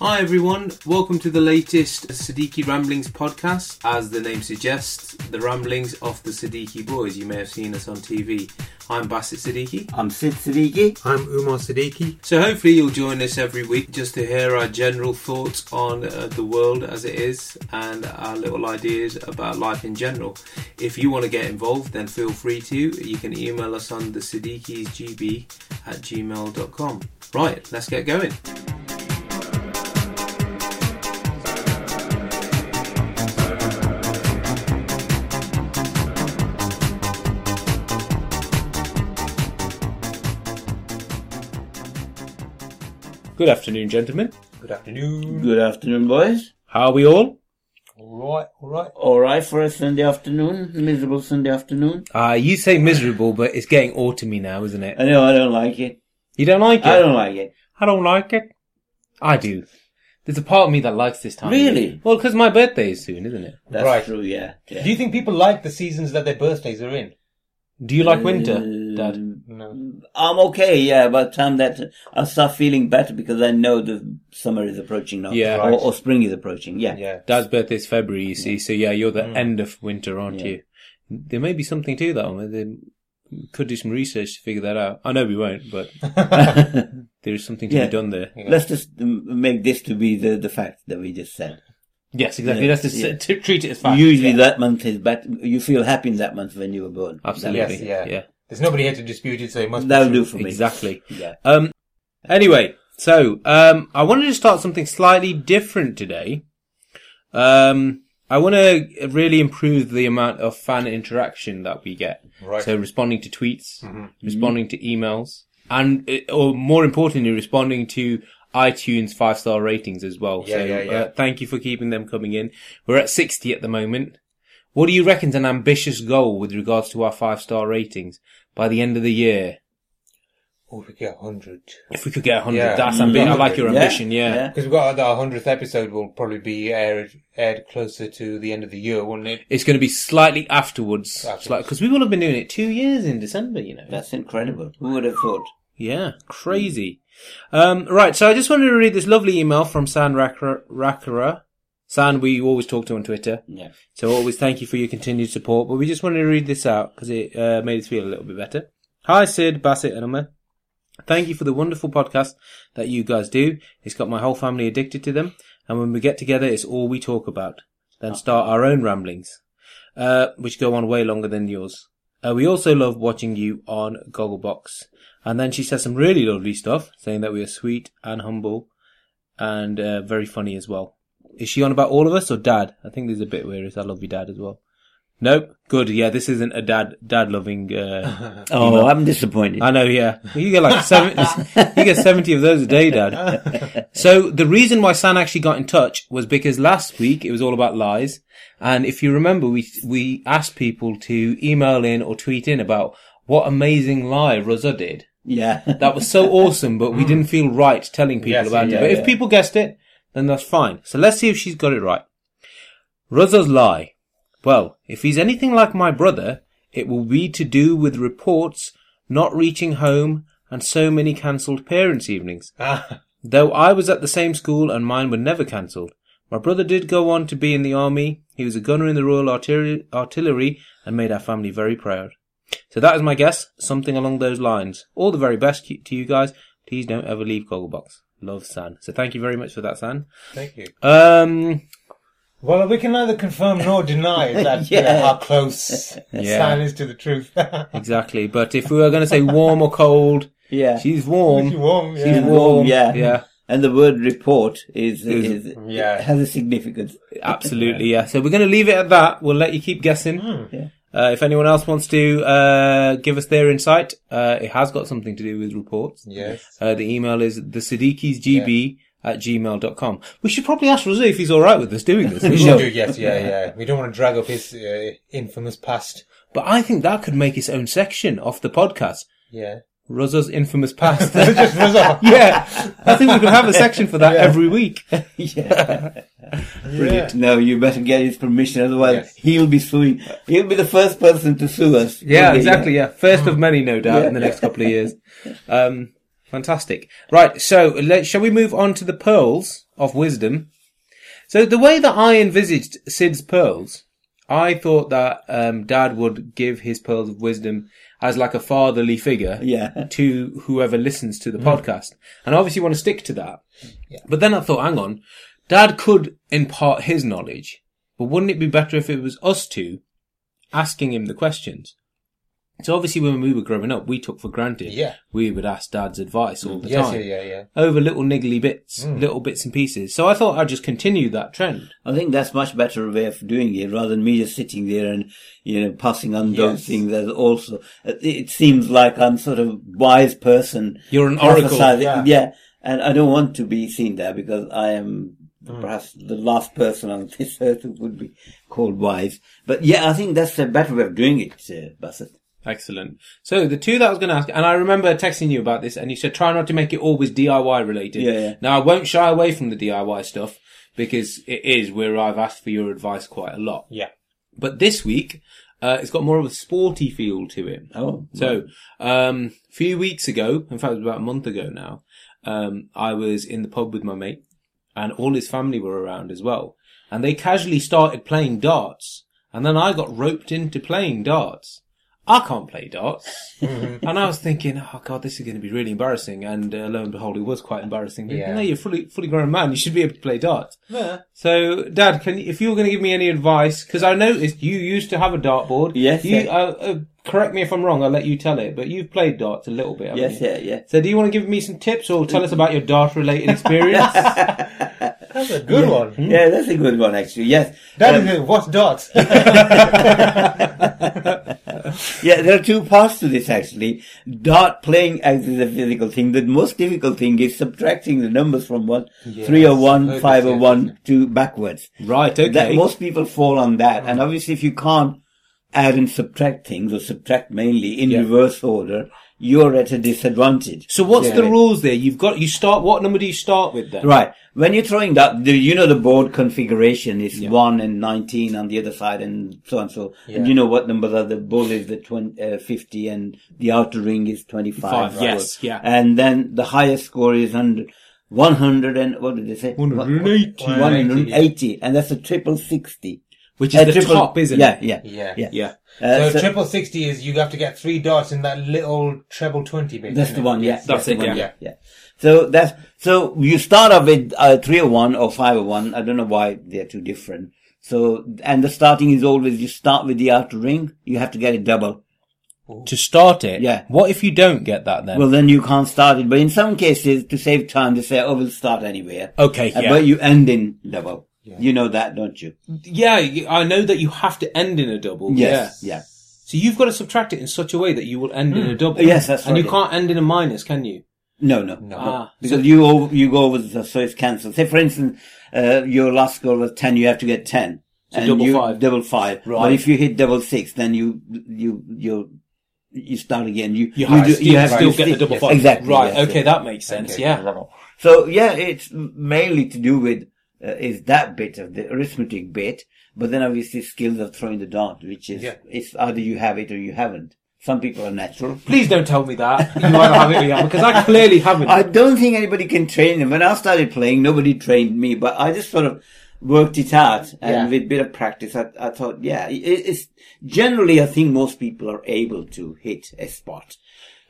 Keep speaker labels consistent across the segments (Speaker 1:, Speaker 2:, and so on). Speaker 1: Hi everyone, welcome to the latest Siddiqui Ramblings podcast. As the name suggests, the ramblings of the Siddiqui boys. You may have seen us on TV. I'm Bassett Siddiqui.
Speaker 2: I'm Sid Siddiqui.
Speaker 3: I'm Umar Siddiqui.
Speaker 1: So hopefully you'll join us every week just to hear our general thoughts on uh, the world as it is and our little ideas about life in general. If you want to get involved, then feel free to. You can email us on the gb at gmail.com. Right, let's get going.
Speaker 4: Good afternoon, gentlemen.
Speaker 3: Good afternoon.
Speaker 2: Good afternoon, boys.
Speaker 4: How are we all?
Speaker 3: All right, all right.
Speaker 2: All right for a Sunday afternoon, miserable Sunday afternoon.
Speaker 4: Uh, you say miserable, but it's getting autumny now, isn't it?
Speaker 2: I know I don't like it.
Speaker 4: You don't like it?
Speaker 2: I don't like it.
Speaker 4: I don't like it. I do. There's a part of me that likes this time.
Speaker 2: Really?
Speaker 4: Well, because my birthday is soon, isn't it?
Speaker 2: That's
Speaker 3: Right.
Speaker 2: true. Yeah. yeah.
Speaker 3: Do you think people like the seasons that their birthdays are in? Uh,
Speaker 4: Do you like winter, Dad?
Speaker 3: No.
Speaker 2: Um, I'm okay. Yeah, about time that I start feeling better because I know the summer is approaching now.
Speaker 4: Yeah.
Speaker 2: Or, or spring is approaching. Yeah.
Speaker 3: Yeah. Mm.
Speaker 4: Dad's birthday is February, you see, so yeah, you're the end of winter, aren't you? There may be something to that. Omar. They could do some research to figure that out. I know we won't, but there is something to
Speaker 2: Yeah.
Speaker 4: be done there.
Speaker 2: Let's just um, make this to be the, the fact that we just said.
Speaker 4: Yes, exactly.
Speaker 2: Yeah.
Speaker 4: That's just
Speaker 2: Yeah.
Speaker 4: t- treat it as fact.
Speaker 2: Usually that month is better. You feel happy in that month when you were born.
Speaker 4: Absolutely.
Speaker 3: Yes, yeah.
Speaker 4: yeah.
Speaker 3: There's nobody here to dispute it, so it must
Speaker 2: That, will
Speaker 3: be true.
Speaker 2: do for me.
Speaker 4: Exactly.
Speaker 2: Yeah.
Speaker 4: Um, anyway, so um, I wanted to start something slightly different today. Um, I want to really improve the amount of fan interaction that we get.
Speaker 3: Right. Mm-hmm.
Speaker 4: So responding to tweets, responding to emails, and uh, or more importantly, responding to iTunes five star ratings as well.
Speaker 3: Yeah,
Speaker 4: so
Speaker 3: yeah, yeah.
Speaker 4: Uh, thank you for keeping them coming in. We're at sixty at the moment. What do you reckon's an ambitious goal with regards to our five star ratings by the end of the year?
Speaker 3: Oh, if we get 100.
Speaker 4: If we could get 100,
Speaker 3: Yeah.
Speaker 4: that's ambi- I like your
Speaker 2: Yeah,
Speaker 4: ambition, yeah.
Speaker 2: yeah.
Speaker 3: Because we've got our 100th episode will probably be aired, aired closer to the end of the year, won't it?
Speaker 4: It's going to be slightly afterwards.
Speaker 3: Afterwards.
Speaker 4: Because we will have been doing it two years in December, you know.
Speaker 2: That's incredible. Who would have thought?
Speaker 4: yeah, crazy. Um, right, so I just wanted to read this lovely email from San Rakara. Rakara. San, we always talk to on Twitter.
Speaker 2: Yeah.
Speaker 4: So always thank you for your continued support. But we just wanted to read this out because it uh, made us feel a little bit better. Hi, Sid, Bassett, and Emma. Thank you for the wonderful podcast that you guys do. It's got my whole family addicted to them. And when we get together, it's all we talk about. Then start our own ramblings, uh, which go on way longer than yours. Uh, we also love watching you on Gogglebox. And then she says some really lovely stuff, saying that we are sweet and humble and uh, very funny as well. Is she on about all of us or dad? I think there's a bit where it's I love you dad as well. Nope. Good. Yeah, this isn't a dad dad loving. Uh,
Speaker 2: Oh, I'm disappointed.
Speaker 4: I know. Yeah, you get like seven, you get seventy of those a day, dad. So the reason why San actually got in touch was because last week it was all about lies, and if you remember, we we asked people to email in or tweet in about what amazing lie Rosa did.
Speaker 2: yeah.
Speaker 4: That was so awesome, but we didn't feel right telling people
Speaker 3: Mm. Yes,
Speaker 4: about
Speaker 3: yeah,
Speaker 4: it. But
Speaker 3: yeah.
Speaker 4: if people guessed it, then that's fine. So let's see if she's got it right. Ruthers lie. Well, if he's anything like my brother, it will be to do with reports not reaching home and so many cancelled parents' evenings.
Speaker 3: Ah,
Speaker 4: Though I was at the same school and mine were never cancelled. My brother did go on to be in the army. He was a gunner in the Royal Artillery, Artillery and made our family very proud. So that is my guess, something along those lines. All the very best cu- to you guys. Please don't ever leave Gogglebox. Love, San. So thank you very much for that, San.
Speaker 3: thank you.
Speaker 4: Um,
Speaker 3: Well, we can neither confirm nor deny that
Speaker 2: Yeah.
Speaker 3: uh, how close
Speaker 4: Yeah.
Speaker 3: Stan is to the truth.
Speaker 4: exactly. But if we were going to say warm or cold,
Speaker 2: yeah.
Speaker 4: she's warm.
Speaker 3: If you want,
Speaker 4: She's
Speaker 3: yeah.
Speaker 4: warm.
Speaker 2: yeah.
Speaker 4: Yeah.
Speaker 2: And the word report is, is,
Speaker 3: Yeah.
Speaker 2: has a significance.
Speaker 4: Absolutely, yeah. So we're going to leave it at that. We'll let you keep guessing.
Speaker 3: Hmm.
Speaker 2: Yeah.
Speaker 4: Uh, if anyone else wants to uh, give us their insight, uh, it has got something to do with reports.
Speaker 3: Yes.
Speaker 4: Uh, the email is thesiddiquisgb at gmail.com. We should probably ask Razoo if he's all right with us doing this.
Speaker 3: We
Speaker 4: We
Speaker 3: should
Speaker 4: should.
Speaker 3: do, yes, yeah, yeah. We don't want to drag up his uh, infamous past.
Speaker 4: but I think that could make its own section of the podcast.
Speaker 3: Yeah.
Speaker 4: Razoo's infamous past.
Speaker 3: Just result.
Speaker 4: yeah. I think we could have a section for that every week.
Speaker 3: Brilliant.
Speaker 2: No, you better get his permission, otherwise
Speaker 3: Yes.
Speaker 2: he'll be suing. He'll be the first person to sue us.
Speaker 4: Yeah,
Speaker 2: Will he?
Speaker 4: exactly. Yeah, first of many, no doubt, in the next couple of years. Um, fantastic. Right. So, let, shall we move on to the pearls? of wisdom. So the way that I envisaged Sid's pearls, I thought that um, Dad would give his pearls of wisdom as like a fatherly figure
Speaker 2: Yeah.
Speaker 4: to whoever listens
Speaker 3: Mm.
Speaker 4: to the podcast. And I obviously want to stick to that. But then I thought, hang on, Dad could impart his knowledge, but wouldn't it be better if it was us two asking him the questions? So obviously, when we were growing up, we took for granted
Speaker 3: Yeah.
Speaker 4: we would ask Dad's advice all the
Speaker 3: Yes,
Speaker 4: time
Speaker 3: yeah, Mm. yeah, yeah.
Speaker 4: over little niggly bits, little bits and pieces. So I thought I'd just continue that trend.
Speaker 2: I think that's much better way of doing it rather than me just sitting there and, you know, passing on those
Speaker 3: Yes.
Speaker 2: things as also. It it seems like I'm sort of wise person.
Speaker 4: You're an oracle,
Speaker 2: prophesizing-
Speaker 3: yeah.
Speaker 2: And I don't want to be seen there because I am
Speaker 3: Hmm.
Speaker 2: perhaps the last person on this earth who would be called wise. But yeah, I think that's a better way of doing it, uh, Bassett.
Speaker 4: Excellent. So the two that I was going to ask, and I remember texting you about this, and you said try not to make it always DIY related.
Speaker 2: Yeah, yeah.
Speaker 4: Now I won't shy away from the DIY stuff because it is where I've asked for your advice quite a lot.
Speaker 3: Yeah.
Speaker 4: But this week, uh, it's got more of a sporty feel to it.
Speaker 2: Oh.
Speaker 4: So, um, a few weeks ago, in fact, it was about a month ago now, um, I was in the pub with my mate and all his family were around as well. And they casually started playing darts. And then I got roped into playing darts. I can't play darts.
Speaker 2: Mm-hmm.
Speaker 4: and I was thinking, oh God, this is going to be really embarrassing. And uh, lo and behold, it was quite embarrassing.
Speaker 3: Yeah.
Speaker 4: No, you're fully, fully grown man. You should be able to play darts. So, Dad, can if you were going to give me any advice, because I noticed you used to have a dartboard.
Speaker 2: Yes,
Speaker 4: You,
Speaker 2: yeah.
Speaker 4: uh, uh, correct me if I'm wrong. I'll let you tell it, but you've played darts a little bit. Haven't
Speaker 2: Yes,
Speaker 4: you?
Speaker 2: yeah, yeah.
Speaker 4: So, do you want to give me some tips or tell us about your dart-related experience?
Speaker 3: That's a good one. Hmm.
Speaker 2: Yeah, Mm-hmm. that's a good one actually. Yes.
Speaker 3: That
Speaker 2: Um,
Speaker 3: is good. What's darts?
Speaker 2: Yeah, there are two parts to this actually. Dart playing as is a physical thing. The most difficult thing is subtracting the numbers from one, three or one,
Speaker 3: Very
Speaker 2: five or
Speaker 3: difficult.
Speaker 2: one to backwards.
Speaker 4: right. Okay.
Speaker 2: That most people fall on that, and obviously if you can't add and subtract things or subtract mainly in
Speaker 4: Yeah.
Speaker 2: reverse order, you're at a disadvantage.
Speaker 4: so, what's
Speaker 3: Yeah.
Speaker 4: the rules there? You've got you start. What number do you start with then?
Speaker 2: Right. When you're throwing that, the, you know the board configuration is 1 and 19 on the other side and so on so. And you know what numbers are. The ball is the 20, uh, 50 and the outer ring is 25.
Speaker 4: Five,
Speaker 2: right?
Speaker 4: yes, yeah.
Speaker 2: And then the highest score is 100, 100 and, what did they say?
Speaker 4: 180.
Speaker 2: 180. And that's a triple 60.
Speaker 4: Which is
Speaker 2: Uh,
Speaker 4: the
Speaker 2: triple-
Speaker 4: top, isn't
Speaker 2: yeah,
Speaker 4: it?
Speaker 2: Yeah,
Speaker 3: Yeah.
Speaker 2: yeah.
Speaker 4: Yeah.
Speaker 2: Uh,
Speaker 3: so,
Speaker 2: so
Speaker 3: triple sixty is you have to get three darts in that little treble twenty bit.
Speaker 2: That's
Speaker 3: isn't
Speaker 2: the
Speaker 3: it?
Speaker 2: one, yeah.
Speaker 4: That's
Speaker 2: the
Speaker 4: it,
Speaker 2: one,
Speaker 4: yeah.
Speaker 2: yeah. yeah. So that's, so you start off with uh, 301 or 501. I don't know why they're too different. So, and the starting is always you start with the outer ring. You have to get it double.
Speaker 4: To start it.
Speaker 2: Yeah.
Speaker 4: What if you don't get that then?
Speaker 2: Well, then you can't start it. But in some cases, to save time, they say, oh, we'll start anywhere.
Speaker 4: okay.
Speaker 2: Uh,
Speaker 4: Yeah.
Speaker 2: But you end in double. You know that, don't you?
Speaker 4: yeah. you- I know that you have to end in a double.
Speaker 2: Yes.
Speaker 4: Yeah.
Speaker 2: Yeah.
Speaker 4: So you've got to subtract it in such a way that you will end in a double.
Speaker 2: Hmm. Yes, that's
Speaker 4: And
Speaker 2: right,
Speaker 4: you
Speaker 2: yeah.
Speaker 4: can't end in a minus, can you?
Speaker 2: No, no.
Speaker 3: No.
Speaker 4: Ah.
Speaker 2: Because you over, you go over the so it's cancelled. Say for instance, uh, your last score was ten, you have to get ten.
Speaker 4: So double
Speaker 2: you,
Speaker 4: five.
Speaker 2: Double five.
Speaker 4: Right.
Speaker 2: But if you hit double six, then you you you you start again. You
Speaker 4: You have,
Speaker 2: do-
Speaker 4: still, you
Speaker 2: have
Speaker 4: still
Speaker 2: to
Speaker 4: get the
Speaker 2: stick-
Speaker 4: double
Speaker 2: yes,
Speaker 4: five.
Speaker 2: Exactly.
Speaker 4: Right.
Speaker 2: yes,
Speaker 4: okay,
Speaker 2: yes.
Speaker 4: that makes sense. Yeah.
Speaker 2: So yeah, it's mainly to do with uh, is that bit of the arithmetic bit, but then obviously skills of throwing the dart, which is
Speaker 3: Yeah.
Speaker 2: it's either you have it or you haven't. Some people are natural.
Speaker 4: Please don't tell me that you either have it or you haven't, because I clearly haven't.
Speaker 2: I don't think anybody can train them. When I started playing, nobody trained me, but I just sort of worked it out. And
Speaker 3: Yeah.
Speaker 2: with a bit of practice, I, I thought, yeah, it, it's generally, I think most people are able to hit a spot.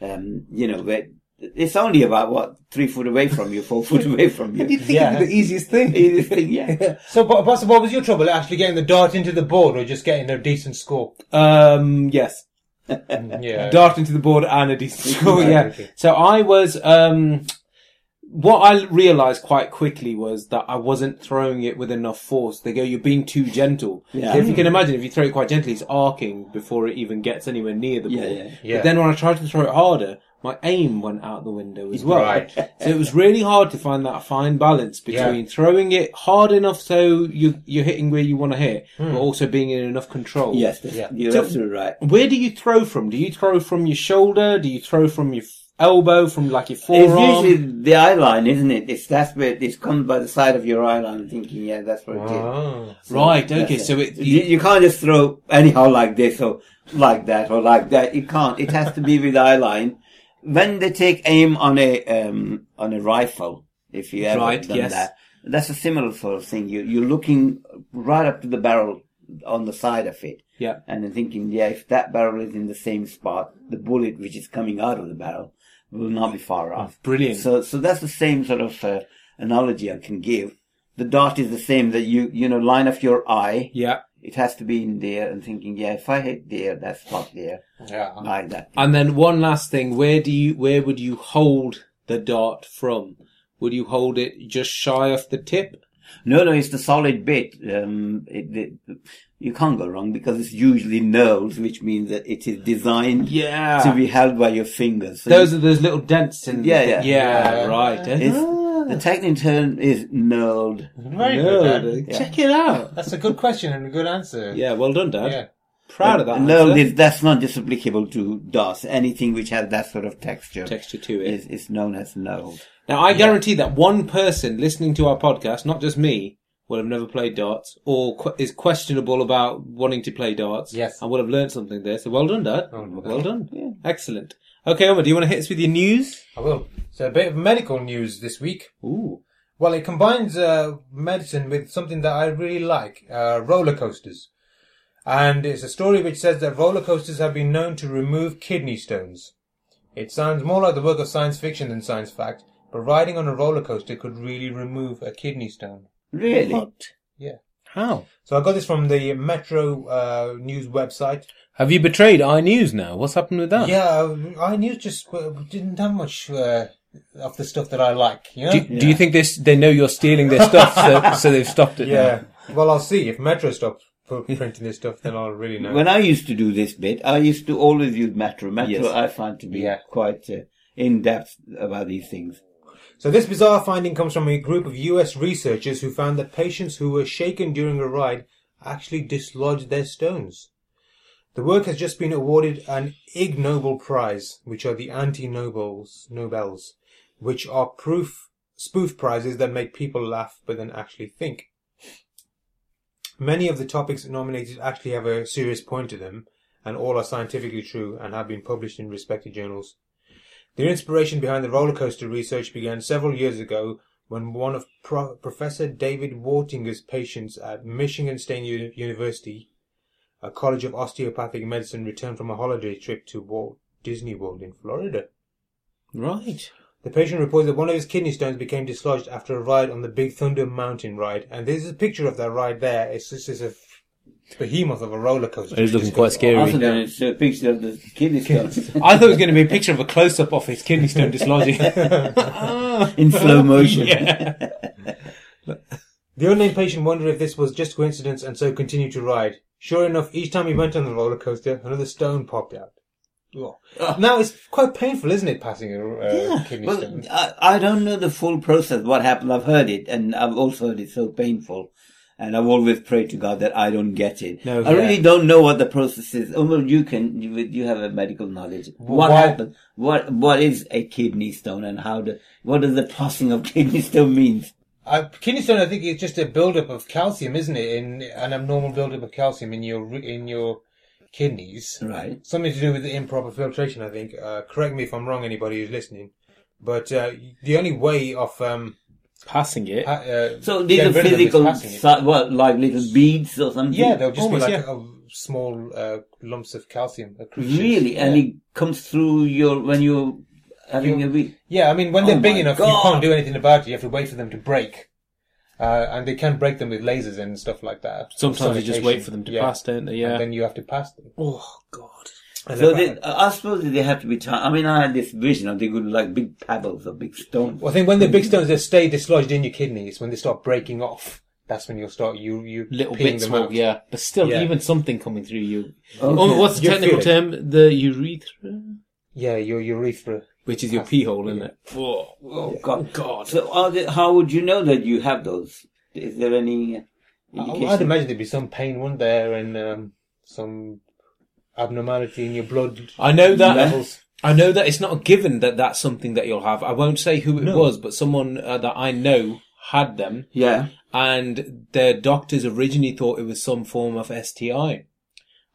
Speaker 2: Um, you know, where it's only about what, three foot away from you, four foot away from you.
Speaker 4: think
Speaker 3: Yeah.
Speaker 4: the easiest thing.
Speaker 2: It's thing, yeah.
Speaker 3: So, but, but so what was your trouble? Actually getting the dart into the board or just getting a decent score?
Speaker 4: Um, yes.
Speaker 3: Yeah.
Speaker 4: Dart into the board and a decent score.
Speaker 3: Right,
Speaker 4: Yeah.
Speaker 3: okay.
Speaker 4: So I was. Um, what I realized quite quickly was that I wasn't throwing it with enough force. They go, "You're being too gentle."
Speaker 2: Yeah.
Speaker 4: So if you
Speaker 3: Mm.
Speaker 4: can imagine, if you throw it quite gently, it's arcing before it even gets anywhere near the
Speaker 2: Yeah,
Speaker 4: board.
Speaker 2: yeah.
Speaker 3: Yeah.
Speaker 4: But then when I tried to throw it harder, my aim went out the window as well.
Speaker 3: Right.
Speaker 4: So it was really hard to find that fine balance between throwing it hard enough so you you're hitting where you want to hit,
Speaker 3: Hmm.
Speaker 4: but also being in enough control.
Speaker 2: Yes, that's,
Speaker 3: Yeah.
Speaker 2: you're
Speaker 4: So-
Speaker 2: absolutely right.
Speaker 4: Where do you throw from? Do you throw from your shoulder? Do you throw from your f- elbow? From like your
Speaker 2: It's
Speaker 4: forearm?
Speaker 2: usually the eye line, isn't it? It's that's where it comes by the side of your eye line, thinking, yeah, that's where it is.
Speaker 3: Oh.
Speaker 4: right. Okay.
Speaker 2: That's
Speaker 4: So it.
Speaker 2: you, you can't just throw anyhow like this or like that or like that. You can't. It has to be with eye line. When they take aim on a um, on a rifle, if you ever
Speaker 4: Right,
Speaker 2: done
Speaker 4: yes.
Speaker 2: that, that's a similar sort of thing. You, you're looking right up to the barrel on the side of it.
Speaker 4: Yeah.
Speaker 2: And then thinking, yeah, if that barrel is in the same spot, the bullet which is coming out of the barrel will not be far off.
Speaker 4: Oh, Brilliant.
Speaker 2: So, so that's the same sort of uh, analogy I can give. The dart is the same that you, you know, line of your eye.
Speaker 4: yeah.
Speaker 2: It has to be in there and thinking, yeah, if I hit there, that spot there,
Speaker 3: Yeah.
Speaker 2: like that.
Speaker 4: And then one last thing, where do you where would you hold the dart from? Would you hold it just shy of the tip?
Speaker 2: No, no, it's the solid bit. Um, it, it, you can't go wrong because it's usually knurled, which means that it is designed
Speaker 4: Yeah.
Speaker 2: to be held by your fingers. So
Speaker 4: those are those little dents in
Speaker 2: Yeah,
Speaker 4: the,
Speaker 2: yeah.
Speaker 4: yeah,
Speaker 3: Yeah.
Speaker 4: right. eh?
Speaker 2: It's-
Speaker 4: Ah,
Speaker 2: the technical term is knurled.
Speaker 3: Very
Speaker 4: no,
Speaker 3: good. Dan.
Speaker 4: dude. Check it out.
Speaker 3: That's a good question and a good answer.
Speaker 4: Yeah, well done, Dad.
Speaker 3: Yeah.
Speaker 4: Proud of that.
Speaker 2: Knurled
Speaker 4: answer.
Speaker 2: is that's not just applicable to DOS. Anything which has that sort of texture
Speaker 4: texture to it.
Speaker 2: is, is known as knurled.
Speaker 4: Now, I guarantee that one person listening to our podcast, not just me, will have never played darts or qu- is questionable about wanting to play darts.
Speaker 3: Yes.
Speaker 4: And will have learned something there. So well done, Dad.
Speaker 3: Well done.
Speaker 4: Well done. Excellent. Okay, Omar, do you want to hit us with your news?
Speaker 3: I will. So a bit of medical news this week.
Speaker 4: Ooh.
Speaker 3: Well, it combines uh, medicine with something that I really like: uh, roller coasters. And it's a story which says that roller coasters have been known to remove kidney stones. It sounds more like the work of science fiction than science fact, but riding on a roller coaster could really remove a kidney stone.
Speaker 2: Really?
Speaker 3: Yeah.
Speaker 4: How?
Speaker 3: So I got this from the Metro uh, News website.
Speaker 4: Have you betrayed our news now? What's happened with that?
Speaker 3: Yeah, I knew just uh, didn't have much uh, of the stuff that I like. You know?
Speaker 4: Do, do you think this? They know you're stealing their stuff, so, so they've stopped it.
Speaker 3: yeah. Well, I'll see if Metro stops pu- printing this stuff, then I'll really know.
Speaker 2: When I used to do this bit, I used to always use Metro. Metro
Speaker 4: Yes.
Speaker 2: I find to be
Speaker 3: Yeah.
Speaker 2: quite uh, in depth about these things.
Speaker 3: So this bizarre finding comes from a group of U.S. researchers who found that patients who were shaken during a ride actually dislodged their stones. The work has just been awarded an Ig Nobel Prize, which are the anti-Nobels, Nobels, which are proof spoof prizes that make people laugh but then actually think. Many of the topics nominated actually have a serious point to them, and all are scientifically true and have been published in respected journals. The inspiration behind the roller coaster research began several years ago when one of Pro- Professor David Wartinger's patients at Michigan State U- University, a college of osteopathic medicine, returned from a holiday trip to Walt Disney World in Florida.
Speaker 4: Right.
Speaker 3: The patient reports that one of his kidney stones became dislodged after a ride on the Big Thunder Mountain ride, and there's a picture of that ride there. It's just it's a behemoth of a roller coaster.
Speaker 4: It is looking quite scary.
Speaker 2: Other than it's a picture of the kidney stones
Speaker 4: I thought it was going to be a picture of a close-up of his kidney stone dislodging. Ah.
Speaker 2: in slow motion.
Speaker 4: Yeah.
Speaker 3: The unnamed patient wondered if this was just coincidence and so continued to ride. Sure enough, each time he went on the roller coaster, another stone popped out. Oh. Now it's quite painful, isn't it, passing a uh, kidney
Speaker 2: Ah. Well,
Speaker 3: stone?
Speaker 2: I, I don't know the full process, what happened. I've heard it, and I've also heard it's so painful. And I've always prayed to God that I don't get it.
Speaker 4: No,
Speaker 2: I
Speaker 4: yeah.
Speaker 2: really don't know what the process is. Umar, you can, you, you have a medical knowledge. What
Speaker 3: Why-
Speaker 2: happens? What, what is a kidney stone and how do, what does the passing of kidney stone means?
Speaker 3: Uh, kidney stone, I think, is just a buildup of calcium, isn't it? In an abnormal buildup of calcium in your re- in your kidneys.
Speaker 2: Right.
Speaker 3: Something to do with the improper filtration, I think. Uh, correct me if I'm wrong, anybody who's listening. But uh, the only way of um,
Speaker 4: Passing it.
Speaker 3: pa- uh,
Speaker 2: So these
Speaker 3: getting
Speaker 2: are
Speaker 3: rid of them is
Speaker 2: physical,
Speaker 3: passing it.
Speaker 2: si- what, like little beads or something?
Speaker 3: Yeah, they'll just
Speaker 4: Almost,
Speaker 3: be like uh, small uh, lumps of calcium. accretions.
Speaker 2: Really? And
Speaker 3: yeah.
Speaker 2: it comes through your, when you're having a week.
Speaker 3: yeah, I mean, when
Speaker 2: Oh
Speaker 3: they're big
Speaker 2: my
Speaker 3: enough,
Speaker 2: God.
Speaker 3: you can't do anything about it. You have to wait for them to break, uh, and they can break them with lasers and stuff like that.
Speaker 4: Sometimes you just wait for them to
Speaker 3: Yeah.
Speaker 4: pass, don't they? Yeah.
Speaker 3: And then you have to pass them.
Speaker 4: oh God.
Speaker 3: And
Speaker 2: So
Speaker 3: they're-
Speaker 2: they, uh, I suppose that they have to be. T- I mean, I had this vision of they could like big pebbles or big stones.
Speaker 3: well, I think when the big
Speaker 4: Mm.
Speaker 3: stones they stay dislodged in your kidneys, when they start breaking off, that's when you'll start you you
Speaker 4: Little
Speaker 3: peeling
Speaker 4: bits
Speaker 3: them
Speaker 4: more,
Speaker 3: out.
Speaker 4: yeah. But still,
Speaker 3: Yeah.
Speaker 4: even something coming through you.
Speaker 2: Okay.
Speaker 4: Oh, what's the
Speaker 3: Your
Speaker 4: technical term? The urethra,
Speaker 3: yeah, your urethra.
Speaker 4: which is your pee hole, isn't it?
Speaker 2: Oh God! So, are they, how would you know that you have those? Is there any
Speaker 3: Oh, I- I'd
Speaker 2: indication?
Speaker 3: imagine there'd be some pain, wouldn't there, and um, some abnormality in your blood
Speaker 4: I know that.
Speaker 3: levels.
Speaker 4: I know that it's not a given that that's something that you'll have. I won't say who it was, but someone uh, that I know had them,
Speaker 2: yeah.
Speaker 4: and their doctors originally thought it was some form of STI.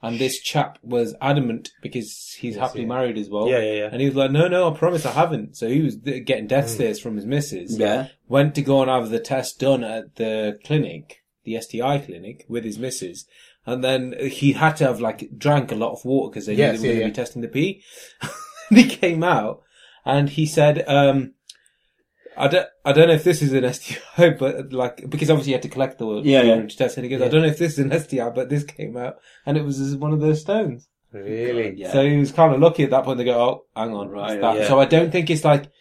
Speaker 4: And this chap was adamant because he's
Speaker 3: Yes,
Speaker 4: happily
Speaker 3: yeah.
Speaker 4: married as well.
Speaker 1: Yeah, yeah, yeah.
Speaker 4: And he was like, no, no, I promise I haven't. So he was th- getting death stares from his missus.
Speaker 2: Yeah.
Speaker 4: Went to go and have the test done at the clinic, the STI clinic, with his missus. And then he had to have like drank a lot of water because they
Speaker 3: Yes,
Speaker 4: knew they were
Speaker 3: yeah,
Speaker 4: going to
Speaker 3: yeah.
Speaker 4: be testing the pee. and he came out and he said, um, I don't, I don't know if this is an STI, but like, because obviously you had to collect the
Speaker 2: Yeah, yeah.
Speaker 4: urine to test it. He goes, I don't know if this is an STI, but this came out and it was just one of those stones.
Speaker 3: Really?
Speaker 2: Yeah.
Speaker 4: So he was kind of lucky at that point. They go, oh, hang on, right.
Speaker 2: Right,
Speaker 4: that.
Speaker 1: yeah.
Speaker 4: So I don't think it's like,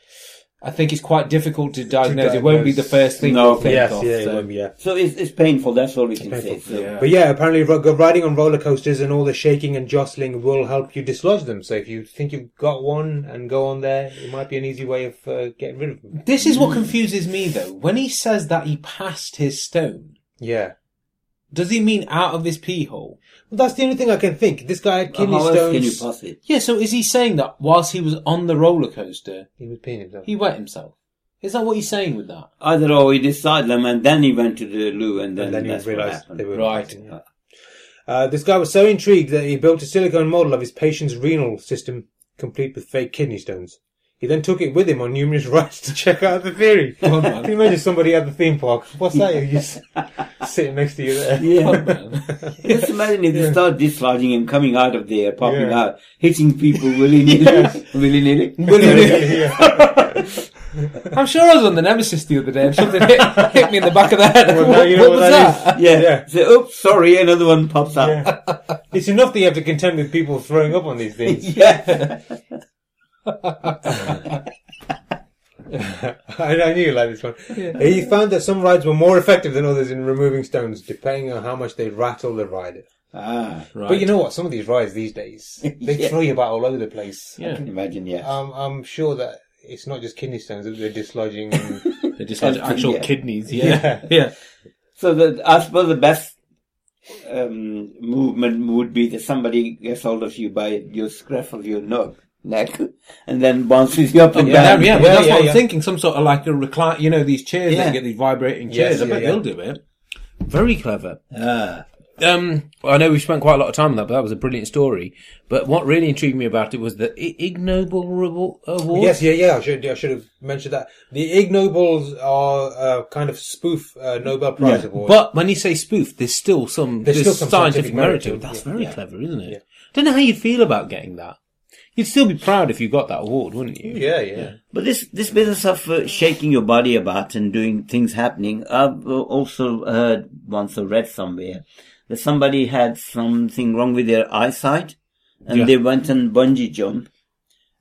Speaker 4: I think it's quite difficult to diagnose. It won't be the
Speaker 3: diagnose.
Speaker 4: first thing
Speaker 2: No.
Speaker 4: we'll think
Speaker 1: yes,
Speaker 4: of.
Speaker 1: yeah, it
Speaker 4: so.
Speaker 1: won't be, yeah.
Speaker 2: So it's, it's painful. That's all we can say.
Speaker 3: painful,
Speaker 2: So,
Speaker 4: yeah.
Speaker 3: But yeah, apparently ro- go- riding on roller coasters and all the shaking and jostling will help you dislodge them. So if you think you've got one and go on there, it might be an easy way of uh, getting rid of them.
Speaker 4: This is what confuses me though. When he says that he passed his stone,
Speaker 3: Yeah.
Speaker 4: does he mean out of his pee hole?
Speaker 3: Well, that's the only thing I can think. This guy had
Speaker 2: How
Speaker 3: kidney
Speaker 2: else
Speaker 3: stones.
Speaker 2: can you pass it?
Speaker 4: Yeah, so is he saying that whilst he was on the roller coaster,
Speaker 3: He was peeing himself.
Speaker 4: he wet himself? Is that what he's saying with that?
Speaker 2: Either or, we decide them, and then he went to the loo, and then,
Speaker 3: and then
Speaker 2: that's
Speaker 3: he
Speaker 2: what
Speaker 3: realised
Speaker 2: happened.
Speaker 3: they were
Speaker 4: Right.
Speaker 3: Uh, this guy was so intrigued that he built a silicone model of his patient's renal system, complete with fake kidney stones. He then took it with him on numerous rides to check out the theory.
Speaker 4: Come on,
Speaker 3: Can
Speaker 4: man.
Speaker 3: you imagine somebody at the theme park? What's that? You just sitting next to you there.
Speaker 4: Come on,
Speaker 2: Yeah.
Speaker 4: man.
Speaker 2: Just imagine if they start dislodging and coming out of there, popping
Speaker 3: Yeah.
Speaker 2: out, hitting people willy nilly. willy nilly.
Speaker 3: Yeah.
Speaker 4: I'm sure I was on the Nemesis the other day and something hit, hit me in the back of the head.
Speaker 3: Well, now
Speaker 4: what
Speaker 3: you know
Speaker 4: what
Speaker 3: what
Speaker 4: was
Speaker 3: that
Speaker 4: that?
Speaker 2: Yeah.
Speaker 3: Yeah.
Speaker 2: So, oops, sorry, another one pops out.
Speaker 3: Yeah. It's enough that you have to contend with people throwing up on these things.
Speaker 2: Yeah.
Speaker 3: I, I knew you liked this one. He found that some rides were more effective than others in removing stones, depending on how much they rattle the rider.
Speaker 2: ah,
Speaker 4: Right.
Speaker 3: But you know what? Some of these rides these days, they
Speaker 2: Yeah.
Speaker 3: throw you about all over the place.
Speaker 4: Yeah.
Speaker 2: imagine, yeah.
Speaker 3: Um, I'm sure that it's not just kidney stones that they're dislodging. and-
Speaker 4: They just had actual
Speaker 2: Yeah.
Speaker 4: kidneys.
Speaker 3: Yeah.
Speaker 4: Yeah. Yeah.
Speaker 2: So the, I suppose the best um, movement would be that somebody gets hold of you by your scruff of your neck, neck and then bounces you up and
Speaker 4: Yeah, yeah,
Speaker 2: down.
Speaker 4: but that's
Speaker 3: yeah,
Speaker 4: what I'm
Speaker 3: yeah.
Speaker 4: thinking. Some sort of like a recline, you know, these chairs that
Speaker 2: Yeah.
Speaker 4: you get these vibrating
Speaker 3: Yes,
Speaker 4: chairs. I
Speaker 3: yeah,
Speaker 4: bet
Speaker 3: yeah.
Speaker 4: they'll do it. Very clever.
Speaker 2: Ah,
Speaker 4: Um, I know we spent quite a lot of time on that, but that was a brilliant story. But what really intrigued me about it was the I- Ig Nobel Revo- Award.
Speaker 3: yes, yeah, yeah. I should I should have mentioned that. The Ig Nobles are uh, kind of spoof uh, Nobel Prize award.
Speaker 4: But when you say spoof, there's still some
Speaker 3: There's
Speaker 4: there's
Speaker 3: still some
Speaker 4: scientific
Speaker 3: scientific
Speaker 4: merit
Speaker 3: merit
Speaker 4: to it.
Speaker 3: to it,
Speaker 4: That's
Speaker 3: yeah.
Speaker 4: very
Speaker 3: Yeah.
Speaker 4: clever, isn't it?
Speaker 3: Yeah.
Speaker 4: Don't know how you feel about getting that. You'd still be proud if you got that award, wouldn't you?
Speaker 3: yeah, yeah.
Speaker 2: but this this business of uh, shaking your body about and doing things happening, I've uh, also heard once or read somewhere that somebody had something wrong with their eyesight, and
Speaker 4: Yeah.
Speaker 2: they went and bungee jump,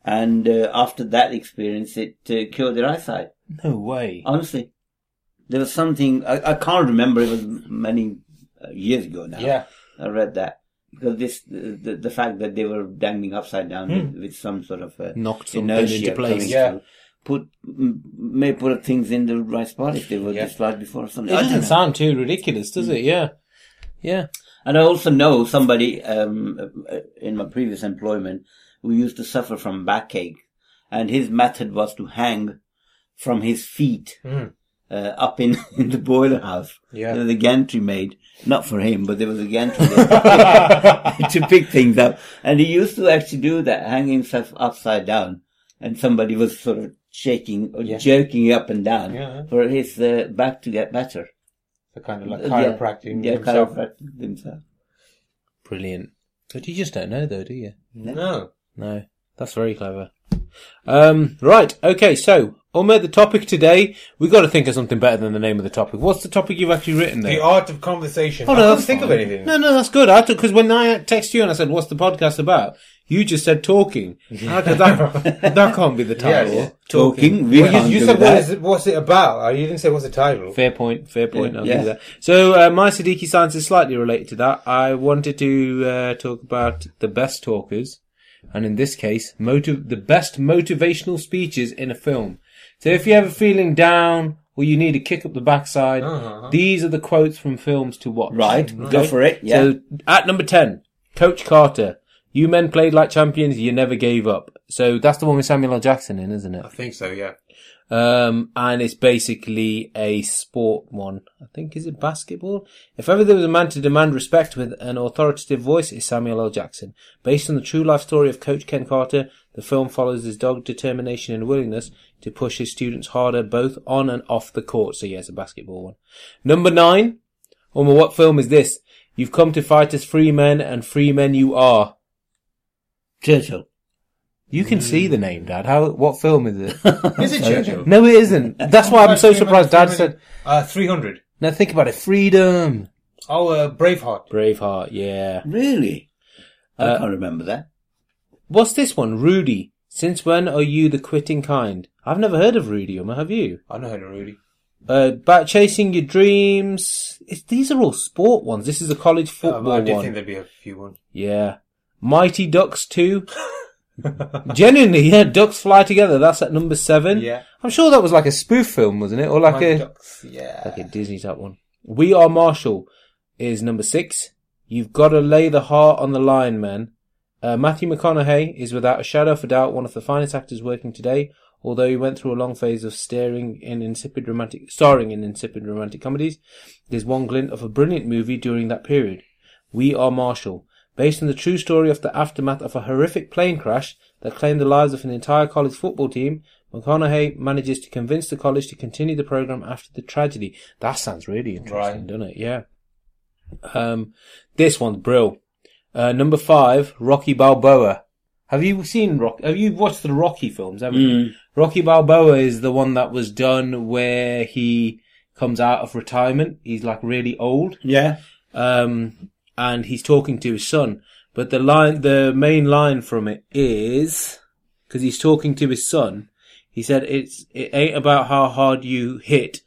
Speaker 2: and uh, after that experience, it uh, cured their eyesight.
Speaker 4: No way.
Speaker 2: honestly, there was something I, I can't remember. It was many uh, years ago now.
Speaker 3: Yeah.
Speaker 2: I read that because this the, the, the fact that they were dangling upside down with, with some sort of uh,
Speaker 4: Knocked something
Speaker 2: inertia
Speaker 4: into place.
Speaker 2: coming
Speaker 3: Hmm. Yeah.
Speaker 2: through, Put m- may put things in the right spot if they were
Speaker 3: Yeah.
Speaker 2: dislodged before or
Speaker 4: It
Speaker 2: something. I don't
Speaker 4: doesn't
Speaker 2: know.
Speaker 4: sound too ridiculous, does
Speaker 3: Hmm.
Speaker 4: it? Yeah. Yeah.
Speaker 2: And I also know somebody um, uh, in my previous employment who used to suffer from backache, and his method was to hang from his feet uh, up in, in the boiler house.
Speaker 3: Hmm. Yeah.
Speaker 2: There was a gantry made, not for him, but there was a gantry there to pick things up. And he used to actually do that, hanging himself upside down, and somebody was sort of shaking or jerking up and down
Speaker 3: Yeah.
Speaker 2: for his uh, back to get better.
Speaker 3: So kind of like
Speaker 4: Uh,
Speaker 2: Yeah.
Speaker 3: chiropractic.
Speaker 2: Yeah,
Speaker 3: himself.
Speaker 2: chiropractic himself.
Speaker 4: Brilliant. But you just don't know though, do you?
Speaker 3: No.
Speaker 4: No. That's very clever. Um, right. Okay. So, Umar, the topic today, we've got to think of something better than the name of the topic. What's the topic you've actually written there?
Speaker 3: The art of conversation.
Speaker 4: Oh,
Speaker 3: I
Speaker 4: no,
Speaker 3: couldn't
Speaker 4: that's
Speaker 3: think of
Speaker 4: fine.
Speaker 3: anything.
Speaker 4: No, no, that's good. I took because when I text you and I said, "What's the podcast about?" You just said talking. How could that, that can't be the title.
Speaker 3: Yes.
Speaker 2: Talking, we
Speaker 3: Well,
Speaker 2: can't
Speaker 3: you, you
Speaker 2: do
Speaker 3: said what
Speaker 2: that.
Speaker 3: is it, what's it
Speaker 4: Uh,
Speaker 3: about? You didn't say what's the title.
Speaker 4: Fair point. Fair point. I'll
Speaker 2: Yeah.
Speaker 4: give you that. So, uh, my Siddiqui science is slightly related to that. I wanted to uh, talk about the best talkers, and in this case, motiv- the best motivational speeches in a film. So, if you're ever feeling down or you need a kick up the backside,
Speaker 2: Uh-huh.
Speaker 4: these are the quotes from films to watch.
Speaker 2: Right, go for it. Yeah.
Speaker 4: So at number 10, Coach Carter. You men played like champions, you never gave up. So that's the one with Samuel L. Jackson in, isn't it?
Speaker 3: think so, yeah.
Speaker 4: Um, and it's basically a sport one. I think is it basketball? If ever there was a man to demand respect with an authoritative voice, it's Samuel L. Jackson. Based on the true life story of Coach Ken Carter, the film follows his dog determination and willingness to push his students harder both on and off the court. So yes, a basketball one. Number nine. Uma, what film is this? You've come to fight as free men and free men you are.
Speaker 2: Churchill.
Speaker 4: You can see the name, Dad. How? What film is it?
Speaker 3: Is it Churchill?
Speaker 4: no, it isn't. That's why I'm so surprised. Dad said,
Speaker 3: Uh, 300.
Speaker 4: "Now think about it. Freedom,
Speaker 3: Oh, uh, Braveheart.
Speaker 4: Braveheart. Yeah.
Speaker 2: Really? I can't remember that.
Speaker 4: What's this one? Rudy. Since when are you the quitting kind? I've never heard of Rudy. Uma, have you?
Speaker 3: I know how to Rudy.
Speaker 4: Uh, about chasing your dreams. It's, these are all sport ones. This is a college
Speaker 3: Um,
Speaker 4: football
Speaker 3: I did
Speaker 4: one.
Speaker 3: think there'd be a few ones.
Speaker 4: Yeah. Mighty Ducks 2. Genuinely, yeah, ducks fly together. That's at number seven.
Speaker 3: Yeah.
Speaker 4: I'm sure that was like a spoof film, wasn't it? Or like
Speaker 3: Mighty
Speaker 4: a,
Speaker 3: Ducks, yeah.
Speaker 4: like a Disney type one. We Are Marshall is number six. You've got to lay the heart on the line, man. Uh, Matthew McConaughey is without a shadow of a doubt one of the finest actors working today, although he went through a long phase of staring in insipid romantic, starring in insipid romantic comedies. There's one glint of a brilliant movie during that period. We Are Marshall, based on the true story of the aftermath of a horrific plane crash that claimed the lives of an entire college football team, McConaughey manages to convince the college to continue the program after the tragedy. That sounds really interesting,
Speaker 3: Right.
Speaker 4: doesn't it? Yeah. Um, this one's brill. Uh, number five, Rocky Balboa. Have you seen Rock? Have you watched the Rocky films? Haven't you? Rocky Balboa is the one that was done where he comes out of retirement. He's like really old
Speaker 2: Yeah.
Speaker 4: um, and he's talking to his son. But the line, the main line from it is because he's talking to his son. He said, "It's it ain't about how hard you hit;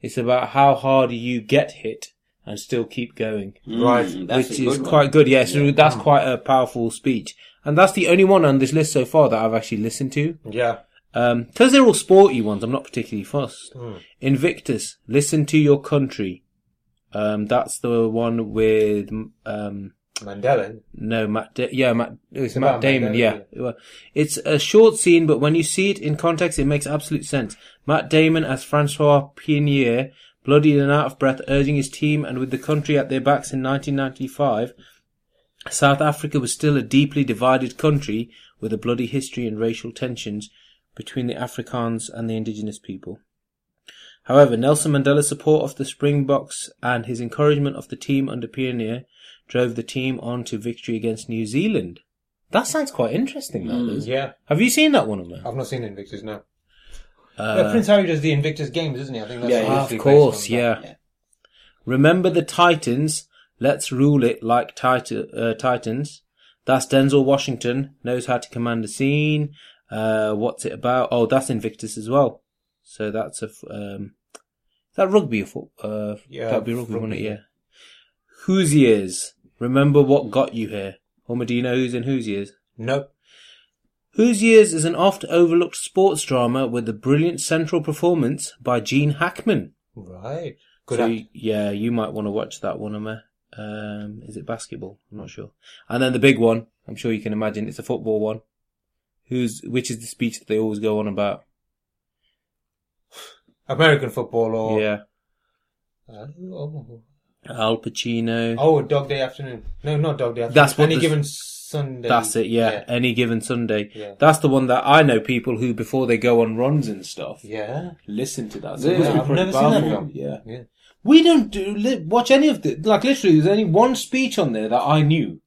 Speaker 4: it's about how hard you get hit and still keep going."
Speaker 3: Right.
Speaker 2: That's
Speaker 4: which
Speaker 2: a good
Speaker 4: is
Speaker 2: one.
Speaker 4: quite good. Yeah, so that's quite a powerful speech, and that's the only one on this list so far that I've actually listened to.
Speaker 3: Yeah.
Speaker 4: Um, because they're all sporty ones, I'm not particularly fussed.
Speaker 2: Hmm.
Speaker 4: Invictus, listen to your country. Um, that's the one with um,
Speaker 3: Mandela.
Speaker 4: no Matt. Da- yeah, Matt. It's
Speaker 3: about
Speaker 4: Matt
Speaker 3: Matt
Speaker 4: Damon.
Speaker 3: Damon,
Speaker 4: yeah, Well, it's a short scene, but when you see it in context, it makes absolute sense. Matt Damon as Francois Pinier, bloodied and out of breath, urging his team and with the country at their backs in 1995. South Africa was still a deeply divided country with a bloody history and racial tensions between the Afrikaans and the indigenous people. However, Nelson Mandela's support of the Springboks and his encouragement of the team under Pioneer drove the team on to victory against New Zealand. That sounds quite interesting, that does.
Speaker 3: Yeah.
Speaker 4: Have you seen that one of them?
Speaker 3: I've not seen Invictus, no. yeah,
Speaker 4: Uh,
Speaker 3: Prince Harry does the Invictus Games, doesn't he? I think that's
Speaker 2: Yeah,
Speaker 4: ah,
Speaker 3: loosely
Speaker 4: of
Speaker 3: based
Speaker 4: course,
Speaker 3: on that.
Speaker 4: yeah.
Speaker 2: Yeah.
Speaker 4: Remember the Titans? Let's rule it like tit- uh, Titans. That's Denzel Washington knows how to command a scene. Uh, what's it about? Oh, that's Invictus as well. So that's a f- um, is that rugby or foot? Uh,
Speaker 3: Yeah,
Speaker 4: that'd be rugby, wouldn't it?
Speaker 3: rugby.
Speaker 4: Yeah. Hoosiers. Remember what got you here. Homer, do you know who's in Hoosiers?
Speaker 3: Nope.
Speaker 4: Hoosiers is an oft overlooked sports drama with a brilliant central performance by Gene Hackman.
Speaker 3: Right. Good
Speaker 4: So,
Speaker 3: act.
Speaker 4: yeah, you might want to watch that one, Emma. Um, is it basketball? I'm not sure. And then the big one, I'm sure you can imagine, it's a football one. Who's, which is the speech that they always go on about.
Speaker 3: American football or.
Speaker 4: Yeah.
Speaker 3: Uh, oh.
Speaker 4: Al Pacino.
Speaker 3: oh, Dog Day Afternoon. No, not Dog Day Afternoon.
Speaker 4: That's what
Speaker 3: Any
Speaker 4: the-
Speaker 3: given Sunday.
Speaker 4: That's it, yeah. Any given Sunday.
Speaker 3: Yeah.
Speaker 4: That's the one that I know people who, before they go on runs and stuff,
Speaker 3: Yeah.
Speaker 4: listen to that.
Speaker 2: Yeah,
Speaker 4: it must be
Speaker 3: I've
Speaker 4: pretty
Speaker 3: never seen that
Speaker 4: powerful.
Speaker 3: film.
Speaker 4: Yeah.
Speaker 3: Yeah.
Speaker 4: We don't do, li- watch any of the like. Literally, there's only one speech on there that I knew.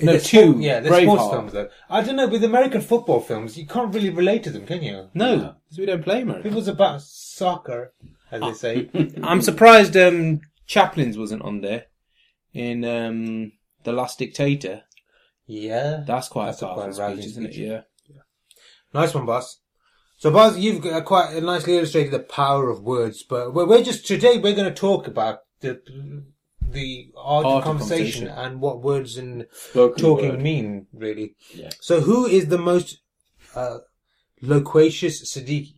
Speaker 4: No,
Speaker 3: They're
Speaker 4: two.
Speaker 3: sport- yeah, they're sports
Speaker 4: Braveheart.
Speaker 3: films though. I don't know with American football films, you can't really relate to them, can you?
Speaker 4: No, because we don't play American.
Speaker 3: People's about soccer, as they say.
Speaker 4: I'm surprised um, Chaplin's wasn't on there in um, the Last Dictator.
Speaker 3: yeah,
Speaker 4: That's quite
Speaker 3: That's
Speaker 4: a
Speaker 3: a
Speaker 4: powerful
Speaker 3: quite rousing
Speaker 4: speech, isn't it?
Speaker 3: speech.
Speaker 4: Yeah.
Speaker 3: nice one, boss. So, boss, you've uh, quite nicely illustrated the power of words, but we're, we're just today we're going to talk about the the
Speaker 4: Art
Speaker 3: art, of
Speaker 4: of
Speaker 3: conversation,
Speaker 4: conversation.
Speaker 3: and what words and
Speaker 2: Spoken
Speaker 3: talking
Speaker 2: word.
Speaker 3: mean, really.
Speaker 2: Yeah.
Speaker 3: So, who is the most uh, loquacious Siddiqui?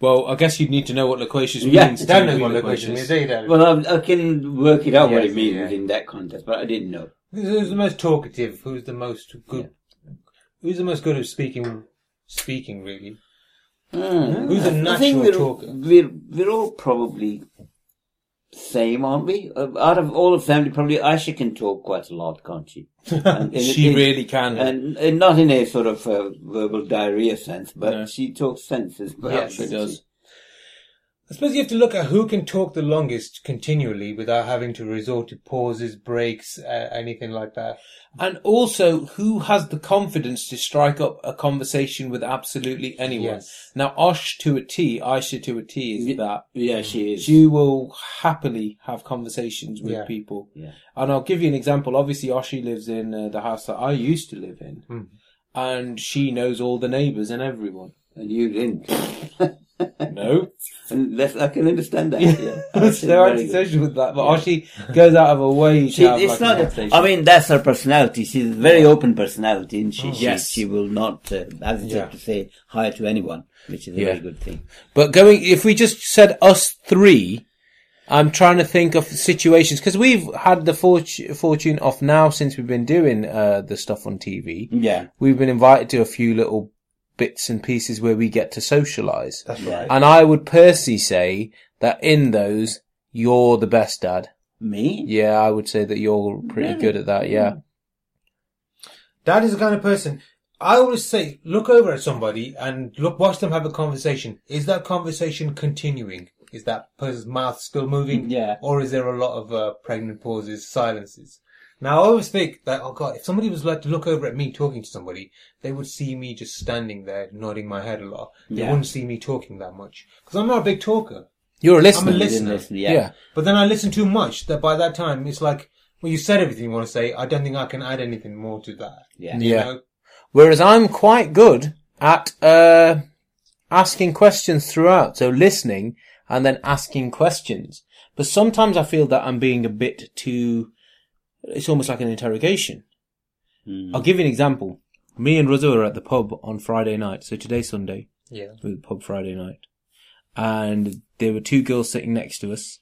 Speaker 4: Well, I guess you'd need to know what loquacious
Speaker 2: Yeah,
Speaker 4: means. to
Speaker 3: Don't know
Speaker 4: be
Speaker 3: what loquacious means, eh? do you, Darren?
Speaker 2: Well, I, I can work it out what
Speaker 3: Yes,
Speaker 2: it means
Speaker 3: yeah.
Speaker 2: in that context, but I didn't know.
Speaker 3: Who's the most talkative? Who's the most good? Who's the most good at speaking? Speaking really. Who's a
Speaker 2: I think
Speaker 3: natural
Speaker 2: we're,
Speaker 3: talker?
Speaker 2: We're, we're all probably same, aren't we? Uh, Out of all of family, probably Aisha can talk quite a lot, can't she? And- and
Speaker 4: She
Speaker 2: it-
Speaker 4: really can.
Speaker 3: Uh,
Speaker 2: And, and not in a sort of uh, verbal diarrhea sense, but
Speaker 4: No.
Speaker 2: she talks sense as well.
Speaker 4: Yes, she
Speaker 2: doesn't
Speaker 4: does.
Speaker 3: I suppose you have to look at who can talk the longest continually without having to resort to pauses, breaks, uh, anything like that.
Speaker 4: And also, who has the confidence to strike up a conversation with absolutely anyone?
Speaker 3: Yes.
Speaker 4: Now, Osh to a T, Aisha to a T is that.
Speaker 2: Yeah, she is.
Speaker 4: She will happily have conversations with
Speaker 3: Yeah.
Speaker 4: people.
Speaker 2: Yeah.
Speaker 4: And I'll give you an example. Obviously, Oshi lives in uh, the house that I used to live in.
Speaker 2: Hmm.
Speaker 4: And she knows all the neighbours and everyone.
Speaker 2: And you didn't.
Speaker 4: No,
Speaker 2: and that's, I can understand that. Yeah.
Speaker 4: That's
Speaker 2: Okay,
Speaker 4: so
Speaker 2: very good.
Speaker 4: antisocial with that. But Oshi goes out of her way to
Speaker 2: She,
Speaker 4: have
Speaker 2: it's
Speaker 4: like, a
Speaker 2: not.
Speaker 4: conversation.
Speaker 2: I mean, that's her personality. She's a very open personality, and she she,
Speaker 4: Oh. Yes.
Speaker 2: she will not uh, hesitate
Speaker 4: Yeah.
Speaker 2: to say hi to anyone, which is a
Speaker 4: Yeah.
Speaker 2: very good thing.
Speaker 4: But going, if we just said us three, I'm trying to think of situations because we've had the fortu- fortune of now since we've been doing uh, the stuff on TV.
Speaker 2: Yeah,
Speaker 4: We've been invited to a few little bits and pieces where we get to socialise.
Speaker 3: That's
Speaker 2: Yeah.
Speaker 3: right.
Speaker 4: And I would personally say that in those, you're the best dad.
Speaker 2: me.
Speaker 4: Yeah, I would say that you're pretty good at that. Yeah.
Speaker 3: Dad is the kind of person I always say, look over at somebody and look, watch them have a conversation. Is that conversation continuing? Is that person's mouth still moving?
Speaker 2: Yeah.
Speaker 3: Or is there a lot of uh, pregnant pauses, silences? Now I always think that, oh god, if somebody was like to look over at me talking to somebody, they would see me just standing there nodding my head a lot. They
Speaker 2: Yeah.
Speaker 3: wouldn't see me talking that much. Cause I'm not a big talker.
Speaker 4: You're a
Speaker 3: I'm a
Speaker 4: listener.
Speaker 3: listener.
Speaker 2: Yeah.
Speaker 4: Yeah.
Speaker 3: But then I listen too much that by that time it's like, well, you said everything you want to say. I don't think I can add anything more to that.
Speaker 2: Yeah.
Speaker 3: You
Speaker 4: Yeah.
Speaker 3: know?
Speaker 4: Whereas I'm quite good at uh, asking questions throughout, so listening and then asking questions. But sometimes I feel that I'm being a bit too. It's almost like an interrogation.
Speaker 3: Hmm.
Speaker 4: I'll give you an example. Me and Rosa were at the pub on Friday night, so today's Sunday.
Speaker 3: Yeah.
Speaker 4: We were at the pub Friday night, and there were two girls sitting next to us,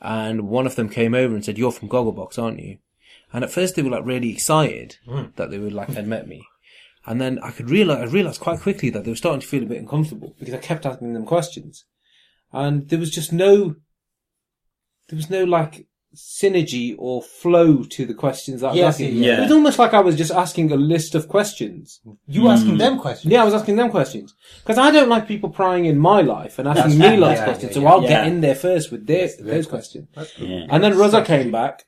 Speaker 4: and one of them came over and said, "You're from Gogglebox, aren't you?" And at first they were like really excited
Speaker 3: Mm.
Speaker 4: that they were like had met me. And then I could realize, I realized quite quickly that they were starting to feel a bit uncomfortable because I kept asking them questions. And there was just no, there was no like synergy or flow to the questions that I was
Speaker 3: Yes,
Speaker 4: asking.
Speaker 3: yeah.
Speaker 4: It was almost like I was just asking a list of questions.
Speaker 3: You asking them questions?
Speaker 4: Mm. Yeah, I was asking them questions. Because I don't like people prying in my life and asking
Speaker 2: That's-
Speaker 4: me lots
Speaker 3: yeah,
Speaker 4: of questions.
Speaker 3: yeah,
Speaker 4: so I'll
Speaker 2: yeah.
Speaker 4: get
Speaker 2: Yeah.
Speaker 4: in there first with their,
Speaker 3: Yes,
Speaker 4: those questions.
Speaker 2: Yeah.
Speaker 4: And then Raza came back,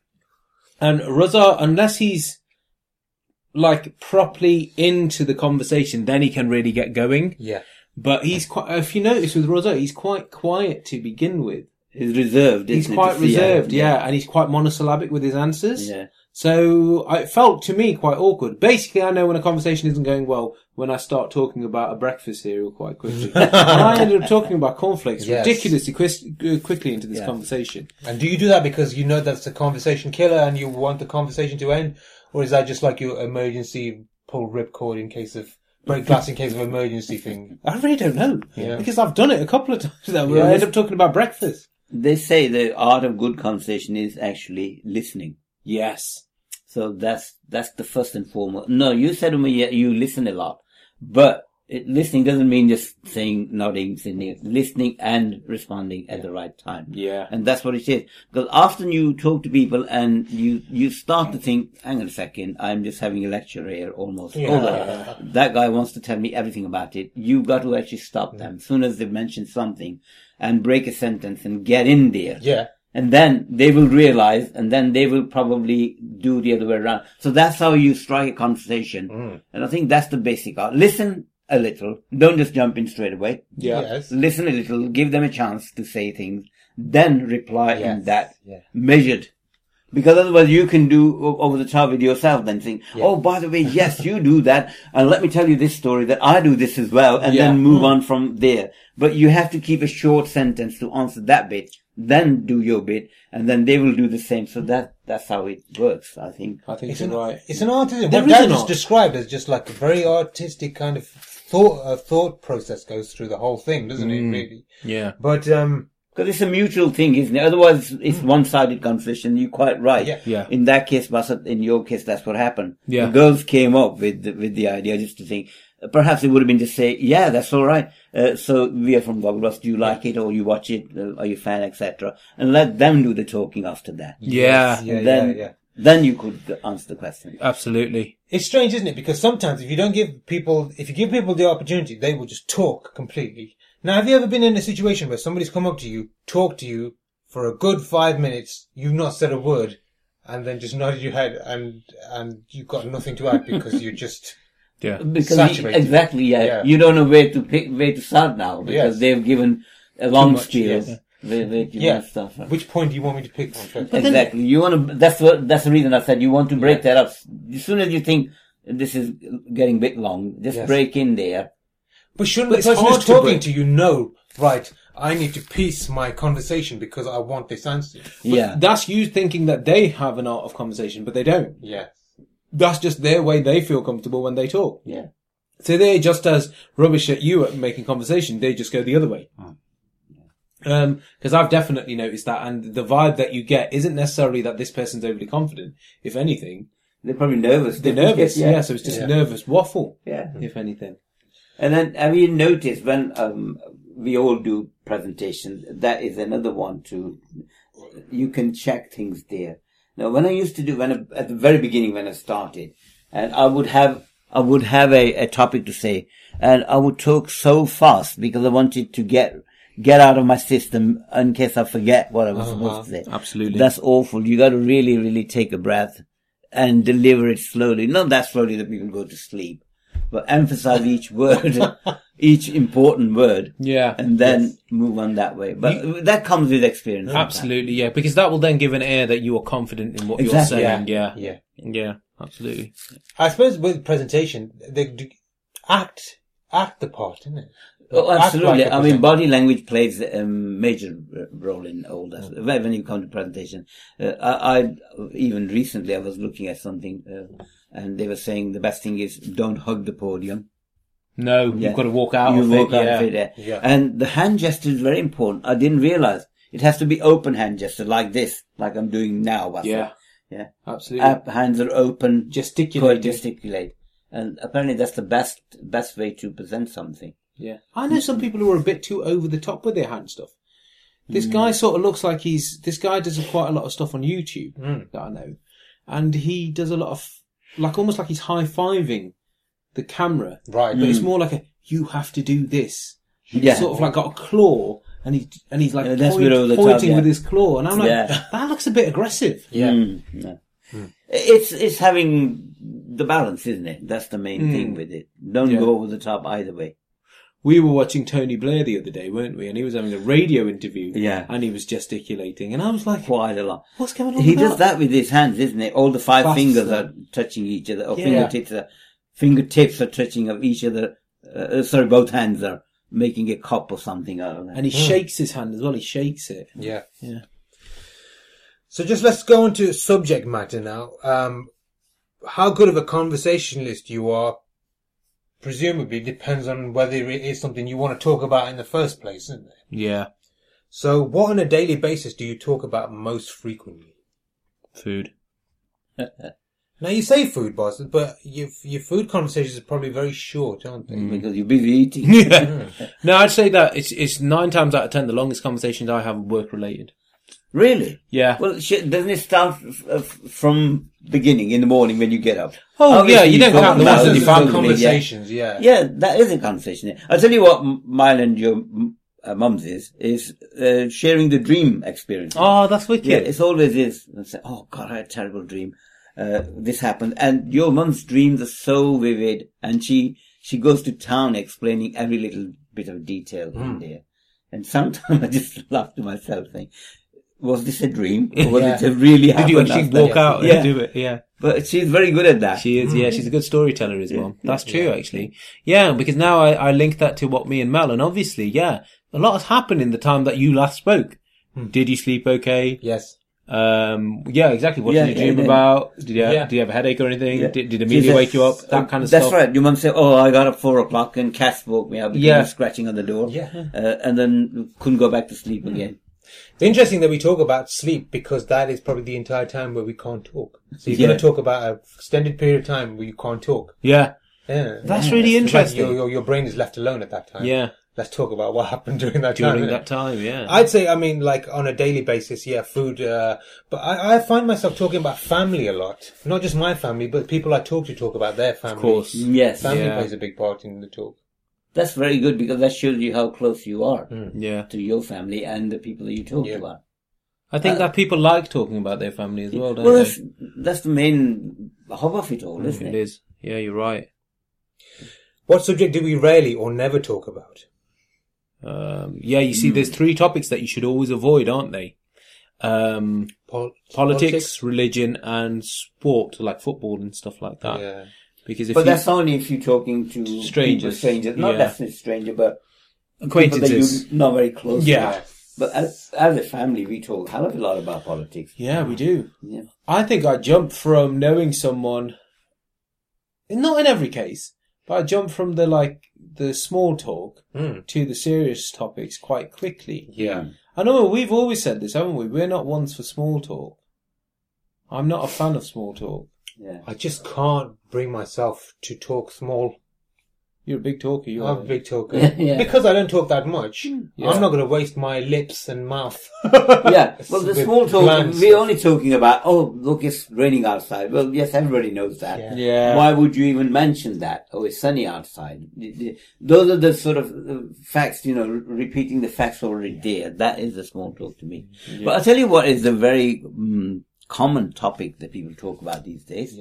Speaker 4: and Raza, unless he's like properly into the conversation, then he can really get going.
Speaker 3: Yeah.
Speaker 4: But he's quite. If you notice with Raza, he's quite quiet to begin with.
Speaker 2: He's reserved.
Speaker 4: He's
Speaker 2: isn't he,
Speaker 4: quite
Speaker 2: to see her?
Speaker 4: reserved, yeah, and he's quite monosyllabic with his answers.
Speaker 2: Yeah.
Speaker 4: So I- it felt to me quite awkward. Basically, I know when a conversation isn't going well when I start talking about a breakfast cereal quite quickly. and I ended up talking about cornflakes
Speaker 3: Yes.
Speaker 4: ridiculously quis- uh, quickly into this conversation.
Speaker 3: And do you do that because you know that's a conversation killer and you want the conversation to end, or is that just like your emergency pull ripcord in case of break glass in case of emergency thing?
Speaker 4: I really don't know
Speaker 3: Yeah.
Speaker 4: because I've done it a couple of times now where I end up talking about breakfast.
Speaker 2: They say the art of good conversation is actually listening.
Speaker 4: Yes,
Speaker 2: So that's that's the first and foremost. No, you said to me yeah, you listen a lot, but it, listening doesn't mean just saying nodding, saying yes. listening and responding at the right time.
Speaker 4: Yeah.
Speaker 2: and that's what it is. Because often you talk to people and you you start to think, hang on a second, I'm just having a lecture here almost.
Speaker 3: Yeah.
Speaker 2: Hold on. that guy wants to tell me everything about it. You've got to actually stop them as soon as they mention something, and break a sentence and get in there
Speaker 3: Yeah.
Speaker 2: and then they will realize and then they will probably do the other way around so that's how you strike a conversation and i think that's the basic art listen a little don't just jump in straight away
Speaker 4: Yeah.
Speaker 3: Yes.
Speaker 2: listen a little give them a chance to say things then reply in
Speaker 3: Yes.
Speaker 2: that
Speaker 3: Yeah.
Speaker 2: measured because otherwise you can do o- over the top with yourself then think oh by the way yes you do that and let me tell you this story that i do this as well and
Speaker 4: Yeah.
Speaker 2: then move on from there but you have to keep a short sentence to answer that bit then do your bit and then they will do the same so that that's how it works i think
Speaker 4: I think
Speaker 3: It's
Speaker 4: you're
Speaker 3: an,
Speaker 4: right.
Speaker 3: it's an art, isn't it?
Speaker 4: There
Speaker 3: What
Speaker 4: is
Speaker 3: Dad
Speaker 4: an
Speaker 3: just
Speaker 4: art.
Speaker 3: described as just like a very artistic kind of thought, uh, thought process goes through the whole thing, doesn't
Speaker 4: Mm.
Speaker 3: it, really?
Speaker 4: Yeah,
Speaker 3: But, um,
Speaker 2: because it's a mutual thing isn't it otherwise it's one-sided conversation you're quite right
Speaker 3: Yeah.
Speaker 4: Yeah.
Speaker 2: in that case Basat, in your case that's what happened
Speaker 4: Yeah.
Speaker 2: the girls came up with the, with the idea just to think Perhaps it would have been to say, yeah, that's all right. Uh, so we are from Gogglebox. Do you like it or you watch it? Uh, are you a fan, etc.? And let them do the talking after that.
Speaker 5: Yeah,
Speaker 3: Yeah,
Speaker 2: And then,
Speaker 3: yeah, yeah.
Speaker 2: then you could answer the question.
Speaker 5: absolutely.
Speaker 3: It's strange, isn't it? Because sometimes if you don't give people, if you give people the opportunity, they will just talk completely. Now, have you ever been in a situation where somebody's come up to you, talked to you for a good five minutes, you've not said a word, and then just nodded your head and, and you've got nothing to add because you're just,
Speaker 5: Yeah.
Speaker 2: Because you,
Speaker 3: Saturated.
Speaker 2: exactly, yeah,
Speaker 3: Yeah.
Speaker 2: you don't know where to pick, where to start now because
Speaker 3: Yes.
Speaker 2: they've given a long
Speaker 3: much,
Speaker 2: spiel.
Speaker 3: yes.
Speaker 2: With, with you
Speaker 3: yeah,
Speaker 2: know, stuff.
Speaker 3: which point do you want me to pick from first?
Speaker 2: Exactly. You want to. That's what. That's the reason I said you want to break that up. As soon as you think this is getting a bit long, just
Speaker 3: Yes.
Speaker 2: break in there.
Speaker 3: But shouldn't
Speaker 5: But
Speaker 3: the person
Speaker 5: hard
Speaker 3: who's
Speaker 5: to
Speaker 3: talking
Speaker 5: break.
Speaker 3: to you know, right, I need to piece my conversation because I want this answer.
Speaker 2: yeah.
Speaker 4: That's you thinking that they have an art of conversation, but they don't.
Speaker 3: Yeah.
Speaker 4: That's just their way they feel comfortable when they talk.
Speaker 2: Yeah.
Speaker 4: So they're just as rubbish at you at making conversation. They just go the other way.
Speaker 5: Hmm.
Speaker 4: Um, cause I've definitely noticed that and the vibe that you get isn't necessarily that this person's overly confident. If anything,
Speaker 2: They're probably nervous.
Speaker 4: they're nervous. Yeah. so it's just
Speaker 3: Yeah.
Speaker 4: nervous waffle,
Speaker 2: Yeah.
Speaker 4: if anything.
Speaker 2: And then have you noticed when um, we all do presentations, that is another one to you can check things there. Now, when I used to do when I, at the very beginning when I started, and I would have I would have a, a topic to say, and I would talk so fast because I wanted to get get out of my system in case I forget what I was supposed to say.
Speaker 5: Absolutely.
Speaker 2: that's awful. You got to really, really take a breath and deliver it slowly. Not that slowly that people go to sleep, but emphasize each word, each important word,
Speaker 5: Yeah.
Speaker 2: and then move on that way. But that comes with experience. sometimes.
Speaker 5: Absolutely, yeah, because that will then give an air that you are confident in what
Speaker 2: Exactly.
Speaker 5: you're saying. Yeah.
Speaker 3: Yeah. yeah.
Speaker 5: yeah, absolutely.
Speaker 3: I suppose with presentation, they do act act the part, isn't it?
Speaker 2: Oh,
Speaker 3: Act like
Speaker 2: absolutely.
Speaker 3: the
Speaker 2: I mean,
Speaker 3: presenter.
Speaker 2: body language plays a major uh, role in all that.
Speaker 3: Mm.
Speaker 2: When when you come to presentation, uh, I, I even recently I was looking at something, uh, and they were saying the best thing is don't hug the podium.
Speaker 5: No,
Speaker 2: Yeah.
Speaker 5: you've got to walk out
Speaker 2: you
Speaker 5: of
Speaker 2: walk
Speaker 5: it.
Speaker 2: out
Speaker 5: yeah.
Speaker 2: of it, yeah.
Speaker 3: Yeah.
Speaker 2: And the hand gesture is very important. I didn't realize it has to be open hand gesture, like this, like I'm doing now. Wafa.
Speaker 4: Yeah.
Speaker 2: yeah.
Speaker 4: Absolutely.
Speaker 2: Up, hands are open.
Speaker 4: Gesticulating.
Speaker 2: Gesticulate, and apparently that's the best best way to present something.
Speaker 4: Yeah. I know some people who are a bit too over the top with their hand stuff. This
Speaker 2: Hmm.
Speaker 4: guy sort of looks like he's, this guy does quite a lot of stuff on YouTube
Speaker 2: Hmm.
Speaker 4: that I know. And he does a lot of, like almost like he's high fiving the camera.
Speaker 3: Right.
Speaker 2: Mm.
Speaker 4: But it's more like a, you have to do this.
Speaker 2: Hmm. Yeah.
Speaker 4: Sort of like got a claw and he, and he's like
Speaker 2: Yeah, that's
Speaker 4: point-
Speaker 2: a bit over the top,
Speaker 4: pointing
Speaker 2: yeah.
Speaker 4: with his claw. And I'm like,
Speaker 2: Yeah.
Speaker 4: that looks a bit aggressive.
Speaker 3: Yeah.
Speaker 2: Mm, yeah. It's it's having the balance, isn't it? That's the main thing with it. Don't
Speaker 4: Yeah.
Speaker 2: go over the top either way.
Speaker 4: we were watching Tony Blair the other day, weren't we? And he was having a radio interview.
Speaker 2: Yeah.
Speaker 4: And he was gesticulating. And I was like,
Speaker 2: Quite a lot.
Speaker 4: what's going on?
Speaker 2: He
Speaker 4: with
Speaker 2: does that with his hands, isn't it? All the five
Speaker 4: Fast,
Speaker 2: fingers
Speaker 4: yeah.
Speaker 2: are touching each other, or
Speaker 4: Yeah.
Speaker 2: fingertips are fingertips are touching of each other. Uh, sorry, both hands are making a cup or something out of that.
Speaker 4: And he
Speaker 5: Hmm.
Speaker 4: shakes his hand as well. He shakes it.
Speaker 3: Yeah.
Speaker 4: Yeah.
Speaker 3: So just let's go on to subject matter now. Um, how good of a conversationalist you are, presumably depends on whether it is something you want to talk about in the first place, isn't it?
Speaker 5: Yeah,
Speaker 3: So what on a daily basis do you talk about most frequently?
Speaker 5: food.
Speaker 3: Now you say food, boss, but your your food conversations are probably very short, aren't they?
Speaker 2: Mm. because you're busy eating.
Speaker 5: Yeah. no, I'd say that it's it's nine times out of ten the longest conversations I have are work related.
Speaker 2: Really?
Speaker 5: Yeah.
Speaker 2: Well, shit, doesn't it start f- f- from beginning in the morning when you get up?
Speaker 5: Oh, yeah, you don't
Speaker 2: talk
Speaker 5: count the
Speaker 2: about
Speaker 5: ones
Speaker 2: it
Speaker 5: that you
Speaker 2: in
Speaker 5: found
Speaker 2: the morning, yeah.
Speaker 3: conversations, yeah.
Speaker 2: Yeah, that is a conversation. I'll tell you what m- mine and your m- uh, mum's is, is uh, sharing the dream experience.
Speaker 5: Oh, that's wicked.
Speaker 2: Yeah, it's always is. And say, oh God, I had a terrible dream. Uh, this happened, and your mum's dreams are so vivid, and she she goes to town explaining every little bit of detail
Speaker 5: Hmm.
Speaker 2: in there. And sometimes I just laugh to myself, saying, "Was this a dream? Or was it a really
Speaker 5: Did
Speaker 2: happened?"
Speaker 5: you actually
Speaker 2: last night?"
Speaker 5: walk out
Speaker 2: Yeah,
Speaker 5: and do it? Yeah.
Speaker 2: but she's very good at that.
Speaker 5: She is, yeah, she's a good storyteller as well. That's true, actually. Yeah, because now I, I link that to what me and Mel, and obviously, yeah, a lot has happened in the time that you last spoke. Did you sleep okay?
Speaker 3: Yes.
Speaker 5: Um, yeah, exactly. What
Speaker 2: Yeah,
Speaker 5: did you
Speaker 2: yeah,
Speaker 5: dream
Speaker 2: yeah.
Speaker 5: about? Did you,
Speaker 3: Yeah.
Speaker 5: did you have a headache or anything?
Speaker 2: Yeah.
Speaker 5: Did, did
Speaker 2: She
Speaker 5: Amelia
Speaker 2: said,
Speaker 5: wake you up? That kind of
Speaker 2: That's
Speaker 5: stuff.
Speaker 2: right. Your mum said, "Oh, I got up four o'clock, and Cass woke me up because
Speaker 5: Yeah.
Speaker 2: he was scratching on the door,
Speaker 3: Yeah.
Speaker 2: uh, and then couldn't go back to sleep
Speaker 5: Hmm.
Speaker 2: again."
Speaker 3: It's interesting that we talk about sleep because that is probably the entire time where we can't talk. So you're
Speaker 2: Yeah.
Speaker 3: going to talk about an extended period of time where you can't talk.
Speaker 5: Yeah.
Speaker 3: Yeah.
Speaker 4: That's really
Speaker 3: It's like
Speaker 4: interesting.
Speaker 3: Your, your, your brain is left alone at that time.
Speaker 4: yeah,
Speaker 3: Let's talk about what happened during that time.
Speaker 4: during
Speaker 3: innit?
Speaker 4: that time, yeah.
Speaker 3: I'd say, I mean, like on a daily basis, yeah, food. Uh, but I, I find myself talking about family a lot. Not just my family, but people I talk to talk about their family.
Speaker 4: of course.
Speaker 2: Yes.
Speaker 3: Family
Speaker 4: Yeah.
Speaker 3: plays a big part in the talk.
Speaker 2: That's very good because that shows you how close you are
Speaker 4: Mm, Yeah.
Speaker 2: to your family and the people that you talk
Speaker 3: Yeah.
Speaker 2: about.
Speaker 4: I think
Speaker 2: Uh,
Speaker 4: that people like talking about their family as well, eh? Hmm. don't
Speaker 2: well,
Speaker 4: they?
Speaker 2: that's, that's the main hub of it all, isn't
Speaker 4: It
Speaker 2: it?
Speaker 4: is. Yeah, you're right.
Speaker 3: What subject do we rarely or never talk about?
Speaker 4: Um, yeah, you see, there's three topics that you should always avoid, aren't they? Um,
Speaker 3: Pol-
Speaker 4: politics, religion, and sport, like football and stuff like that.
Speaker 3: Yeah.
Speaker 4: Because if
Speaker 2: But
Speaker 4: you,
Speaker 2: that's only if you're talking to
Speaker 4: Strangers.
Speaker 2: people, strangers, not
Speaker 4: Yeah.
Speaker 2: necessarily stranger, but people that
Speaker 4: acquaintances.
Speaker 2: you're not very close.
Speaker 4: Yeah.
Speaker 2: to. But as, as a family, we talk a hell of a lot about politics.
Speaker 4: Yeah, we do.
Speaker 2: Yeah.
Speaker 4: I think I jump from knowing someone, not in every case, but I jump from the like the small talk
Speaker 3: Mm.
Speaker 4: to the serious topics quite quickly.
Speaker 3: Yeah.
Speaker 4: I know we've always said this, haven't we? We're not ones for small talk. I'm not a fan of small talk.
Speaker 2: Yeah.
Speaker 3: I just can't bring myself to talk small.
Speaker 4: You're a big talker. You
Speaker 3: I'm
Speaker 4: are.
Speaker 3: a big talker.
Speaker 2: Yeah.
Speaker 3: Because I don't talk that much,
Speaker 4: Yeah.
Speaker 3: I'm not going to waste my lips and mouth.
Speaker 2: yeah. Well, the
Speaker 3: With
Speaker 2: small talk,
Speaker 3: plans.
Speaker 2: we're only talking about, oh, look, it's raining outside. Well, yes, everybody knows that.
Speaker 3: Yeah.
Speaker 4: Yeah.
Speaker 2: Why would you even mention that? Oh, it's sunny outside. The- the- Those are the sort of uh, facts, you know, re- repeating the facts already there. That is the small talk to me. But I'll tell you what is a very mm, common topic that people talk about these days.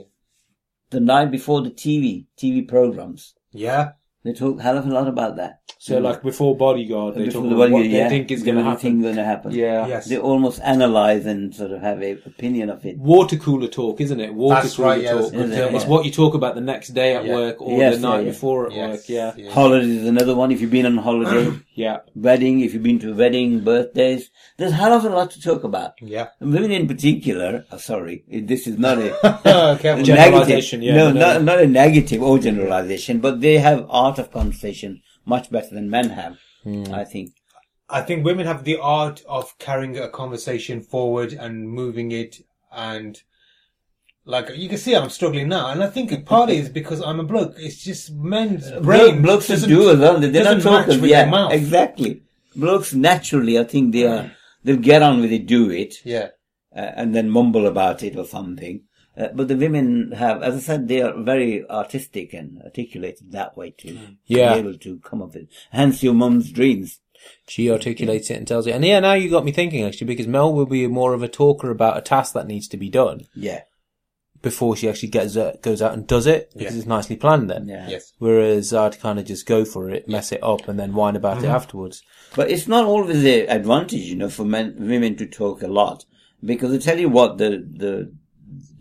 Speaker 2: The night before the TV, TV programs.
Speaker 3: yeah.
Speaker 2: They talk hell of a lot about that.
Speaker 4: So like before bodyguard, they
Speaker 2: Before
Speaker 4: talk
Speaker 2: the
Speaker 4: about what
Speaker 2: one-
Speaker 4: they
Speaker 2: yeah,
Speaker 4: think is going to
Speaker 2: what they
Speaker 4: happen.
Speaker 2: think gonna happen.
Speaker 4: Yeah.
Speaker 3: Yes.
Speaker 2: They almost analyze and sort of have an opinion of it.
Speaker 4: Water cooler talk, isn't it? Water
Speaker 3: That's
Speaker 4: cooler
Speaker 3: right, yeah,
Speaker 4: talk.
Speaker 3: that's a good
Speaker 2: Yeah. term.
Speaker 4: It's what you talk about the next day at
Speaker 3: Yeah.
Speaker 4: work or
Speaker 2: Yes,
Speaker 4: the night
Speaker 2: yeah, yeah.
Speaker 4: before at work.
Speaker 3: Yes.
Speaker 4: Yeah.
Speaker 2: Holidays is another one. If you've been on holiday,
Speaker 4: Yeah.
Speaker 2: wedding, if you've been to a wedding, birthdays, there's a hell of a lot to talk about.
Speaker 3: Yeah.
Speaker 2: Women in particular, oh, sorry, this is not a,
Speaker 3: Okay.
Speaker 2: a
Speaker 3: well,
Speaker 2: negative.
Speaker 4: Generalization, yeah,
Speaker 2: no,
Speaker 4: no,
Speaker 2: not, not a negative or generalization, but they have art of conversation much better than men have,
Speaker 3: Hmm.
Speaker 2: I think.
Speaker 3: I think women have the art of carrying a conversation forward and moving it and like you can see I'm struggling now and I think it partly is because I'm a bloke. It's just men's brain
Speaker 2: Blo- blokes
Speaker 3: doesn't-
Speaker 2: do as well. They- They're not
Speaker 3: doesn't match
Speaker 2: talking.
Speaker 3: with
Speaker 2: Yeah,
Speaker 3: their mouth. Hmm.
Speaker 2: exactly. Blokes naturally, I think they are. They get on with it, do it,
Speaker 3: Yeah.
Speaker 2: uh, and then mumble about it or something. Uh, but the women have, as I said, they are very artistic and articulated that way too.
Speaker 4: Yeah.
Speaker 2: Be able to come up with, hence your mum's dreams.
Speaker 4: She articulates it and tells it. And yeah, now you got me thinking actually, because Mel will be more of a talker about a task that needs to be done
Speaker 2: Yeah.
Speaker 4: before she actually gets uh, goes out and does it because it's nicely planned then.
Speaker 2: Yeah.
Speaker 3: Yes.
Speaker 4: Whereas I'd kind of just go for it, mess it up, and then whine about
Speaker 2: Mm-hmm.
Speaker 4: it afterwards.
Speaker 2: But it's not always an advantage, you know, for men, women to talk a lot. Because I tell you what, the, the,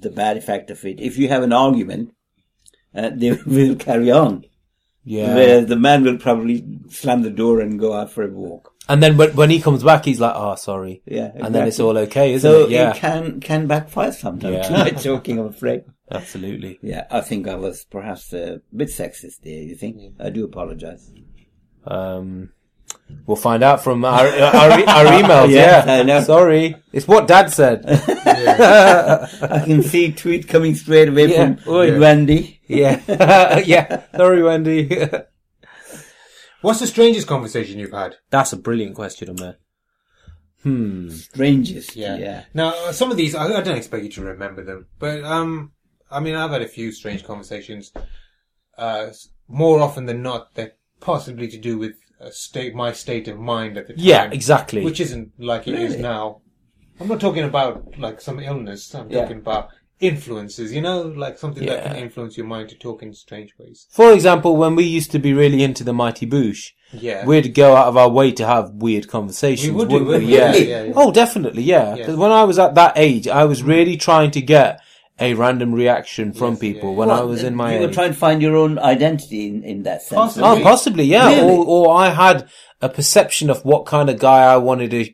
Speaker 2: the bad effect of it, if you have an argument, uh, they will carry on.
Speaker 4: Yeah.
Speaker 2: Whereas the man will probably slam the door and go out for a walk.
Speaker 4: And then when, when he comes back, he's like, "Oh, sorry."
Speaker 2: Yeah,
Speaker 4: And then it's
Speaker 2: exactly.
Speaker 4: all okay, isn't
Speaker 2: So
Speaker 4: it? Yeah.
Speaker 2: it can, can backfire sometimes.
Speaker 4: Yeah.
Speaker 2: Yeah. joking, I'm afraid.
Speaker 4: Absolutely.
Speaker 2: Yeah, I think I was perhaps a bit sexist there, you think? I do apologize.
Speaker 4: Um, we'll find out from our our, e-, our emails.
Speaker 2: Yes,
Speaker 4: yeah.
Speaker 2: I know.
Speaker 4: Sorry, it's what Dad said.
Speaker 2: I can see tweet coming straight away
Speaker 4: Yeah.
Speaker 2: from Wendy.
Speaker 4: yeah, yeah. Sorry, Wendy.
Speaker 3: What's the strangest conversation you've had?
Speaker 4: That's a brilliant question, Amir. Hmm.
Speaker 2: Strangest.
Speaker 3: Yeah.
Speaker 2: yeah.
Speaker 3: Now, uh, some of these, I, I don't expect you to remember them, but, um, I mean, I've had a few strange conversations. Uh, s- more often than not, they're possibly to do with a state, my state of mind at the time.
Speaker 4: Yeah, exactly.
Speaker 3: Which isn't like it is now. I'm not talking about, like, some illness. I'm
Speaker 2: Yeah.
Speaker 3: talking about influences, you know, like something that
Speaker 4: Yeah.
Speaker 3: can influence your mind to talk in strange ways.
Speaker 4: For example, when we used to be really into the Mighty Boosh,
Speaker 3: Yeah.
Speaker 4: we'd go out of our way to have weird conversations.
Speaker 3: We would do,
Speaker 4: wouldn't
Speaker 3: wouldn't
Speaker 4: we?
Speaker 3: we?
Speaker 4: Yeah.
Speaker 3: Yeah, yeah, yeah.
Speaker 4: Oh, definitely, yeah.
Speaker 3: Yeah.
Speaker 4: Because when I was at that age, I was really trying to get a random reaction from people when I was in my
Speaker 2: You were
Speaker 4: age.
Speaker 2: trying to find your own identity in, in that sense.
Speaker 3: Possibly.
Speaker 4: Oh, possibly, yeah.
Speaker 2: Really?
Speaker 4: Or, or I had a perception of what kind of guy I wanted to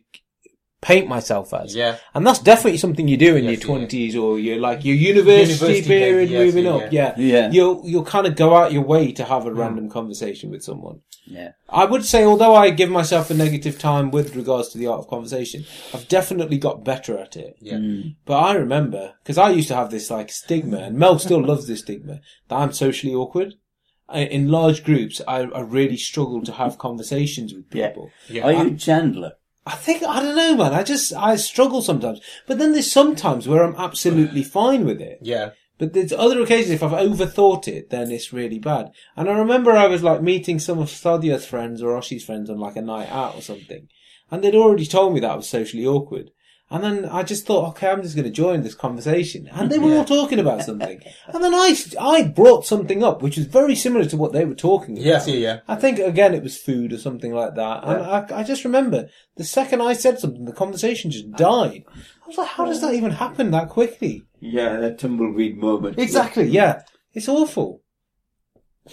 Speaker 4: paint myself as.
Speaker 3: Yeah.
Speaker 4: And that's definitely something you do in
Speaker 3: Yes,
Speaker 4: your
Speaker 3: yeah.
Speaker 4: twenties or your like your university,
Speaker 3: University
Speaker 4: period,
Speaker 3: days, yes,
Speaker 4: moving
Speaker 3: yeah, Hmm.
Speaker 4: up. Yeah,
Speaker 2: Yeah.
Speaker 4: You'll you'll kind of go out your way to have a random conversation with someone.
Speaker 2: Yeah.
Speaker 4: I would say, although I give myself a negative time with regards to the art of conversation, I've definitely got better at it.
Speaker 3: Yeah.
Speaker 4: But I remember because I used to have this like stigma, and Mel still loves this stigma that I'm socially awkward. I- in large groups, I, I really struggle to have conversations with
Speaker 2: Yeah.
Speaker 4: people.
Speaker 2: Are you Chandler?
Speaker 4: I think I don't know, man. I just I struggle sometimes. But then there's sometimes where I'm absolutely fine with it.
Speaker 3: Yeah.
Speaker 4: But there's other occasions if I've overthought it, then it's really bad. And I remember I was like meeting some of Sadia's friends or Oshi's friends on like a night out or something, and they'd already told me that I was socially awkward. And then I just thought, okay, I'm just going to join this conversation. And they were all talking about something. And then I, I brought something up, which was very similar to what they were talking about.
Speaker 3: Yes, yeah, yeah.
Speaker 4: I think again it was food or something like that, and I, I just remember the second I said something, the conversation just died. I was like, how does that even happen that quickly?
Speaker 2: Yeah, that tumbleweed moment.
Speaker 4: Exactly, yeah, it's awful.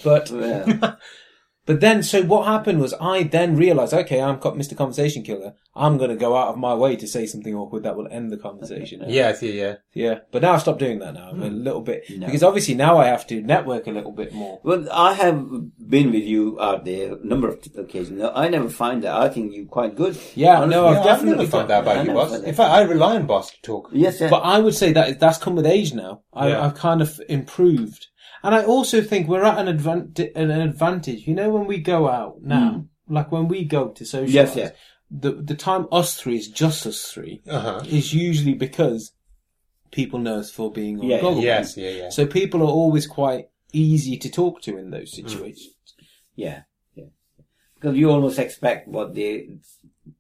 Speaker 4: But
Speaker 2: Oh, Yeah.
Speaker 4: but then, so what happened was I then realised, okay, I'm co- Mr. Conversation Killer. I'm going to go out of my way to say something awkward that will end the conversation.
Speaker 3: Yes, yeah, yeah.
Speaker 4: Yeah, but now I've stopped doing that now. I'm a
Speaker 2: Hmm.
Speaker 4: little bit, because obviously now I have to network a little bit more.
Speaker 2: Well, I have been with you out there a number of occasions. No, I never find that. I think you're quite good.
Speaker 4: Yeah, no, I've
Speaker 3: Yeah, I've
Speaker 4: definitely
Speaker 3: never
Speaker 4: got-
Speaker 3: found that
Speaker 2: I
Speaker 3: about you,
Speaker 2: never
Speaker 3: boss.
Speaker 2: found
Speaker 3: In
Speaker 2: that.
Speaker 3: fact, I rely on boss to talk.
Speaker 2: Yes, yeah.
Speaker 4: But I would say that that's come with age now. I,
Speaker 3: Yeah.
Speaker 4: I've kind of improved, and I also think we're at an, advan- an advantage. You know, when we go out now, like when we go to socialize,
Speaker 2: Hmm. Yes, yeah.
Speaker 4: the the time us three is just us three
Speaker 3: Uh-huh.
Speaker 4: is usually because people know us for being on
Speaker 2: Yeah,
Speaker 4: Gogglebox.
Speaker 3: Yes, yeah, yeah.
Speaker 4: So people are always quite easy to talk to in
Speaker 2: Mm.
Speaker 4: those situations.
Speaker 2: yeah, yeah. Because you almost expect what they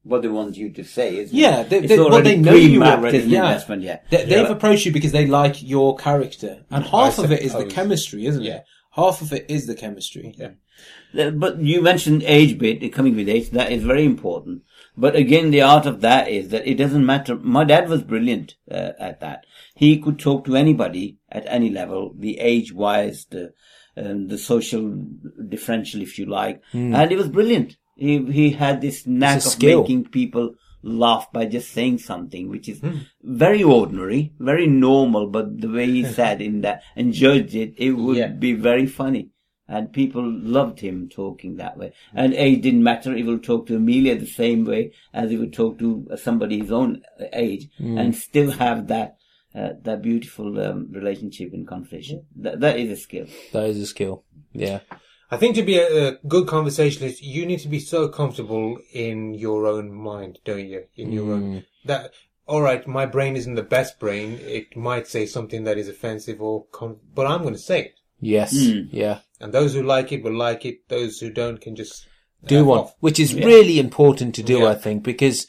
Speaker 2: what they want you to say. Isn't it?
Speaker 4: Yeah, they,
Speaker 2: It's
Speaker 4: they, well,
Speaker 2: already
Speaker 4: they know you
Speaker 2: pre-mapped,
Speaker 4: already.
Speaker 2: isn't it,
Speaker 4: Yeah.
Speaker 2: Desmond? Yeah.
Speaker 4: They, They've approached you because they like your character, and half of it is the
Speaker 3: suppose.
Speaker 4: chemistry, isn't
Speaker 3: Yeah.
Speaker 4: it? Half of it is the chemistry.
Speaker 2: Uh, But you mentioned age bit, uh, coming with age, that is very important. But again, the art of that is that it doesn't matter. My dad was brilliant uh, at that. He could talk to anybody at any level, the age wise, the, um, the social differential, if you like. And he was brilliant. He, he had this knack of
Speaker 4: Hmm. skill.
Speaker 2: making people laugh by just saying something, which is very ordinary, very normal, but the way he said in that and judged it, it would
Speaker 3: Yeah.
Speaker 2: be very funny. And people loved him talking that way. And age didn't matter. He will talk to Amelia the same way as he would talk to somebody his own uh, age and still have that, uh, that beautiful um, relationship in conversation. That, that is a skill.
Speaker 5: That is a skill. Yeah.
Speaker 3: I think to be a, a good conversationalist, you need to be so comfortable in your own mind, don't you? In your own that. All right, my brain isn't the best brain. It might say something that is offensive or, con- but I'm going to say it.
Speaker 5: Yes.
Speaker 2: Hmm.
Speaker 5: Yeah.
Speaker 3: And those who like it will like it. Those who don't can just
Speaker 5: do
Speaker 3: F
Speaker 5: one,
Speaker 3: off.
Speaker 5: which is really important to do,
Speaker 3: Yeah.
Speaker 5: I think, because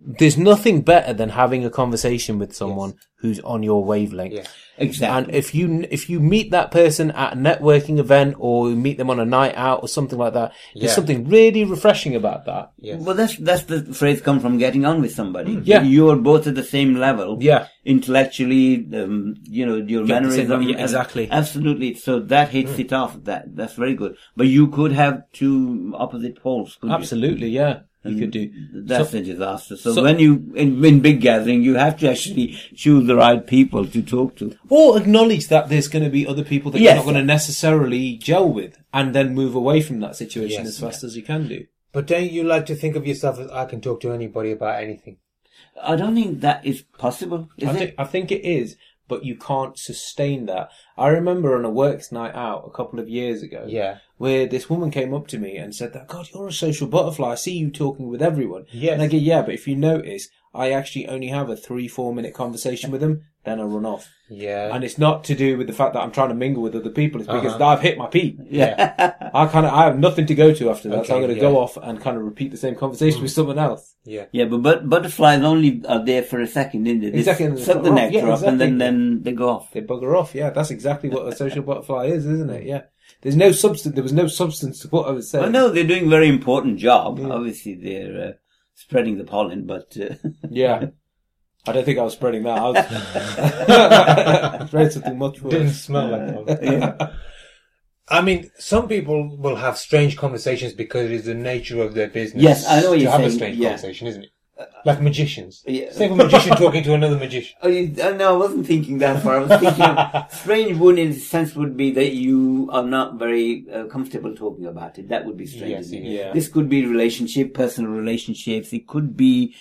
Speaker 5: there's nothing better than having a conversation with someone who's on your wavelength.
Speaker 3: Yeah.
Speaker 2: Exactly.
Speaker 5: And if you if you meet that person at a networking event or you meet them on a night out or something like that,
Speaker 3: Yeah.
Speaker 5: there's something really refreshing about that.
Speaker 3: Yes.
Speaker 2: Well, that's that's the phrase come from getting on with somebody.
Speaker 5: Yeah.
Speaker 2: you are both at the same level.
Speaker 5: Yeah.
Speaker 2: intellectually, um, you know, your
Speaker 5: You're at the same
Speaker 2: mannerism.
Speaker 5: level. Yeah, exactly.
Speaker 2: absolutely. So that hits it off. That that's very good. But you could have two opposite poles. Couldn't
Speaker 4: Absolutely, yeah. You could do.
Speaker 2: You? That's a disaster. So,
Speaker 5: so-
Speaker 2: when you in, in big gathering, you have to actually choose the right people to talk to.
Speaker 4: Or acknowledge that there's going to be other people that
Speaker 2: Yes.
Speaker 4: you're not going to necessarily gel with and then move away from that situation
Speaker 3: Yes,
Speaker 4: as fast as you can do.
Speaker 3: But don't you like to think of yourself as I can talk to anybody about anything?
Speaker 2: I don't think that is possible. Is
Speaker 4: I,
Speaker 2: it?
Speaker 4: thi- I think it is, but you can't sustain that. I remember on a works night out a couple of years ago,
Speaker 3: Yeah.
Speaker 4: where this woman came up to me and said that God, you're a social butterfly. I see you talking with everyone.
Speaker 3: Yes.
Speaker 4: and I go, yeah, but if you notice, I actually only have a three, four minute conversation with them, then I run off.
Speaker 3: Yeah. Uh-huh.
Speaker 4: And it's not to do with the fact that I'm trying to mingle with other people. It's because I've hit my peak.
Speaker 3: yeah.
Speaker 4: I kind of I have nothing to go to after that, so I'm
Speaker 3: Okay,
Speaker 4: going to
Speaker 3: yeah. Hmm.
Speaker 4: go off and kind of repeat the same conversation with someone else.
Speaker 3: Yeah.
Speaker 2: Yeah, but, but butterflies only are there for a second, isn't they? They
Speaker 4: Exactly, and they
Speaker 2: Suck the
Speaker 4: flutter off.
Speaker 2: nectar
Speaker 4: Yeah,
Speaker 2: up, and then
Speaker 4: exactly.
Speaker 2: then they go off.
Speaker 4: They bugger off. Yeah, that's exactly what a social butterfly is, isn't it? Yeah, there's no substance. There was no substance to what I was saying.
Speaker 2: Well, no, they're doing a very important job. Obviously, they're uh, spreading the pollen, but uh,
Speaker 4: Yeah, I don't think I was spreading that. I was spreading something much
Speaker 3: Didn't
Speaker 4: worse.
Speaker 3: smell like that. I mean, some people will have strange conversations because it is the nature of their business.
Speaker 2: Yes, I know what
Speaker 3: to
Speaker 2: you're
Speaker 3: have a
Speaker 2: saying,
Speaker 3: strange
Speaker 2: yeah.
Speaker 3: conversation, isn't it? Like magicians.
Speaker 2: Yeah.
Speaker 3: It's like a magician talking to another magician.
Speaker 2: oh, you, oh, no, I wasn't thinking that far. I was thinking of strange. Would in a sense would be that you are not very uh, comfortable talking about it. That would be strange.
Speaker 3: Yes,
Speaker 2: isn't it?
Speaker 4: yeah.
Speaker 2: This could be relationship, personal relationships. It could be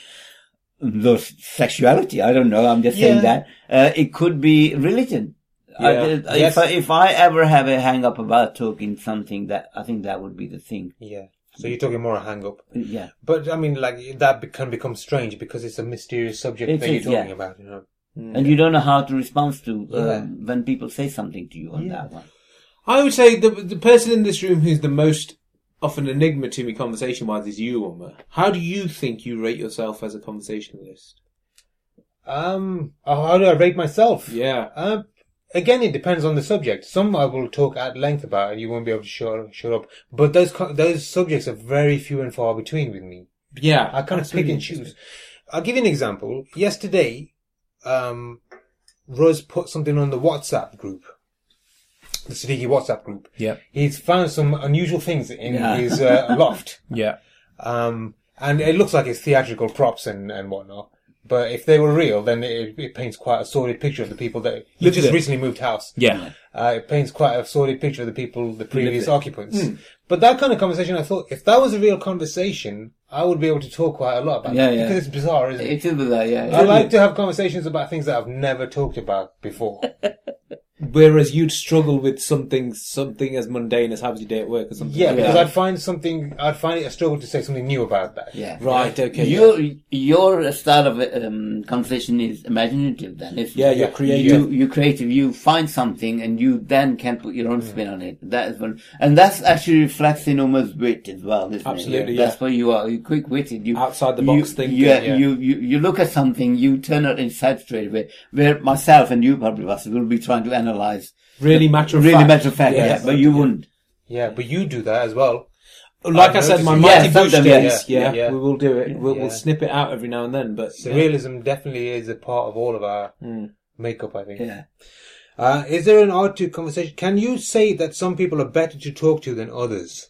Speaker 2: the sexuality. I don't know. I'm just saying
Speaker 3: Yeah.
Speaker 2: that. Uh, it could be religion. I-
Speaker 4: Yeah.
Speaker 2: if,
Speaker 4: Yes.
Speaker 2: I, if I ever have a hang up about talking something, that I think that would be the thing.
Speaker 3: Yeah. So you're talking more a hang up.
Speaker 2: Yeah.
Speaker 3: But I mean, like that be- can become strange because it's a mysterious subject
Speaker 2: It
Speaker 3: that
Speaker 2: is,
Speaker 3: you're talking
Speaker 2: yeah.
Speaker 3: about. You know.
Speaker 2: And you don't know how to respond to uh,
Speaker 3: Yeah.
Speaker 2: when people say something to you on that one.
Speaker 1: I would say the the person in this room who's the most of an enigma to me conversation wise is you, Uma. How do you think you rate yourself as a conversationalist?
Speaker 3: Um, how do I rate myself?
Speaker 1: Yeah.
Speaker 3: Um, again, it depends on the subject. Some I will talk at length about, and you won't be able to shut shut up. But those co- those subjects are very few and far between with me.
Speaker 1: Yeah.
Speaker 3: I kind of pick and choose. I'll give you an example. Yesterday, um, Rose put something on the WhatsApp group, the Siddiqui WhatsApp group.
Speaker 5: Yeah.
Speaker 3: He's found some unusual things in
Speaker 2: Yeah.
Speaker 3: his uh, loft.
Speaker 5: Yeah.
Speaker 3: Um, and it looks like it's theatrical props and, and whatnot. But if they were real, then it, it paints quite a sordid picture of the people that you
Speaker 5: Lived
Speaker 3: just
Speaker 5: there.
Speaker 3: recently moved house.
Speaker 5: Yeah.
Speaker 3: Uh, it paints quite a sordid picture of the people, the previous occupants.
Speaker 2: Hmm.
Speaker 3: But that kind of conversation, I thought, if that was a real conversation, I would be able to talk quite a lot about
Speaker 2: Yeah,
Speaker 3: it.
Speaker 2: yeah.
Speaker 3: Because it's bizarre, isn't
Speaker 2: It
Speaker 3: it?
Speaker 2: is that, yeah.
Speaker 3: I like to have conversations about things that I've never talked about before.
Speaker 1: Whereas you'd struggle with something something as mundane as how was your day at work or something.
Speaker 3: Yeah,
Speaker 1: like
Speaker 3: because
Speaker 1: that.
Speaker 3: I'd find something, I'd find it a struggle to say something new about that.
Speaker 2: yeah.
Speaker 1: Right, okay.
Speaker 2: Your your style of um, conversation is imaginative. Then, it's,
Speaker 1: Yeah, you're
Speaker 2: You
Speaker 1: creative.
Speaker 2: you creative. You find something and you then can put your own spin on it. That is one, and that's actually reflects in Omar's wit as well. Isn't
Speaker 1: Absolutely,
Speaker 2: It?
Speaker 1: yeah.
Speaker 2: That's why you are. You're quick witted. You
Speaker 1: Outside the box
Speaker 2: you,
Speaker 1: thinking,
Speaker 2: Yeah,
Speaker 3: yeah.
Speaker 2: You, you you look at something, you turn it inside straight away. Where myself and you probably Russell, will be trying to analyze.
Speaker 1: Really matter of
Speaker 2: Really
Speaker 1: fact.
Speaker 2: matter of fact,
Speaker 1: Yes.
Speaker 2: yeah, but you wouldn't.
Speaker 3: Yeah, but you do that as well.
Speaker 5: Oh,
Speaker 1: Like I,
Speaker 3: I
Speaker 1: said, my
Speaker 3: noticed-
Speaker 1: mighty
Speaker 2: yeah,
Speaker 1: bush
Speaker 2: sometimes,
Speaker 1: days.
Speaker 3: yeah,
Speaker 1: Yeah,
Speaker 3: yeah.
Speaker 1: we will do it. we'll, we'll
Speaker 3: Yeah.
Speaker 1: snip it out every now and then. But yeah.
Speaker 3: Surrealism definitely is a part of all of our makeup, I think.
Speaker 2: Hmm. Yeah.
Speaker 3: Uh, is there an art to conversation? Can you say that some people are better to talk to than others?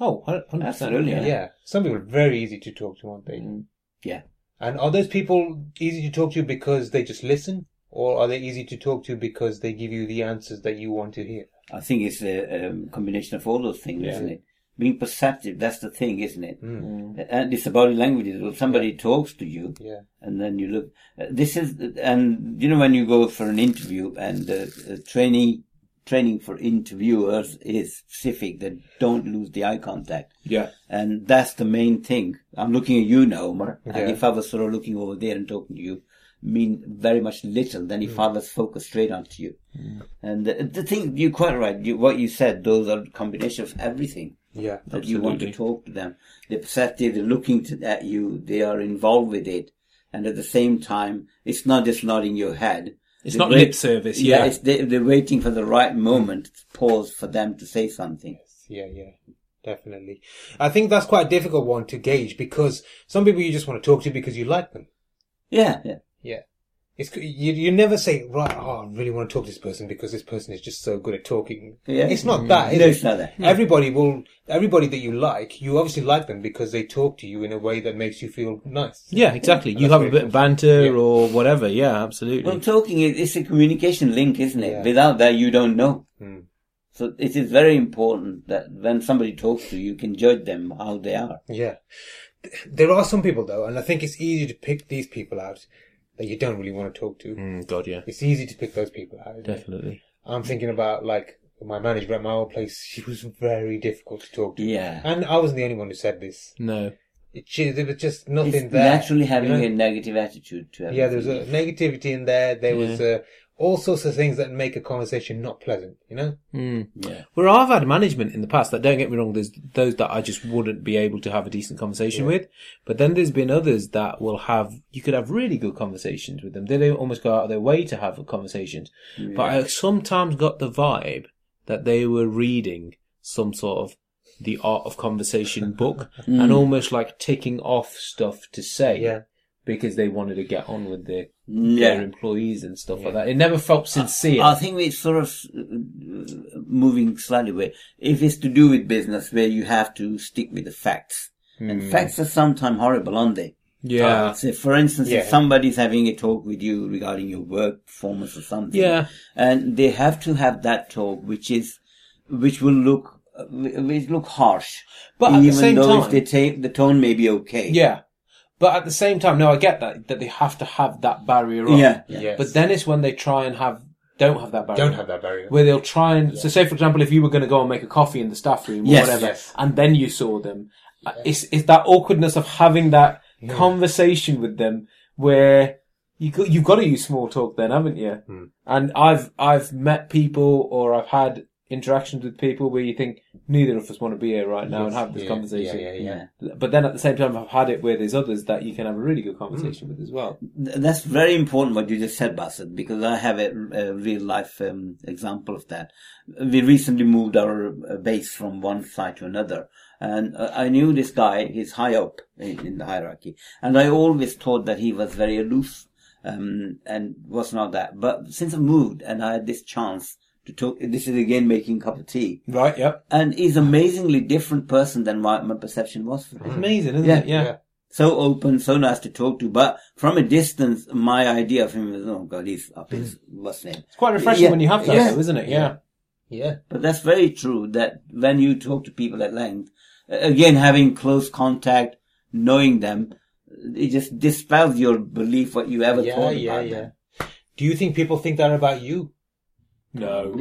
Speaker 1: oh, 100%.
Speaker 2: Absolutely,
Speaker 3: Yeah.
Speaker 1: Yeah.
Speaker 3: Some people are very easy to talk to, aren't they?
Speaker 2: Hmm. Yeah.
Speaker 3: And are those people easy to talk to because they just listen? Or are they easy to talk to because they give you the answers that you want to hear?
Speaker 2: I think it's a um, combination of all those things, isn't it? Being perceptive, that's the thing, isn't it?
Speaker 1: Mm.
Speaker 2: And it's the body language. as Well, somebody talks to you,
Speaker 3: Yeah.
Speaker 2: and then you look. Uh, this is, and you know, when you go for an interview, and uh, uh, training training for interviewers is specific that don't lose the eye contact,
Speaker 1: Yeah.
Speaker 2: and that's the main thing. I'm looking at you now, Omar,
Speaker 3: Yeah.
Speaker 2: and if I was sort of looking over there and talking to you, mean very much little than
Speaker 5: Hmm.
Speaker 2: if I was focused straight onto you. And the, the thing, you're quite right. You, what you said, those are combination of everything
Speaker 3: Yeah.
Speaker 2: that you want to talk to them. They're perceptive, they're looking to, at you, they are involved with it. And at the same time, it's not just nodding your head.
Speaker 5: It's
Speaker 2: They're
Speaker 5: not
Speaker 2: wait-
Speaker 5: lip service, yeah.
Speaker 2: it's, they, they're waiting for the right moment, pause for them to say something.
Speaker 3: Yeah, yeah. Definitely. I think that's quite a difficult one to gauge because some people you just want to talk to because you like them.
Speaker 2: Yeah, yeah.
Speaker 3: Yeah. It's, you, you never say, right, oh, I really want to talk to this person because this person is just so good at talking.
Speaker 2: Yeah.
Speaker 3: It's not that, is
Speaker 2: No,
Speaker 3: it?
Speaker 2: it's not that.
Speaker 3: Everybody will, everybody that you like, you obviously like them because they talk to you in a way that makes you feel nice.
Speaker 5: Yeah, exactly. You
Speaker 3: That's
Speaker 5: have a
Speaker 3: very
Speaker 5: bit of banter
Speaker 3: Yeah.
Speaker 5: or whatever. Yeah, absolutely.
Speaker 2: Well, talking is it's a communication link, isn't it?
Speaker 3: Yeah.
Speaker 2: Without that, you don't know.
Speaker 3: Mm.
Speaker 2: So it is very important that when somebody talks to you, you can judge them how they are.
Speaker 3: Yeah. There are some people though, and I think it's easy to pick these people out that you don't really want to talk to.
Speaker 5: Mm, God, yeah.
Speaker 3: It's easy to pick those people out. isn't it?
Speaker 5: Definitely.
Speaker 3: I'm thinking about like my manager at my old place. She was very difficult to talk to.
Speaker 2: Yeah.
Speaker 3: And I wasn't the only one who said this.
Speaker 5: No.
Speaker 3: It, she, there was just nothing
Speaker 2: It's
Speaker 3: there.
Speaker 2: naturally having
Speaker 3: you know?
Speaker 2: a negative attitude to everything.
Speaker 3: Yeah, there was a negativity in there. There was uh, all sorts of things that make a conversation not pleasant. You know.
Speaker 2: Yeah.
Speaker 5: Well, I've had management in the past that don't get me wrong. There's those that I just wouldn't be able to have a decent conversation with, but then there's been others that will have you could have really good conversations with them. They don't almost go out of their way to have conversations, but I sometimes got the vibe that they were reading some sort of the art of conversation book
Speaker 2: Hmm.
Speaker 5: and almost like ticking off stuff to say
Speaker 3: Yeah.
Speaker 5: because they wanted to get on with their their
Speaker 2: Yeah.
Speaker 5: employees and stuff like that. It never felt sincere.
Speaker 2: I think it's sort of uh, moving slightly away. If it's to do with business where you have to stick with the facts,
Speaker 3: Hmm.
Speaker 2: and facts are sometimes horrible, aren't they?
Speaker 5: yeah.
Speaker 2: Uh, So, for instance, if
Speaker 3: Yeah.
Speaker 2: somebody's having a talk with you regarding your work performance or something,
Speaker 5: Yeah.
Speaker 2: and they have to have that talk, which is, which will look, uh, which look harsh.
Speaker 1: But at the
Speaker 2: even
Speaker 1: same
Speaker 2: though if
Speaker 1: time-
Speaker 2: the, ta- the tone may be okay,
Speaker 1: Yeah. But at the same time, no, I get that, that they have to have that barrier up.
Speaker 2: yeah,
Speaker 3: Yes.
Speaker 1: But then it's when they try and have
Speaker 4: don't have that barrier.
Speaker 3: Don't have that barrier.
Speaker 4: Where they'll try and so say for example, if you were going to go and make a coffee in the staff room or
Speaker 2: Yes.
Speaker 4: whatever,
Speaker 3: Yes.
Speaker 4: and then you saw them, uh, it's it's that awkwardness of having that conversation with them where you go, you've got to use small talk then, haven't you?
Speaker 3: Hmm.
Speaker 4: And I've I've met people or I've had interactions with people where you think neither of us want to be here right now and have this
Speaker 3: Yeah,
Speaker 4: conversation.
Speaker 3: Yeah, yeah, yeah.
Speaker 4: But then at the same time, I've had it where there's others that you can have a really good conversation with as well.
Speaker 2: Th- That's very important what you just said, Bassett, because I have a, a real life um, example of that. We recently moved our uh, base from one side to another, and uh, I knew this guy. He's high up in, in the hierarchy, and I always thought that he was very aloof um, and was not that. But since I moved, and I had this chance to talk, this is again making cup of tea,
Speaker 4: Right, yep.
Speaker 2: and he's amazingly different person than my, my perception was for him
Speaker 4: Amazing, isn't
Speaker 2: Yeah.
Speaker 4: it? Yeah.
Speaker 3: Yeah.
Speaker 2: so open, so nice to talk to, but from a distance, my idea of him is, oh god, he's up his what's name.
Speaker 4: Mm-hmm. It's quite refreshing
Speaker 2: Yeah.
Speaker 4: when you have that,
Speaker 2: Yeah.
Speaker 4: though, isn't it? Yeah.
Speaker 3: Yeah.
Speaker 2: But that's very true that when you talk to people at length, a- again, having close contact, knowing them, it just dispels your belief what you ever
Speaker 3: Yeah,
Speaker 2: thought
Speaker 3: yeah,
Speaker 2: about
Speaker 3: yeah.
Speaker 2: them.
Speaker 3: Do you think people think that about you?
Speaker 4: No,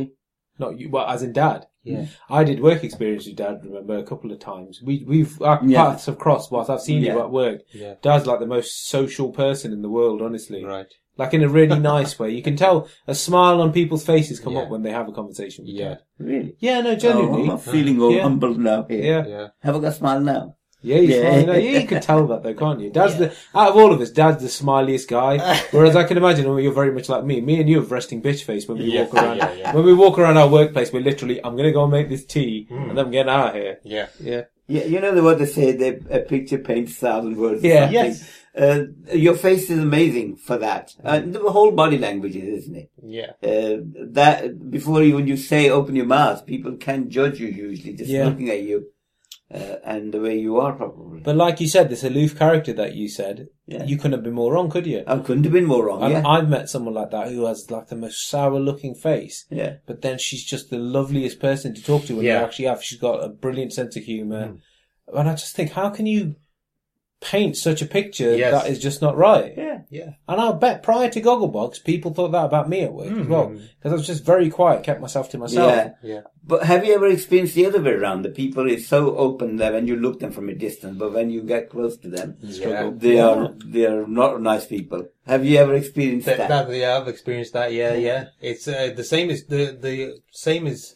Speaker 4: not you. Well, as in dad.
Speaker 3: Yeah.
Speaker 4: I did work experience with dad. Remember a couple of times. We we've our
Speaker 2: Yeah.
Speaker 4: paths have crossed whilst I've seen you
Speaker 2: Yeah.
Speaker 4: at work.
Speaker 3: Yeah.
Speaker 4: Dad's like the most social person in the world, honestly.
Speaker 3: Right.
Speaker 4: Like in a really nice way. You can tell a smile on people's faces come
Speaker 3: Yeah.
Speaker 4: up when they have a conversation with
Speaker 3: Yeah.
Speaker 4: dad.
Speaker 2: Really?
Speaker 4: Yeah, no,
Speaker 2: Oh,
Speaker 4: genuinely.
Speaker 2: I'm not feeling all
Speaker 4: Yeah.
Speaker 2: humbled now here.
Speaker 4: yeah.
Speaker 3: Yeah.
Speaker 2: Have I got a smile now?
Speaker 4: Yeah, he's
Speaker 2: Yeah.
Speaker 4: smiling. yeah, you can tell that though, can't you? Dad's the out of all of us, Dad's the smiliest guy. Whereas I can imagine, well, you're very much like me. Me and you have resting bitch face when we
Speaker 3: Yeah,
Speaker 4: walk around.
Speaker 3: yeah, yeah.
Speaker 4: When we walk around our workplace, we're literally, I'm gonna go and make this tea,
Speaker 3: Hmm.
Speaker 4: and then I'm getting out of here.
Speaker 3: Yeah.
Speaker 4: Yeah,
Speaker 2: Yeah, you know the what they say, that a picture paints thousand words. or
Speaker 4: Yeah.
Speaker 2: something.
Speaker 3: Yes.
Speaker 2: Uh, your face is amazing for that. Uh,
Speaker 4: Mm-hmm.
Speaker 2: the whole body language is, isn't it?
Speaker 3: Yeah.
Speaker 2: uh, that before even you say open your mouth, people can judge you usually just
Speaker 4: Yeah.
Speaker 2: looking at you uh, and the way you are probably.
Speaker 4: but like you said, this aloof character that you said,
Speaker 2: Yeah.
Speaker 4: you couldn't have been more wrong, could you?
Speaker 2: I couldn't have been more wrong.
Speaker 4: And
Speaker 2: yeah,
Speaker 4: I've met someone like that who has like the most sour looking face.
Speaker 2: yeah.
Speaker 4: but then she's just the loveliest person to talk to when
Speaker 3: Yeah. Hmm.
Speaker 4: you actually have. She's got a brilliant sense of humour. And I just think, how can you paint such a picture
Speaker 3: Yes.
Speaker 4: that is just not right?
Speaker 2: Yeah.
Speaker 3: Yeah.
Speaker 4: And I'll bet prior to Gogglebox, people thought that about me at work as well. Because I was just very quiet, kept myself to myself.
Speaker 2: Yeah.
Speaker 3: Hmm. Yeah.
Speaker 2: But have you ever experienced the other way around? The people is so open that when you look them from a distance, but when you get close to them,
Speaker 3: Yeah.
Speaker 2: they are they are not nice people. Have you ever experienced
Speaker 3: That,
Speaker 2: that?
Speaker 3: that, yeah, I've experienced that. Yeah, yeah. It's uh, the same as the the same is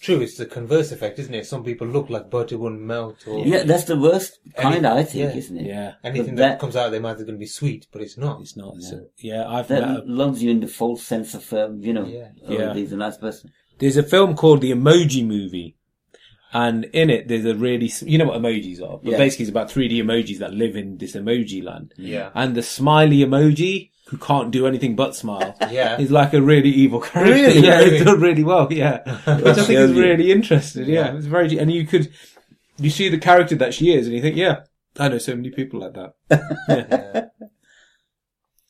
Speaker 3: true. It's the converse effect, isn't it? Some people look like butter won't melt, or
Speaker 2: yeah, that's the worst
Speaker 3: Any-
Speaker 2: kind, I think,
Speaker 3: yeah.
Speaker 2: isn't it?
Speaker 4: Yeah.
Speaker 3: anything
Speaker 2: But
Speaker 3: that,
Speaker 2: that-
Speaker 3: comes out of their mouth is going to be sweet, but it's not.
Speaker 4: It's not. so- yeah, I've
Speaker 2: That
Speaker 4: met a-
Speaker 2: loves you in the false sense of, um, you know,
Speaker 3: Yeah.
Speaker 2: oh,
Speaker 4: Yeah.
Speaker 2: he's a nice person.
Speaker 4: There's a film called The Emoji Movie. And in it, there's a really, s- you know what emojis are, but
Speaker 2: Yeah.
Speaker 4: basically it's about 3D emojis that live in this emoji land.
Speaker 3: Yeah.
Speaker 4: And the smiley emoji, who can't do anything but smile,
Speaker 3: Yeah.
Speaker 4: is like a really evil character.
Speaker 3: Really?
Speaker 4: Yeah,
Speaker 3: Really?
Speaker 4: it's done really well, yeah. Which I think is really interesting, yeah.
Speaker 3: Yeah.
Speaker 4: It's very, and you could, you see the character that she is and you think, yeah, I know so many people like that. Yeah.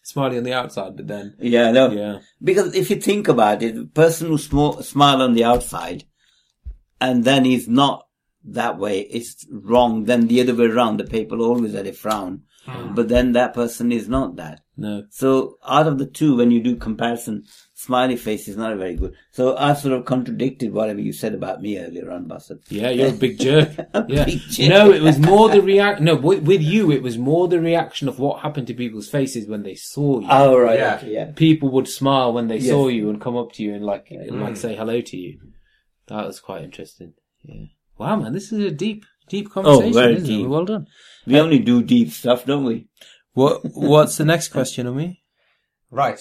Speaker 4: Smiley on the outside, but then,
Speaker 2: Yeah, no.
Speaker 4: yeah.
Speaker 2: Because if you think about it, the person who sm- smile on the outside and then he's not that way, it's wrong. Then the other way around, the people always had a frown,
Speaker 3: Hmm.
Speaker 2: but then that person is not that.
Speaker 4: No.
Speaker 2: So out of the two, when you do comparison, smiley face is not very good. So I sort of contradicted whatever you said about me earlier on, Bassett.
Speaker 4: Yeah, you're a big jerk. Yeah.
Speaker 2: big jerk.
Speaker 4: No, it was more the react. No, with, with you, it was more the reaction of what happened to people's faces when they saw you.
Speaker 2: Oh, right.
Speaker 3: Yeah.
Speaker 2: Yeah. Okay, yeah.
Speaker 4: People would smile when they
Speaker 2: Yes.
Speaker 4: saw you and come up to you and like and like say hello to you. That was quite interesting. Yeah. Wow, man, this is a deep, Oh, deep conversation.
Speaker 2: very
Speaker 4: isn't it?
Speaker 2: deep.
Speaker 4: Well done.
Speaker 2: We only do deep stuff, don't we?
Speaker 4: What What's the next question, Ami?
Speaker 3: Right.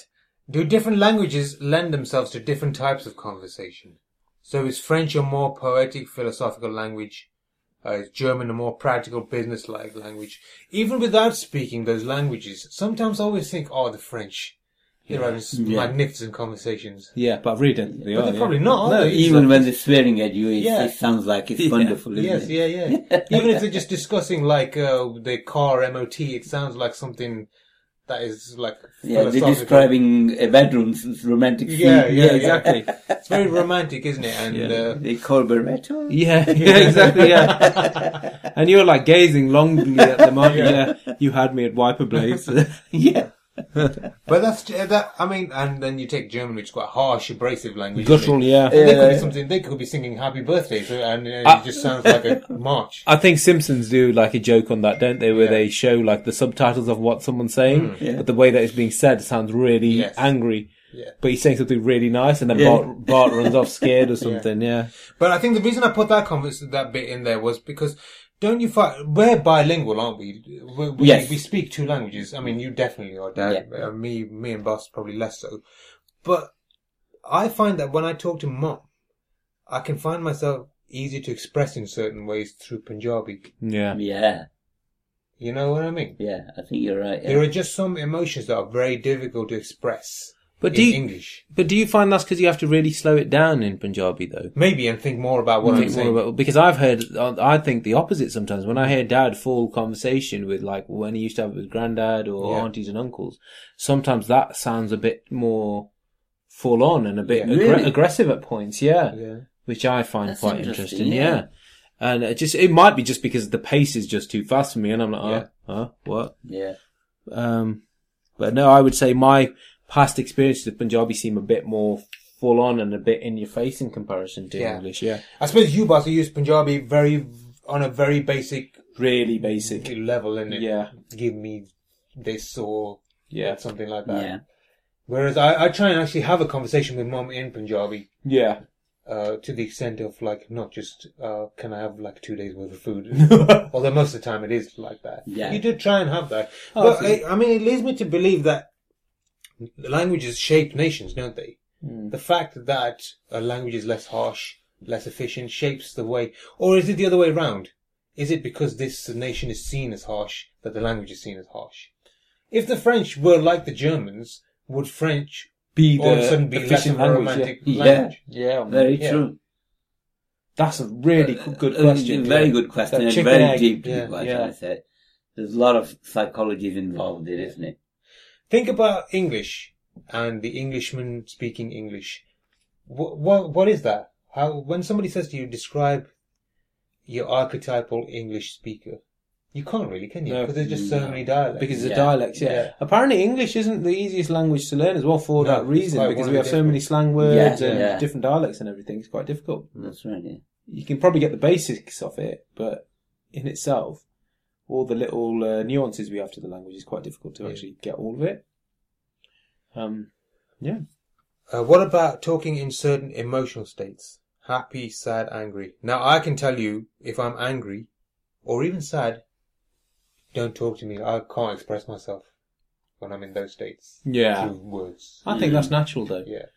Speaker 3: Do different languages lend themselves to different types of conversation? So is French a more poetic, philosophical language? Uh, is German a more practical, business-like language? Even without speaking those languages, sometimes I always think, oh, the French. They're having s- magnificent conversations.
Speaker 4: Yeah, but I really don't think they
Speaker 3: But
Speaker 4: are.
Speaker 3: they're
Speaker 4: yeah.
Speaker 3: probably not, are
Speaker 4: No,
Speaker 3: they? It's
Speaker 2: Even
Speaker 3: like-
Speaker 2: when they're swearing at you, it's,
Speaker 3: Yeah.
Speaker 2: it sounds like it's wonderful, isn't
Speaker 3: Yes,
Speaker 2: it?
Speaker 3: yeah, yeah. Even if they're just discussing, like, uh, the car MOT, it sounds like something that is, like,
Speaker 2: Yeah, they're
Speaker 3: philosophical.
Speaker 2: describing a bedroom, s- romantic scene.
Speaker 3: Yeah, yeah,
Speaker 4: Yeah, exactly.
Speaker 3: It's very romantic, isn't it? And,
Speaker 4: Yeah.
Speaker 3: uh,
Speaker 2: They call Barretto?
Speaker 4: Yeah, yeah, exactly, yeah. and you were like gazing longly at the market. Yeah. you had me at wiper blades.
Speaker 2: Yeah.
Speaker 3: But that's uh, that. I mean, and then you take German, which is quite harsh, abrasive language. isn't
Speaker 6: Guttural,
Speaker 3: it?
Speaker 6: yeah.
Speaker 3: They could be something. They could be singing "Happy Birthday," so, and uh, it just sounds like a march.
Speaker 4: I think Simpsons do like a joke on that, don't they? Where they show like the subtitles of what someone's saying, but the way that it's being said sounds really
Speaker 3: Yes.
Speaker 4: angry.
Speaker 3: Yeah.
Speaker 4: But he's saying something really nice, and then
Speaker 2: Yeah.
Speaker 4: Bart, Bart runs off scared or something. Yeah.
Speaker 3: But I think the reason I put that conference, that bit in there was because don't you find we're bilingual, aren't we? We, we,
Speaker 2: Yes.
Speaker 3: we speak two languages. I mean, you definitely are, Dad. Uh, me, me and Boss probably less so. But I find that when I talk to Mom, I can find myself easier to express in certain ways through Punjabi.
Speaker 4: yeah,
Speaker 2: Um, Yeah,
Speaker 3: You know what I mean?
Speaker 2: yeah. I think you're right.
Speaker 3: There are just some emotions that are very difficult to express
Speaker 4: But
Speaker 3: in
Speaker 4: do you-
Speaker 3: English.
Speaker 4: But do you find that's because you have to really slow it down in Punjabi though?
Speaker 3: Maybe and think more about what I'm
Speaker 4: Think more
Speaker 3: saying.
Speaker 4: about- because I've heard, I think the opposite sometimes. When I hear dad full conversation with like when he used to have with granddad or
Speaker 3: Yeah.
Speaker 4: aunties and uncles, sometimes that sounds a bit more full on and a bit
Speaker 2: Yeah.
Speaker 4: aggr-
Speaker 2: Really?
Speaker 4: aggressive at points. Yeah.
Speaker 3: yeah.
Speaker 4: Which I find
Speaker 2: That's
Speaker 4: quite
Speaker 2: interesting,
Speaker 4: interesting.
Speaker 2: yeah.
Speaker 4: yeah. And it just, it might be just because the pace is just too fast for me and I'm like, oh,
Speaker 3: Yeah.
Speaker 4: huh, what?
Speaker 2: Yeah,
Speaker 4: Um, but no, I would say my past experiences of Punjabi seem a bit more full on and a bit in your face in comparison to
Speaker 3: Yeah.
Speaker 4: English. Yeah.
Speaker 3: I suppose you, Boss, use Punjabi very on a very basic
Speaker 4: Really basic.
Speaker 3: level in it.
Speaker 4: Yeah.
Speaker 3: Give me this or
Speaker 4: Yeah.
Speaker 3: something like that.
Speaker 2: yeah.
Speaker 3: Whereas I, I try and actually have a conversation with mom in Punjabi
Speaker 4: Yeah.
Speaker 3: uh, to the extent of like not just uh, can I have like two days worth of food. Although most of the time it is like that.
Speaker 2: Yeah.
Speaker 3: You do try and have that.
Speaker 4: Oh,
Speaker 3: but I, I mean, it leads me to believe that languages shape nations, don't they?
Speaker 4: Hmm.
Speaker 3: The fact that a language is less harsh, less efficient, shapes the way. Or is it the other way around? Is it because this nation is seen as harsh that the language is seen as harsh? If the French were like the Germans, would French
Speaker 4: Be
Speaker 3: all of a sudden be less of
Speaker 4: efficient
Speaker 3: a
Speaker 4: language,
Speaker 3: romantic
Speaker 2: Yeah. um,
Speaker 3: language?
Speaker 4: Yeah. yeah.
Speaker 2: Very
Speaker 3: Yeah.
Speaker 2: true.
Speaker 4: That's a really
Speaker 2: Uh,
Speaker 4: good
Speaker 2: uh,
Speaker 4: question.
Speaker 2: Very
Speaker 4: yeah.
Speaker 2: good question.
Speaker 4: That
Speaker 2: and
Speaker 4: chicken
Speaker 2: very
Speaker 4: egg.
Speaker 2: deep
Speaker 3: Yeah,
Speaker 2: question.
Speaker 4: yeah.
Speaker 2: I said. There's a lot of psychologies involved there, isn't it?
Speaker 3: Think about English and the Englishman speaking English. What, what, what is that? How, when somebody says to you, describe your archetypal English speaker, you can't really, can you?
Speaker 4: No.
Speaker 3: Because there's just so many dialects.
Speaker 4: Because
Speaker 2: Yeah.
Speaker 4: it's a dialect, yeah.
Speaker 3: Yeah.
Speaker 4: Apparently, English isn't the easiest language to learn as well for
Speaker 3: No,
Speaker 4: that
Speaker 3: it's
Speaker 4: reason,
Speaker 3: quite
Speaker 4: because
Speaker 3: one
Speaker 4: we
Speaker 3: of
Speaker 4: have
Speaker 3: the
Speaker 4: so many slang words
Speaker 2: Yeah,
Speaker 4: and
Speaker 2: yeah.
Speaker 4: different dialects and everything. It's quite difficult.
Speaker 2: That's right. Yeah.
Speaker 4: you can probably get the basics of it, but in itself, all the little uh, nuances we have to the language is quite difficult to actually get all of it. Um, yeah,
Speaker 3: Uh, what about talking in certain emotional states? Happy, sad, angry. Now I can tell you if I'm angry or even sad, don't talk to me. I can't express myself when I'm in those states.
Speaker 4: Yeah.
Speaker 3: Through words.
Speaker 4: I think that's natural though.
Speaker 3: Yeah. Oh,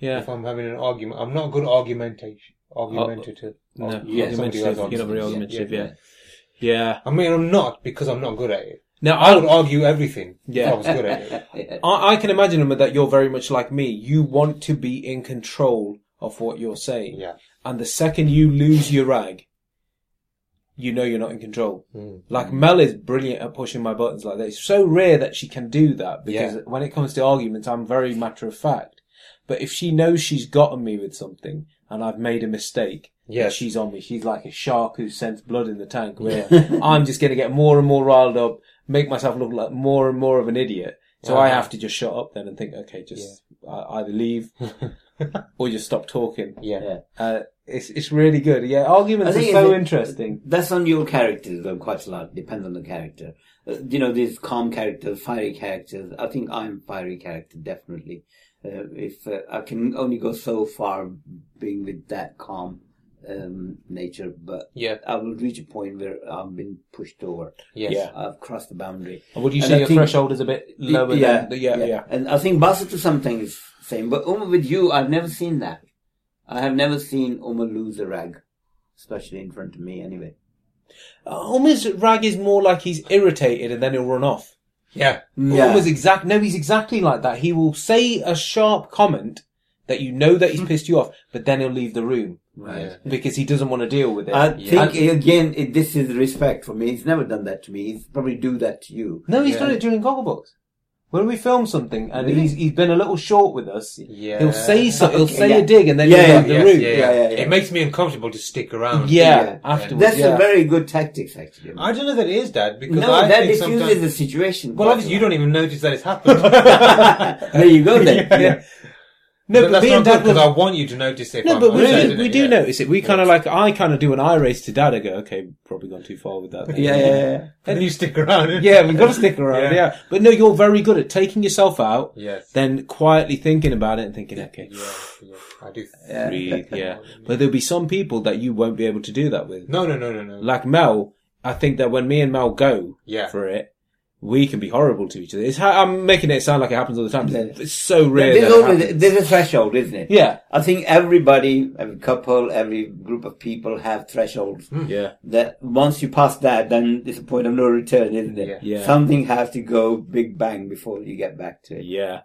Speaker 4: Yeah,
Speaker 3: If I'm having an argument, I'm not good argumentation, argumentative.
Speaker 4: Oh, no,
Speaker 3: Yeah, somebody
Speaker 4: argumentative.
Speaker 3: else
Speaker 4: You're not very
Speaker 3: arguments.
Speaker 4: argumentative.
Speaker 3: Yeah,
Speaker 4: Yeah, yeah.
Speaker 3: I mean, I'm not because I'm not good at it.
Speaker 4: Now
Speaker 3: I would
Speaker 4: I,
Speaker 3: argue everything if I
Speaker 4: Yeah.
Speaker 3: was good at it.
Speaker 4: I, I can imagine Emma, that you're very much like me. You want to be in control of what you're saying,
Speaker 3: Yeah.
Speaker 4: and the second you lose your rag, you know you're not in control.
Speaker 3: Hmm.
Speaker 4: Like Mel is brilliant at pushing my buttons like that. It's so rare that she can do that because
Speaker 3: Yeah.
Speaker 4: when it comes to arguments, I'm very matter of fact. But if she knows she's gotten me with something and I've made a mistake, yeah,
Speaker 3: Yes.
Speaker 4: she's on me. She's like a shark who sends blood in the tank. Where I'm just going to get more and more riled up, make myself look like more and more of an idiot. So I
Speaker 3: Uh-huh.
Speaker 4: have to just shut up then and think, okay, just I either leave or just stop talking.
Speaker 3: Yeah.
Speaker 4: Uh, it's it's really good. Yeah, arguments
Speaker 2: I
Speaker 4: are
Speaker 2: think
Speaker 4: so
Speaker 2: it-
Speaker 4: interesting.
Speaker 2: That's on your characters though, quite a lot. Depends on the character. Uh, you know, there's calm characters, fiery characters. I think I'm fiery character definitely. Uh, if uh, I can only go so far being with that calm um, nature, but
Speaker 3: Yeah.
Speaker 2: I will reach a point where I've been pushed over.
Speaker 3: Yes.
Speaker 4: Yeah.
Speaker 2: I've crossed the boundary.
Speaker 4: Would you
Speaker 2: And
Speaker 4: say
Speaker 2: I
Speaker 4: your
Speaker 2: think-
Speaker 4: threshold is a bit lower?
Speaker 2: yeah,
Speaker 4: than, yeah, yeah, yeah.
Speaker 2: And I think Bassett to sometimes same, but Uma with you, I've never seen that. I have never seen Uma lose a rag, especially in front of me. Anyway,
Speaker 4: Homer's rag is more like he's irritated and then he'll run off.
Speaker 3: Yeah.
Speaker 4: Yeah. Homer's exact. No, he's exactly like that. He will say a sharp comment that you know that
Speaker 2: Hmm.
Speaker 4: he's pissed you off, but then he'll leave the room
Speaker 2: right.
Speaker 4: because he doesn't want to deal with it.
Speaker 2: I think
Speaker 4: And-
Speaker 2: again, it, this is respect for me. He's never done that to me. He's probably do that to you.
Speaker 4: no, he's
Speaker 3: Yeah.
Speaker 4: done it during Gogglebox. when we film something and he's, he's been a little short with us,
Speaker 1: Yeah.
Speaker 4: he'll say something, he'll
Speaker 2: Okay,
Speaker 4: say
Speaker 2: yeah.
Speaker 4: a dig and then
Speaker 2: Yeah,
Speaker 4: he'll
Speaker 2: yeah,
Speaker 4: leave the
Speaker 1: yeah,
Speaker 4: room.
Speaker 1: yeah,
Speaker 4: Yeah,
Speaker 2: Yeah, yeah, yeah.
Speaker 3: It makes me uncomfortable to stick around.
Speaker 2: Yeah.
Speaker 4: afterwards.
Speaker 2: That's
Speaker 4: yeah.
Speaker 2: a very good tactic, actually.
Speaker 3: I don't know that it is, Dad, because
Speaker 2: no,
Speaker 3: I
Speaker 2: that
Speaker 3: think
Speaker 2: diffuses
Speaker 3: sometimes.
Speaker 2: the situation.
Speaker 3: well,
Speaker 2: quite
Speaker 3: obviously, you
Speaker 2: well.
Speaker 3: don't even notice that it's happened.
Speaker 2: there you go then.
Speaker 3: Yeah.
Speaker 2: Yeah.
Speaker 4: No,
Speaker 3: but
Speaker 4: but
Speaker 3: that's
Speaker 4: me
Speaker 3: not
Speaker 4: and
Speaker 3: good
Speaker 4: Dad
Speaker 3: because
Speaker 4: will
Speaker 3: I want you to notice it.
Speaker 4: No,
Speaker 3: I'm
Speaker 4: but we
Speaker 3: upset,
Speaker 4: do,
Speaker 3: isn't
Speaker 4: we
Speaker 3: it?
Speaker 4: do
Speaker 3: Yeah.
Speaker 4: notice it. We kind of like, I kind of do an eye race to dad. I go, okay, probably gone too far with that. then."
Speaker 2: Yeah, yeah, yeah.
Speaker 3: And then you stick around.
Speaker 4: Yeah, we've got to stick around.
Speaker 3: Yeah.
Speaker 4: Yeah. But no, you're very good at taking yourself out,
Speaker 3: Yes.
Speaker 4: then quietly thinking about it and thinking, okay,
Speaker 3: Yeah, yeah, I do.
Speaker 4: breathe, yeah. But there'll be some people that you won't be able to do that with.
Speaker 3: No, no, no, no, no.
Speaker 4: Like Mel, I think that when me and Mel go
Speaker 3: Yeah.
Speaker 4: for it, we can be horrible to each other. It's how, I'm making it sound like it happens all the time. It's,
Speaker 2: Yeah.
Speaker 4: it's so rare.
Speaker 2: There's
Speaker 4: that it
Speaker 2: always
Speaker 4: happens.
Speaker 2: there's a threshold, isn't it?
Speaker 4: yeah.
Speaker 2: I think everybody, every couple, every group of people have thresholds.
Speaker 3: Hmm.
Speaker 4: Yeah.
Speaker 2: That once you pass that, then it's a point of no return, isn't it?
Speaker 3: Yeah.
Speaker 4: Yeah.
Speaker 2: Something has to go big bang before you get back to it.
Speaker 4: Yeah.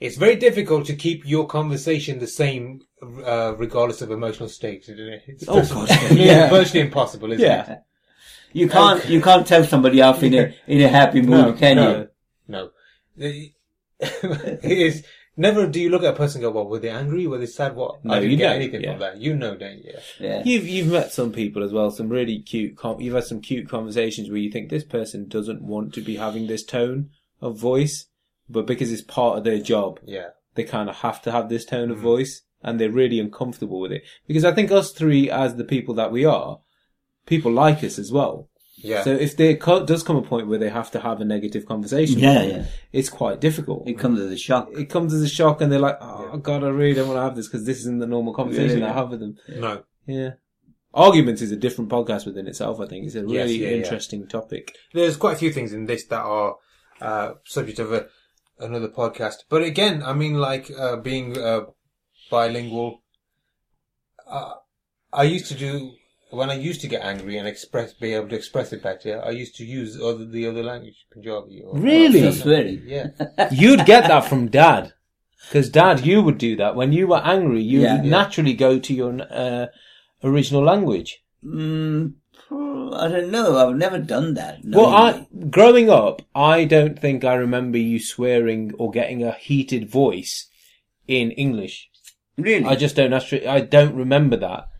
Speaker 3: It's very difficult to keep your conversation the same, uh, regardless of emotional state, isn't it? It's
Speaker 4: Oh,
Speaker 3: virtually-
Speaker 4: God,
Speaker 3: it's
Speaker 4: yeah.
Speaker 3: virtually impossible, isn't
Speaker 4: Yeah.
Speaker 3: it?
Speaker 2: You can't you can't tell somebody off in a in a happy mood, can you?
Speaker 3: No. The- it is. Never do you look at a person and go, well, were they angry? Were they sad? What?
Speaker 4: No,
Speaker 3: I didn't
Speaker 4: you
Speaker 3: get
Speaker 4: don't,
Speaker 3: anything
Speaker 4: yeah.
Speaker 3: from that. You know, don't you?
Speaker 2: Yeah.
Speaker 4: You've you've met some people as well. Some really cute. Com- you've had some cute conversations where you think this person doesn't want to be having this tone of voice, but because it's part of their job,
Speaker 3: Yeah.
Speaker 4: they kind of have to have this tone
Speaker 2: Mm-hmm.
Speaker 4: of voice, and they're really uncomfortable with it. Because I think us three, as the people that we are, people like us as well.
Speaker 3: Yeah.
Speaker 4: So if there co- does come a point where they have to have a negative conversation,
Speaker 2: Yeah, yeah.
Speaker 4: it's quite difficult.
Speaker 2: It comes as a shock.
Speaker 4: It comes as a shock, and they're like, "Oh God, I really don't want to have this because this isn't the normal conversation
Speaker 2: Yeah.
Speaker 4: I have with them."
Speaker 3: no.
Speaker 4: Yeah. Arguments is a different podcast within itself, I think. It's a
Speaker 3: Yes,
Speaker 4: really
Speaker 3: yeah, yeah.
Speaker 4: interesting topic.
Speaker 3: there's quite a few things in this that are uh, subject of a, another podcast. But again, I mean, like uh, being uh, bilingual, uh, I used to do when I used to get angry and express, be able to express it better. I used to use other the other language, Punjabi. Or,
Speaker 4: Really?
Speaker 2: It's very-
Speaker 3: Yeah,
Speaker 4: You'd get that from dad. Because dad, you would do that. When you were angry, you
Speaker 2: Yeah.
Speaker 4: would naturally go to your uh, original language.
Speaker 2: Mm, I don't know. I've never done that.
Speaker 4: Well,
Speaker 2: knowingly.
Speaker 4: I, growing up, I don't think I remember you swearing or getting a heated voice in English.
Speaker 2: really
Speaker 4: I just don't, natu- I don't remember that.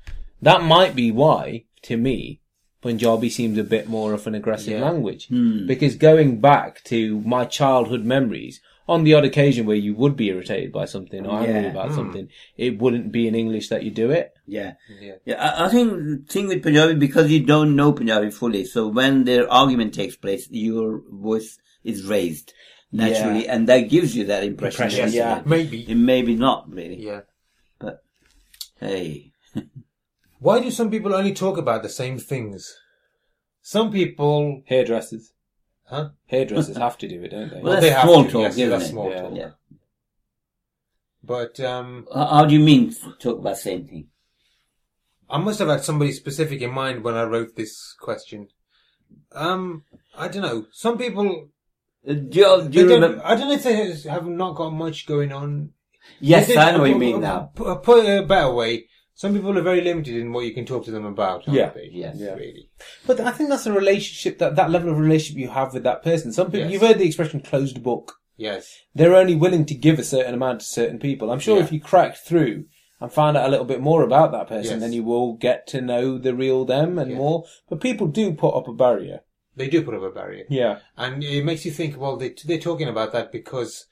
Speaker 4: That might be why, to me, Punjabi seems a bit more of an aggressive language. Because going back to my childhood memories, on the odd occasion where you would be irritated by something or angry
Speaker 2: Yeah.
Speaker 4: about something, it wouldn't be in English that you do it.
Speaker 2: yeah.
Speaker 3: yeah.
Speaker 2: Yeah, I, I think the thing with Punjabi because you don't know Punjabi fully, so when their argument takes place, your voice is raised naturally, and that gives you that impression.
Speaker 4: Impression,
Speaker 2: doesn't
Speaker 4: yeah.
Speaker 2: it?
Speaker 3: Maybe.
Speaker 2: it may be not really.
Speaker 3: Yeah.
Speaker 2: Hey,
Speaker 3: Why do some people only talk about the same things? Some people,
Speaker 4: Hairdressers.
Speaker 3: huh?
Speaker 4: Hairdressers have to do it, don't they?
Speaker 2: Well,
Speaker 3: they
Speaker 2: that's
Speaker 3: have
Speaker 2: small
Speaker 3: to,
Speaker 2: talk,
Speaker 3: yes,
Speaker 2: isn't
Speaker 3: that's
Speaker 2: it?
Speaker 3: small
Speaker 4: Yeah.
Speaker 3: talk.
Speaker 2: Yeah.
Speaker 3: But um,
Speaker 2: How how do you mean talk about same thing?
Speaker 3: I must have had somebody specific in mind when I wrote this question. Um, I don't know. Some people,
Speaker 2: Uh, Do you, do
Speaker 3: they
Speaker 2: you
Speaker 3: don't-
Speaker 2: remember?
Speaker 3: I don't know if they has- have not got much going on.
Speaker 2: Yes,
Speaker 3: They-
Speaker 2: I know what you
Speaker 3: uh,
Speaker 2: mean
Speaker 3: uh,
Speaker 2: now.
Speaker 3: pu- uh, Put it a better way, some people are very limited in what you can talk to them about. Aren't
Speaker 4: Yeah,
Speaker 3: they?
Speaker 2: yes. Yeah.
Speaker 3: really.
Speaker 4: But I think that's a relationship that, that level of relationship you have with that person. Some people,
Speaker 3: Yes.
Speaker 4: you've heard the expression closed book.
Speaker 3: Yes,
Speaker 4: they're only willing to give a certain amount to certain people. I'm sure
Speaker 3: Yeah.
Speaker 4: if you crack through and find out a little bit more about that person,
Speaker 3: Yes.
Speaker 4: then you will get to know the real them and
Speaker 3: Yeah.
Speaker 4: more. But people do put up a barrier.
Speaker 3: they do put up a barrier,
Speaker 4: Yeah.
Speaker 3: and it makes you think. Well, they, they're talking about that because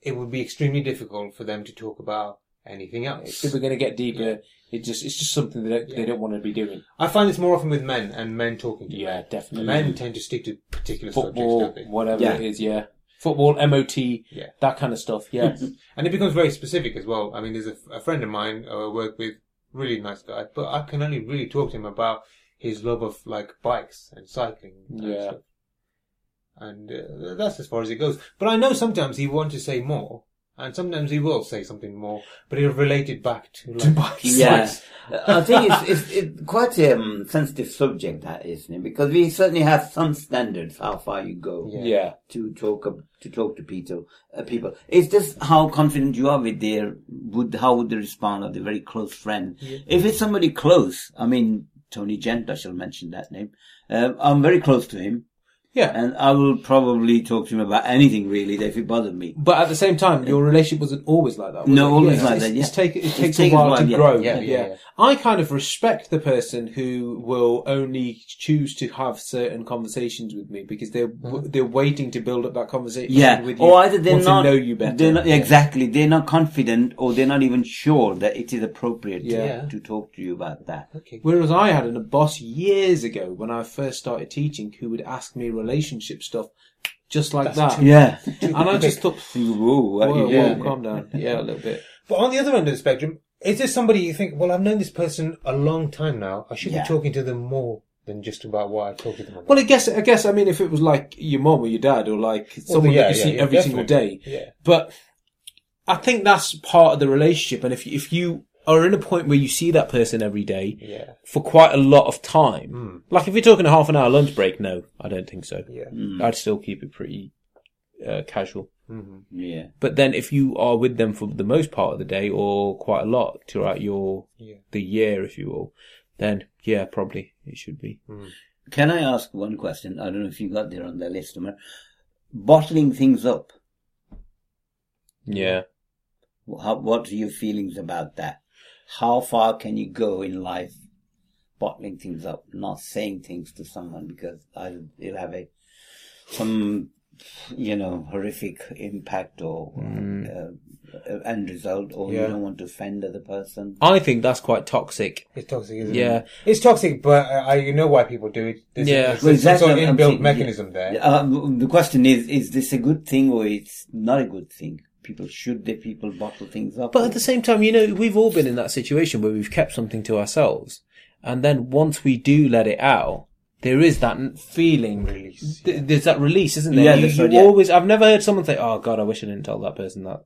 Speaker 3: it would be extremely difficult for them to talk about anything else.
Speaker 4: If we're going to get deeper, it just it's just something they don't, they don't want to be doing.
Speaker 3: I find this more often with men and men talking to
Speaker 4: Yeah,
Speaker 3: men.
Speaker 4: definitely.
Speaker 3: Men tend to stick to particular
Speaker 4: Football,
Speaker 3: subjects, don't they?
Speaker 4: whatever
Speaker 2: Yeah.
Speaker 4: it is, yeah. Football, MOT,
Speaker 3: Yeah.
Speaker 4: that kind of stuff. Yeah.
Speaker 3: And it becomes very specific as well. I mean, there's a, a friend of mine who I work with, really nice guy, but I can only really talk to him about his love of like bikes and cycling. And
Speaker 4: Yeah.
Speaker 3: Stuff. And uh, that's as far as it goes. But I know sometimes he wants to say more, and sometimes he will say something more, but he'll relate it back to like, bikes.
Speaker 2: Yeah, I think it's, it's, it's quite a um, sensitive subject that, isn't it? Because we certainly have some standards how far you go.
Speaker 3: Yeah.
Speaker 4: yeah.
Speaker 2: to talk ab- to talk to people. Uh, people, it's just how confident you are with their would how would they respond of the very close friend. If it's somebody close, I mean Tony Gent, I shall mention that name. Um I'm very close to him.
Speaker 4: Yeah.
Speaker 2: And I will probably talk to him about anything really that if it bothered me.
Speaker 4: But at the same time, your relationship wasn't always like that. Was
Speaker 2: No,
Speaker 4: it?
Speaker 2: always
Speaker 4: it's-
Speaker 2: like
Speaker 4: it's-
Speaker 2: that, yeah.
Speaker 4: It's take, it
Speaker 2: It's
Speaker 4: takes a
Speaker 2: taken
Speaker 4: while
Speaker 2: a
Speaker 4: to
Speaker 2: while, yeah,
Speaker 4: grow.
Speaker 2: yeah,
Speaker 4: yeah. I kind of respect the person who will only choose to have certain conversations with me because they're they're waiting to build up that conversation.
Speaker 2: Mm-hmm. Yeah,
Speaker 4: with you,
Speaker 2: or either they're
Speaker 4: want
Speaker 2: not
Speaker 4: to know you better.
Speaker 2: They're not, Exactly, they're not confident, or they're not even sure that it is appropriate
Speaker 4: Yeah.
Speaker 2: to, to talk to you about that.
Speaker 4: Whereas I had a boss years ago when I first started teaching who would ask me relationship stuff just like that.
Speaker 2: Yeah.
Speaker 4: And I just thought,
Speaker 2: Whoa,
Speaker 4: whoa, whoa,
Speaker 2: yeah.
Speaker 4: calm down. Yeah, a little bit.
Speaker 3: But on the other end of the spectrum, is this somebody you think, well, I've known this person a long time now. I should
Speaker 2: Yeah.
Speaker 3: be talking to them more than just about what I talk to them about.
Speaker 4: Well, I guess, I guess, I mean, if it was like your mom or your dad or like someone
Speaker 3: yeah,
Speaker 4: that you
Speaker 3: yeah,
Speaker 4: see
Speaker 3: yeah,
Speaker 4: every single day.
Speaker 3: definitely. Yeah.
Speaker 4: But I think that's part of the relationship. And if you, if you are in a point where you see that person every day
Speaker 3: Yeah.
Speaker 4: for quite a lot of time,
Speaker 3: Hmm.
Speaker 4: like if you're talking a half an hour lunch break, no, I don't think so.
Speaker 3: Yeah.
Speaker 4: I'd still keep it pretty uh, casual.
Speaker 2: Yeah.
Speaker 4: But then if you are with them for the most part of the day or quite a lot throughout your,
Speaker 3: Yeah.
Speaker 4: the year, if you will, then yeah, probably it should be.
Speaker 3: Hmm.
Speaker 2: Can I ask one question? I don't know if you got there on the list, Omar. Bottling things up.
Speaker 4: Yeah.
Speaker 2: How, what are your feelings about that? How far can you go in life bottling things up, not saying things to someone because either it'll have a some you know horrific impact or uh, uh, end result, or
Speaker 3: Mm. Yeah.
Speaker 2: you don't want to offend other person.
Speaker 4: I think that's quite toxic.
Speaker 3: It's toxic, isn't
Speaker 4: Yeah.
Speaker 3: it? It's toxic, but uh, I, you know why people do it. There's,
Speaker 4: Yeah.
Speaker 3: there's, there's some sort of
Speaker 2: I'm- I'm
Speaker 3: inbuilt
Speaker 2: saying,
Speaker 3: mechanism
Speaker 2: yeah.
Speaker 3: there.
Speaker 2: Um, the question is: Is this a good thing or it's not a good thing? People should they people bottle things up?
Speaker 4: But at the same time, you know, we've all been in that situation where we've kept something to ourselves. And then once we do let it out, there is that n- feeling.
Speaker 3: Release,
Speaker 4: Th- There's that release, isn't there?
Speaker 2: Yeah,
Speaker 4: you
Speaker 2: that's
Speaker 4: you
Speaker 2: right, yeah.
Speaker 4: always, I've never heard someone say, oh God, I wish I didn't tell that person that.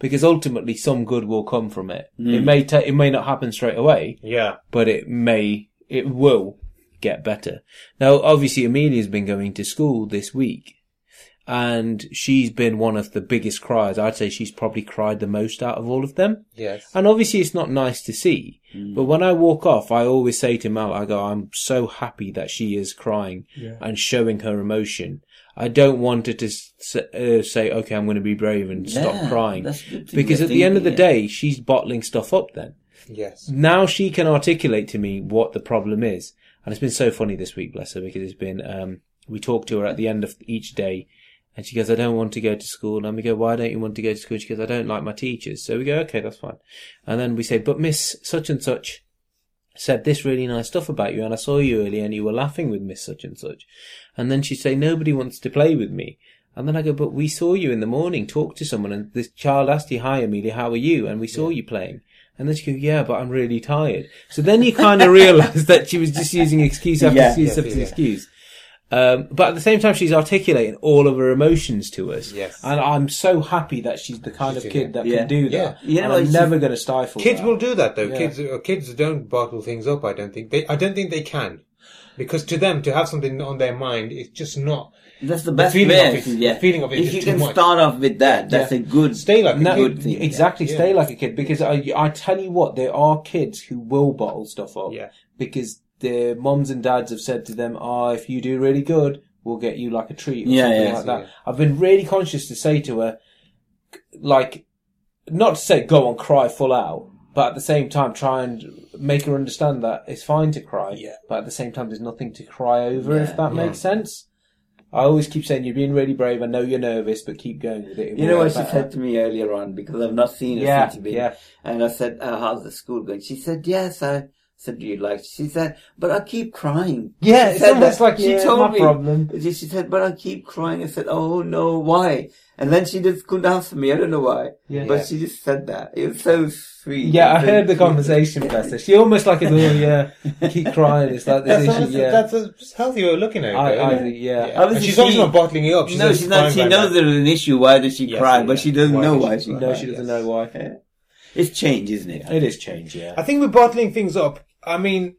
Speaker 4: Because ultimately some good will come from it.
Speaker 2: Mm.
Speaker 4: It may, ta it may not happen straight away,
Speaker 3: Yeah.
Speaker 4: but it may, it will get better. Now, obviously, Amelia's been going to school this week and she's been one of the biggest criers. I'd say she's probably cried the most out of all of them.
Speaker 3: Yes.
Speaker 4: And obviously, it's not nice to see.
Speaker 2: Mm.
Speaker 4: But when I walk off, I always say to Mal, I go, I'm so happy that she is crying and showing her emotion. I don't want her to s- s- uh, say, okay, I'm going to be brave and stop
Speaker 2: Yeah,
Speaker 4: crying.
Speaker 2: that's good to
Speaker 4: Because
Speaker 2: be
Speaker 4: at the end of the
Speaker 2: thinking, yeah.
Speaker 4: day, she's bottling stuff up then.
Speaker 3: Yes.
Speaker 4: Now she can articulate to me what the problem is. And it's been so funny this week, bless her, because it's been, um, we talk to her at the end of each day and she goes, I don't want to go to school. And we go, why don't you want to go to school? She goes, I don't like my teachers. So we go, okay, that's fine. And then we say, but Miss such and such said this really nice stuff about you. And I saw you earlier and you were laughing with Miss such and such. And then she'd say, nobody wants to play with me. And then I go, but we saw you in the morning talk to someone and this child asked you, hi Amelia, how are you? And we saw you playing. And then she goes, yeah, but I'm really tired. So then you kind of realize that she was just using excuse after
Speaker 2: Yeah.
Speaker 4: excuse
Speaker 3: Yeah,
Speaker 4: after
Speaker 3: yeah.
Speaker 4: excuse. Um, but at the same time, she's articulating all of her emotions to us.
Speaker 3: Yes.
Speaker 4: And I'm so happy that she's the kind of
Speaker 3: She's
Speaker 4: kid
Speaker 3: doing
Speaker 4: that
Speaker 2: Yeah.
Speaker 4: can do that.
Speaker 2: Yeah. Yeah,
Speaker 4: And
Speaker 2: well,
Speaker 4: I'm
Speaker 2: she's-
Speaker 4: never going to stifle
Speaker 3: Kids
Speaker 4: that.
Speaker 3: will do that though.
Speaker 4: Yeah.
Speaker 3: Kids uh, kids don't bottle things up. I don't think they. I don't think they can, because to them to have something on their mind it's just not.
Speaker 2: That's the best
Speaker 3: feeling
Speaker 2: way.
Speaker 3: of it-
Speaker 2: yeah.
Speaker 3: the feeling of it
Speaker 2: If
Speaker 3: is
Speaker 2: you
Speaker 3: too
Speaker 2: can
Speaker 3: much.
Speaker 2: start off with that, that's a good
Speaker 3: Stay like a
Speaker 4: No,
Speaker 3: kid.
Speaker 2: good thing.
Speaker 4: Exactly,
Speaker 3: Yeah.
Speaker 4: stay like a kid because I, I tell you what, there are kids who will bottle stuff up
Speaker 3: Yeah.
Speaker 4: because their moms and dads have said to them, "Ah, if you do really good, we'll get you like a treat or
Speaker 2: Yeah,
Speaker 4: something
Speaker 2: yeah.
Speaker 4: like that."
Speaker 3: Yeah.
Speaker 4: I've been really conscious to say to her, like, not to say go and cry full out, but at the same time try and make her understand that it's fine to cry.
Speaker 3: Yeah.
Speaker 4: But at the same time, there's nothing to cry over
Speaker 2: Yeah,
Speaker 4: if that
Speaker 3: yeah.
Speaker 4: makes sense. I always keep saying you're being really brave. I know you're nervous, but keep going with it. It
Speaker 2: You
Speaker 4: will
Speaker 2: know what
Speaker 4: get
Speaker 2: she
Speaker 4: better."
Speaker 2: said to me earlier on because I've not seen her
Speaker 4: Yeah,
Speaker 2: since you've been.
Speaker 4: yeah.
Speaker 2: And I said, oh, "How's the school going?" She said, "Yes." I said, "Do you like?" She said, "But I keep crying."
Speaker 4: Yeah,
Speaker 2: She
Speaker 4: it's
Speaker 2: said
Speaker 4: almost
Speaker 2: that.
Speaker 4: like,
Speaker 2: she
Speaker 4: "Yeah,
Speaker 2: told
Speaker 4: my
Speaker 2: me.
Speaker 4: problem."
Speaker 2: She she said, "But I keep crying." I said, "Oh no, why?" And then she just couldn't answer me. I don't know why.
Speaker 4: Yeah.
Speaker 2: But she just said that. It was so sweet.
Speaker 4: Yeah, I
Speaker 2: It was
Speaker 4: heard
Speaker 2: so
Speaker 4: the conversation, Pastor. She almost like is, oh yeah, keep crying. It's like this
Speaker 3: That's,
Speaker 4: issue.
Speaker 3: that's,
Speaker 4: Yeah,
Speaker 3: that's a it's a healthy way of looking at it.
Speaker 4: I,
Speaker 3: though,
Speaker 4: I,
Speaker 3: isn't it?
Speaker 4: yeah.
Speaker 3: Yeah. And
Speaker 2: Obviously
Speaker 3: she's obviously
Speaker 2: she-
Speaker 3: not bottling it up. She's
Speaker 2: no,
Speaker 3: just
Speaker 2: she's not.
Speaker 3: crying
Speaker 2: She
Speaker 3: like
Speaker 2: knows
Speaker 3: that.
Speaker 2: there's an issue. Why does she
Speaker 3: Yes,
Speaker 2: cry?
Speaker 3: yeah.
Speaker 2: But she doesn't
Speaker 3: Why
Speaker 2: know
Speaker 3: does she
Speaker 2: why she.
Speaker 3: cry?
Speaker 4: No,
Speaker 2: cries.
Speaker 4: she doesn't know why.
Speaker 2: It's change, isn't it?
Speaker 4: It is change. Yeah,
Speaker 3: I think with bottling things up, I mean,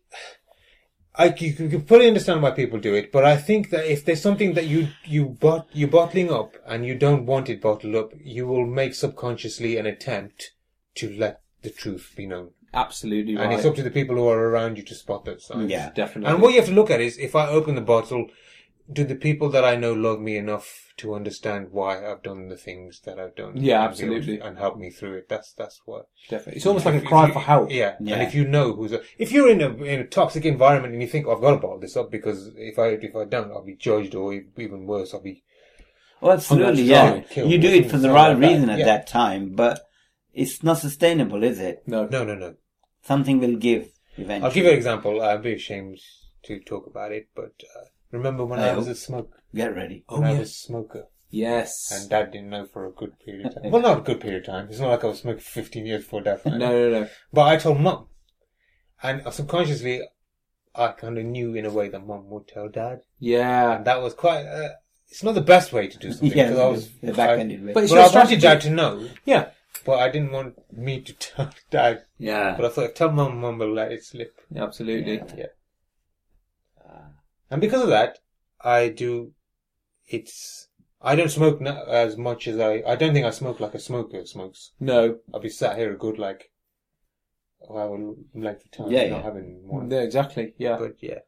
Speaker 3: I c- you can, fully understand why people do it, but I think that if there's something that you you bot you're bottling up and you don't want it bottled up, you will make subconsciously an attempt to let the truth be known,
Speaker 4: absolutely
Speaker 3: and
Speaker 4: right.
Speaker 3: it's up to the people who are around you to spot those signs.
Speaker 2: Yeah.
Speaker 4: Definitely.
Speaker 3: And what you have to look at is if I open the bottle, do the people that I know love me enough to understand why I've done the things that I've done?
Speaker 1: Yeah,
Speaker 3: and be able to-
Speaker 1: absolutely.
Speaker 3: And help me through it. That's that's what.
Speaker 1: Definitely.
Speaker 3: It's
Speaker 1: It's almost like a
Speaker 3: cry
Speaker 1: for help.
Speaker 3: Yeah.
Speaker 2: Yeah.
Speaker 3: And if you know who's, a, if you're in a in a toxic environment and you think I've got to bottle this up because if I if I don't, I'll be judged or e-, even worse, I'll be.
Speaker 2: Oh, absolutely,
Speaker 3: Unless
Speaker 2: yeah.
Speaker 3: you kill
Speaker 2: you do
Speaker 3: people,
Speaker 2: it for the
Speaker 3: something
Speaker 2: right
Speaker 3: like that,
Speaker 2: reason at
Speaker 3: yeah.
Speaker 2: that time, but it's not sustainable, is it?
Speaker 1: no.
Speaker 3: No, no, no.
Speaker 2: Something will give eventually.
Speaker 3: I'll give you an example. I'd be ashamed to talk about it, but uh, remember when I
Speaker 2: Oh.
Speaker 3: was a smoker?
Speaker 2: Get ready.
Speaker 3: When I was a smoker.
Speaker 1: Yes.
Speaker 3: And dad didn't know for a good period of time. well, not a good period of time. It's not like I was smoking 15 years before dad found out.
Speaker 1: no, no, no.
Speaker 3: But I told mum. And subconsciously, I kind of knew in a way that mum would tell dad.
Speaker 1: Yeah.
Speaker 3: And that was quite, uh, it's not the best way to do something.
Speaker 2: Yeah,
Speaker 3: because I was,
Speaker 2: the back-ended way.
Speaker 1: But
Speaker 3: I, but
Speaker 1: it's
Speaker 3: I
Speaker 1: your
Speaker 3: wanted
Speaker 1: strategy.
Speaker 3: dad to know,
Speaker 1: Yeah.
Speaker 3: but I didn't want me to tell dad.
Speaker 1: Yeah.
Speaker 3: But I thought, if tell mum, mum will let it slip.
Speaker 1: Absolutely.
Speaker 3: Yeah. And because of that, I do, it's, I don't smoke now as much as I, I don't think I smoke like a smoker smokes.
Speaker 1: No.
Speaker 3: I'll be sat here a good like hour length of time
Speaker 2: Yeah,
Speaker 3: not
Speaker 2: yeah.
Speaker 3: having one.
Speaker 1: No, exactly. Yeah.
Speaker 3: But yeah.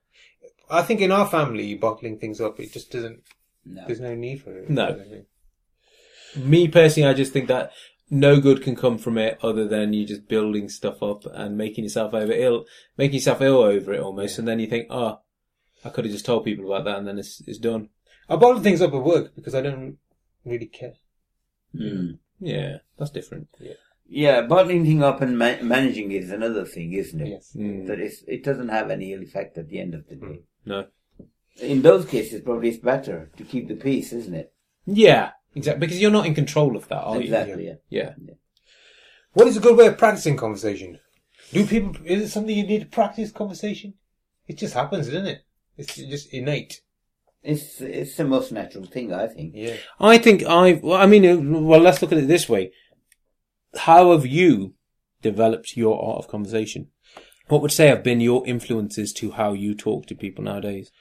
Speaker 3: I think in our family bottling things up it just doesn't
Speaker 2: No.
Speaker 3: there's no need for it.
Speaker 4: No.
Speaker 3: I don't think.
Speaker 4: Me personally, I just think that no good can come from it other than you just building stuff up and making yourself over ill, making yourself ill over it almost, and then you think, oh, I could have just told people about that, and then it's it's done.
Speaker 3: I bottle things up at work because I don't really care.
Speaker 2: Mm.
Speaker 4: Yeah, that's different.
Speaker 2: Yeah, bottling thing up and ma- managing is another thing, isn't it?
Speaker 3: Yes.
Speaker 4: Hmm.
Speaker 3: Hmm.
Speaker 2: That is, it doesn't have any ill effect at the end of the day.
Speaker 4: No.
Speaker 2: In those cases, probably it's better to keep the peace, isn't it?
Speaker 4: Yeah, exactly. Because you're not in control of that,
Speaker 3: Oh,
Speaker 4: are you?
Speaker 2: Exactly. Yeah.
Speaker 4: Yeah.
Speaker 3: What is a good way of practicing conversation? Do people is it something you need to practice conversation? It just happens, doesn't it? It's just innate.
Speaker 2: It's it's the most natural thing, I think.
Speaker 3: Yeah.
Speaker 4: I think I. Well, I mean, uh, well, let's look at it this way. How have you developed your art of conversation? What would you say have been your influences to how you talk to people nowadays?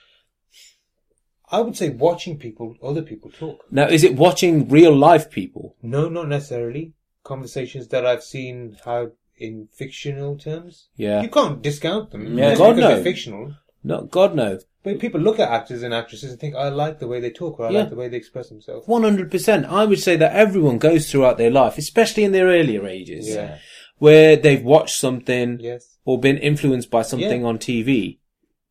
Speaker 3: I would say watching people other people talk.
Speaker 4: Now, is it watching real life people?
Speaker 3: No, not necessarily. Conversations that I've seen how in fictional terms.
Speaker 4: Yeah.
Speaker 3: You can't discount them.
Speaker 4: Yeah,
Speaker 3: just
Speaker 4: God,
Speaker 3: because
Speaker 4: no.
Speaker 3: They're fictional.
Speaker 4: No, God no.
Speaker 3: But people look at actors and actresses and think, I like the way they talk or I
Speaker 4: Yeah.
Speaker 3: like the way they express themselves.
Speaker 4: One hundred percent. I would say that everyone goes throughout their life, especially in their earlier ages,
Speaker 3: Yeah.
Speaker 4: where they've watched something
Speaker 3: Yes.
Speaker 4: or been influenced by something
Speaker 3: Yeah.
Speaker 4: on TV,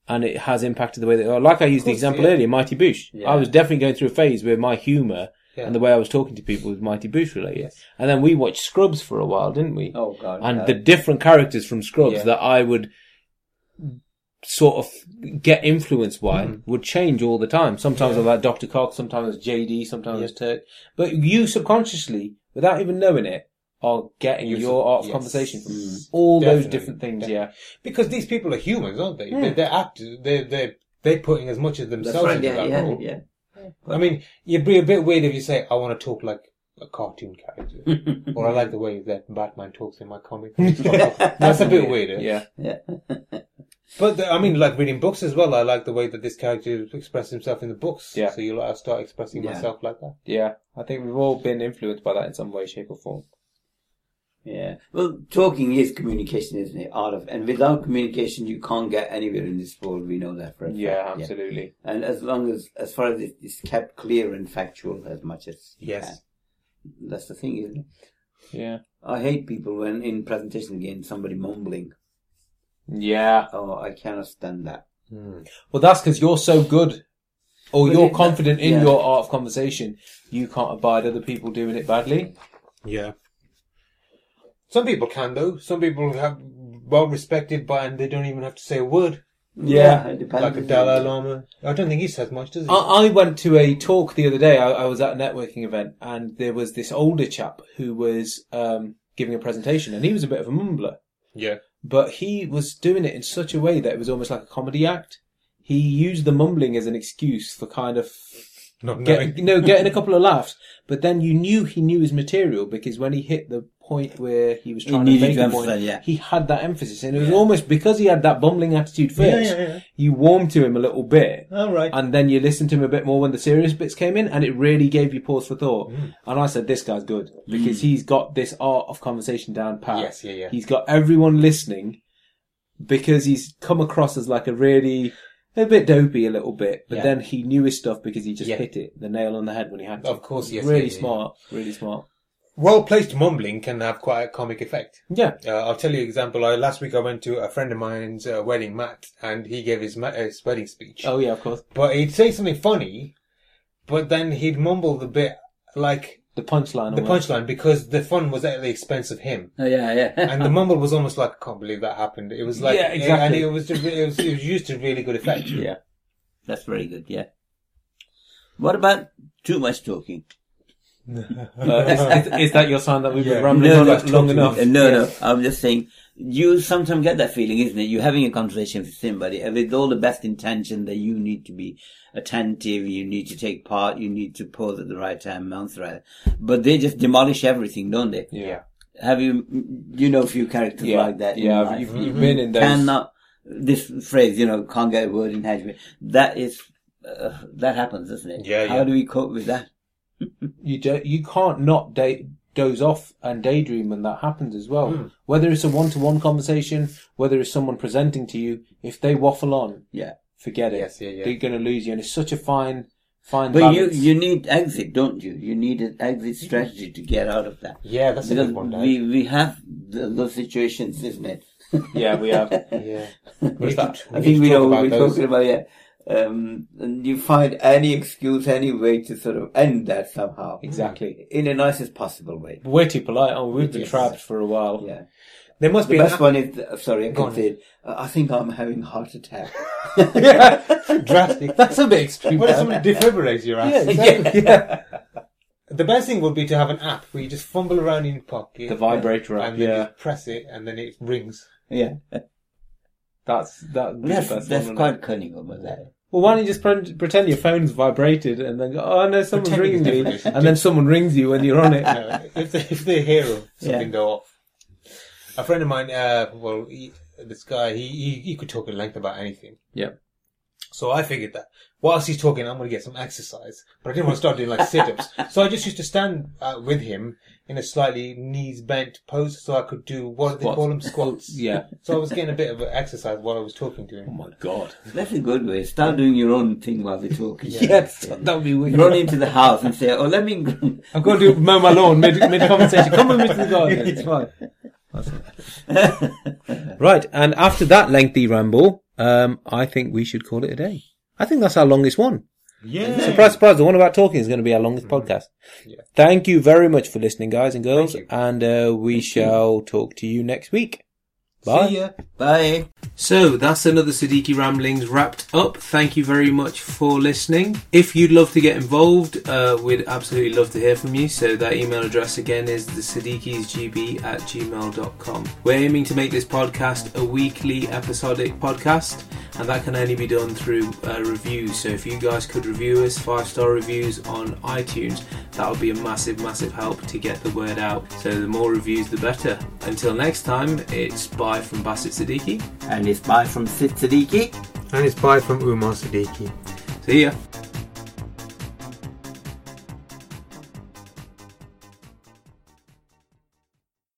Speaker 4: and it has impacted the way they are. Like I used the
Speaker 3: course,
Speaker 4: example
Speaker 3: yeah.
Speaker 4: earlier, Mighty Boosh.
Speaker 2: Yeah.
Speaker 4: I was definitely going through a phase where my humour
Speaker 3: Yeah.
Speaker 4: and the way I was talking to people was Mighty Boosh related.
Speaker 3: Yes.
Speaker 4: And then we watched Scrubs for a while, didn't we?
Speaker 2: Oh God.
Speaker 4: and
Speaker 2: no.
Speaker 4: the different characters from Scrubs
Speaker 3: Yeah.
Speaker 4: that I would sort of get influenced by
Speaker 3: Mm-hmm.
Speaker 4: would change all the time. Sometimes I like Dr. Cox, sometimes JD, sometimes Turk. But you subconsciously, without even knowing it, are getting
Speaker 3: You
Speaker 4: your
Speaker 3: sub-
Speaker 4: art of
Speaker 3: yes. Mm.
Speaker 4: conversation from all those
Speaker 3: Definitely.
Speaker 4: different things.
Speaker 3: Yeah.
Speaker 4: Yeah.
Speaker 3: Because these people are humans, aren't they? They're, they're actors. They're, they're, they're putting as much of
Speaker 2: That's
Speaker 3: themselves
Speaker 2: right.
Speaker 3: into
Speaker 2: Yeah.
Speaker 3: that
Speaker 2: Yeah.
Speaker 3: role.
Speaker 2: Yeah.
Speaker 3: I mean, you'd be a bit weird if you say, I want to talk like a cartoon character. or I like the way that Batman talks in my comic. That's a bit weirder.
Speaker 4: Yeah.
Speaker 2: Yeah.
Speaker 3: But the, I mean, like reading books as well. I like the way that this character expresses himself in the books.
Speaker 4: Yeah.
Speaker 3: So you like, I start expressing
Speaker 2: Yeah.
Speaker 3: myself like that.
Speaker 4: Yeah. I think we've all been influenced by that in some way, shape or form.
Speaker 2: Yeah. Well, talking is communication, isn't it? Art of, and without communication, you can't get anywhere in this world. We know that for a fact.
Speaker 4: Yeah, absolutely.
Speaker 2: And as long as, as far as it is kept clear and factual as much as you
Speaker 3: Yes.
Speaker 2: can. That's the thing, isn't it?
Speaker 4: Yeah.
Speaker 2: I hate people when in presentation again somebody mumbling.
Speaker 4: Yeah.
Speaker 2: Oh, I cannot stand that.
Speaker 4: Well, that's because you're so good or
Speaker 2: But
Speaker 4: you're
Speaker 2: it-
Speaker 4: confident in
Speaker 2: yeah.
Speaker 4: your art of conversation. You can't abide other people doing it badly.
Speaker 3: Yeah. Some people can though. Some people have well respected by, and they don't even have to say a word.
Speaker 4: Yeah.
Speaker 2: it depends.
Speaker 3: Like a Dalai Lama. I don't think he says much, does he?
Speaker 4: I, I went to a talk the other day. I, I was at a networking event, and there was this older chap who was um, giving a presentation, and he was a bit of a mumbler,
Speaker 3: yeah.
Speaker 4: but he was doing it in such a way that it was almost like a comedy act. He used the mumbling as an excuse for kind of
Speaker 3: Not knowing.
Speaker 4: get, no getting a couple of laughs, but then you knew he knew his material because when he hit the point where he was trying to
Speaker 2: needed
Speaker 4: make
Speaker 2: to
Speaker 4: a point,
Speaker 2: emphasize, yeah.
Speaker 4: he had that emphasis, and it was almost because he had that bumbling attitude first.
Speaker 3: yeah, yeah.
Speaker 4: You warmed to him a little bit,
Speaker 3: All right.
Speaker 4: and then you listened to him a bit more when the serious bits came in, and it really gave you pause for thought.
Speaker 3: Mm.
Speaker 4: And I said, "This guy's good because he's got this art of conversation down pat.
Speaker 3: Yes, yeah, yeah.
Speaker 4: He's got everyone listening because he's come across as like a really a bit dopey a little bit, but
Speaker 5: Yeah.
Speaker 4: then he knew his stuff because he just
Speaker 5: Yeah.
Speaker 4: hit it, the nail on the head when he had to.
Speaker 3: Of course, yes,
Speaker 4: Really
Speaker 3: yeah, yeah.
Speaker 4: smart, really smart.
Speaker 3: Well placed mumbling can have quite a comic effect.
Speaker 4: Yeah.
Speaker 3: Uh, I'll tell you an example. I, last week I went to a friend of mine's uh, wedding, Matt, and he gave his, ma- his wedding speech.
Speaker 4: Oh yeah, of course.
Speaker 3: But he'd say something funny, but then he'd mumble the bit like
Speaker 4: The punchline.
Speaker 3: the
Speaker 4: almost.
Speaker 3: punchline because the fun was at the expense of him.
Speaker 2: Oh, yeah, yeah.
Speaker 3: And the mumble was almost like, I can't believe that happened. It was like,
Speaker 4: Yeah, exactly.
Speaker 3: and it was, just- it was, it was used to really good effect.
Speaker 2: yeah. That's very good, yeah. What about too much talking?
Speaker 4: Uh, is, is that your sign that we've
Speaker 3: Yeah.
Speaker 4: been rambling
Speaker 2: No,
Speaker 4: on
Speaker 2: no,
Speaker 4: that long
Speaker 2: Uh,
Speaker 4: enough?
Speaker 2: no, no. I'm just saying, you sometimes get that feeling, isn't it? You're having a conversation with somebody and with all the best intention that you need to be attentive, you need to take part, you need to pause at the right time, months right. But they just demolish everything, don't they?
Speaker 3: Yeah.
Speaker 2: Have you, you know, a few characters like that. in
Speaker 4: yeah.
Speaker 2: life.
Speaker 4: You've, you've been in those.
Speaker 2: cannot this phrase you know can't get a word in hedge that is uh, that happens doesn't it
Speaker 3: Yeah,
Speaker 2: how
Speaker 3: yeah.
Speaker 2: do we cope with that
Speaker 4: you do, you can't not day, doze off and daydream when that happens as well. Whether it's a one to one conversation, whether it's someone presenting to you, if they waffle on,
Speaker 2: yeah
Speaker 4: forget it.
Speaker 3: Yes, yeah, yeah.
Speaker 4: They're going to lose you, and it's such a fine, fine.
Speaker 2: but you
Speaker 4: balance.
Speaker 2: you need exit don't you you need an exit strategy to get out of that
Speaker 3: Yeah, that's a
Speaker 2: because
Speaker 3: good one, Dave.
Speaker 2: we we have th- those situations isn't it
Speaker 4: yeah, we have.
Speaker 3: Yeah. What's that?
Speaker 2: I think we
Speaker 3: need to
Speaker 2: know
Speaker 3: talk
Speaker 2: we're
Speaker 3: about those.
Speaker 2: talking about yeah um, and you find any excuse any way to sort of end that somehow
Speaker 4: Exactly.
Speaker 2: in the nicest possible way
Speaker 4: We're too polite, aren't we? We've been
Speaker 2: Yes.
Speaker 4: trapped for a while.
Speaker 2: yeah
Speaker 3: There must
Speaker 2: the
Speaker 3: be an
Speaker 2: best one is uh, sorry I can
Speaker 3: Go on.
Speaker 2: say it. Uh, I think I'm having heart attack
Speaker 3: drastic.
Speaker 4: That's a bit extreme.
Speaker 3: What if someone defibrillates your ass?
Speaker 4: exactly.
Speaker 3: The best thing would be to have an app where you just fumble around in your pocket.
Speaker 4: The vibrator app,
Speaker 3: And then
Speaker 4: yeah.
Speaker 3: just press it and then it rings.
Speaker 2: yeah
Speaker 4: That's that.
Speaker 2: That's,
Speaker 4: that's,
Speaker 2: that's
Speaker 4: one,
Speaker 2: quite cunning about that.
Speaker 4: Well, why don't you just pre- pretend your phone's vibrated and then go, oh no, someone's
Speaker 3: Pretending is
Speaker 4: ringing me,
Speaker 3: different.
Speaker 4: and then someone rings you when you're on it.
Speaker 3: No, Uh, if, they, if they hear them, something go off. A friend of mine, uh, well, he, this guy, he, he, he could talk at length about anything.
Speaker 4: Yeah.
Speaker 3: So I figured that whilst he's talking, I'm going to get some exercise. But I didn't want to start doing like sit-ups. So I just used to stand uh, with him in a slightly knees bent pose so I could do what do they
Speaker 4: Squats.
Speaker 3: call them squats.
Speaker 4: Yeah.
Speaker 3: So I was getting a bit of exercise while I was talking to him.
Speaker 4: Oh my god.
Speaker 2: That's a good way. Start doing your own thing while we're talking.
Speaker 4: Yes, that would be weird.
Speaker 2: Run into the house and say, "Oh, let me." gr-
Speaker 4: I've got to do mow my lawn mid mid conversation. Come with me to the garden. It's fine. right, and after that lengthy ramble, um, I think we should call it a day. I think that's our longest one.
Speaker 3: Yeah.
Speaker 4: Surprise, surprise, the one about talking is going to be our longest podcast. Thank you very much for listening, guys and girls, and uh, we shall talk to you next week. Bye.
Speaker 3: See ya.
Speaker 2: Bye.
Speaker 1: So that's another Siddiqui Ramblings wrapped up. Thank you very much for listening. If you'd love to get involved, uh, we'd absolutely love to hear from you. So that email address again is thesiddiquisgb at gmail.com. We're aiming to make this podcast a weekly episodic podcast, and that can only be done through uh, reviews. So if you guys could review us, five star reviews on iTunes, that would be a massive, massive help to get the word out. So the more reviews, the better. Until next time, it's bye from Bassett Siddiqui.
Speaker 2: And it's bye from Sid Siddiqui.
Speaker 3: And it's bye from Umar Siddiqui.
Speaker 1: See ya.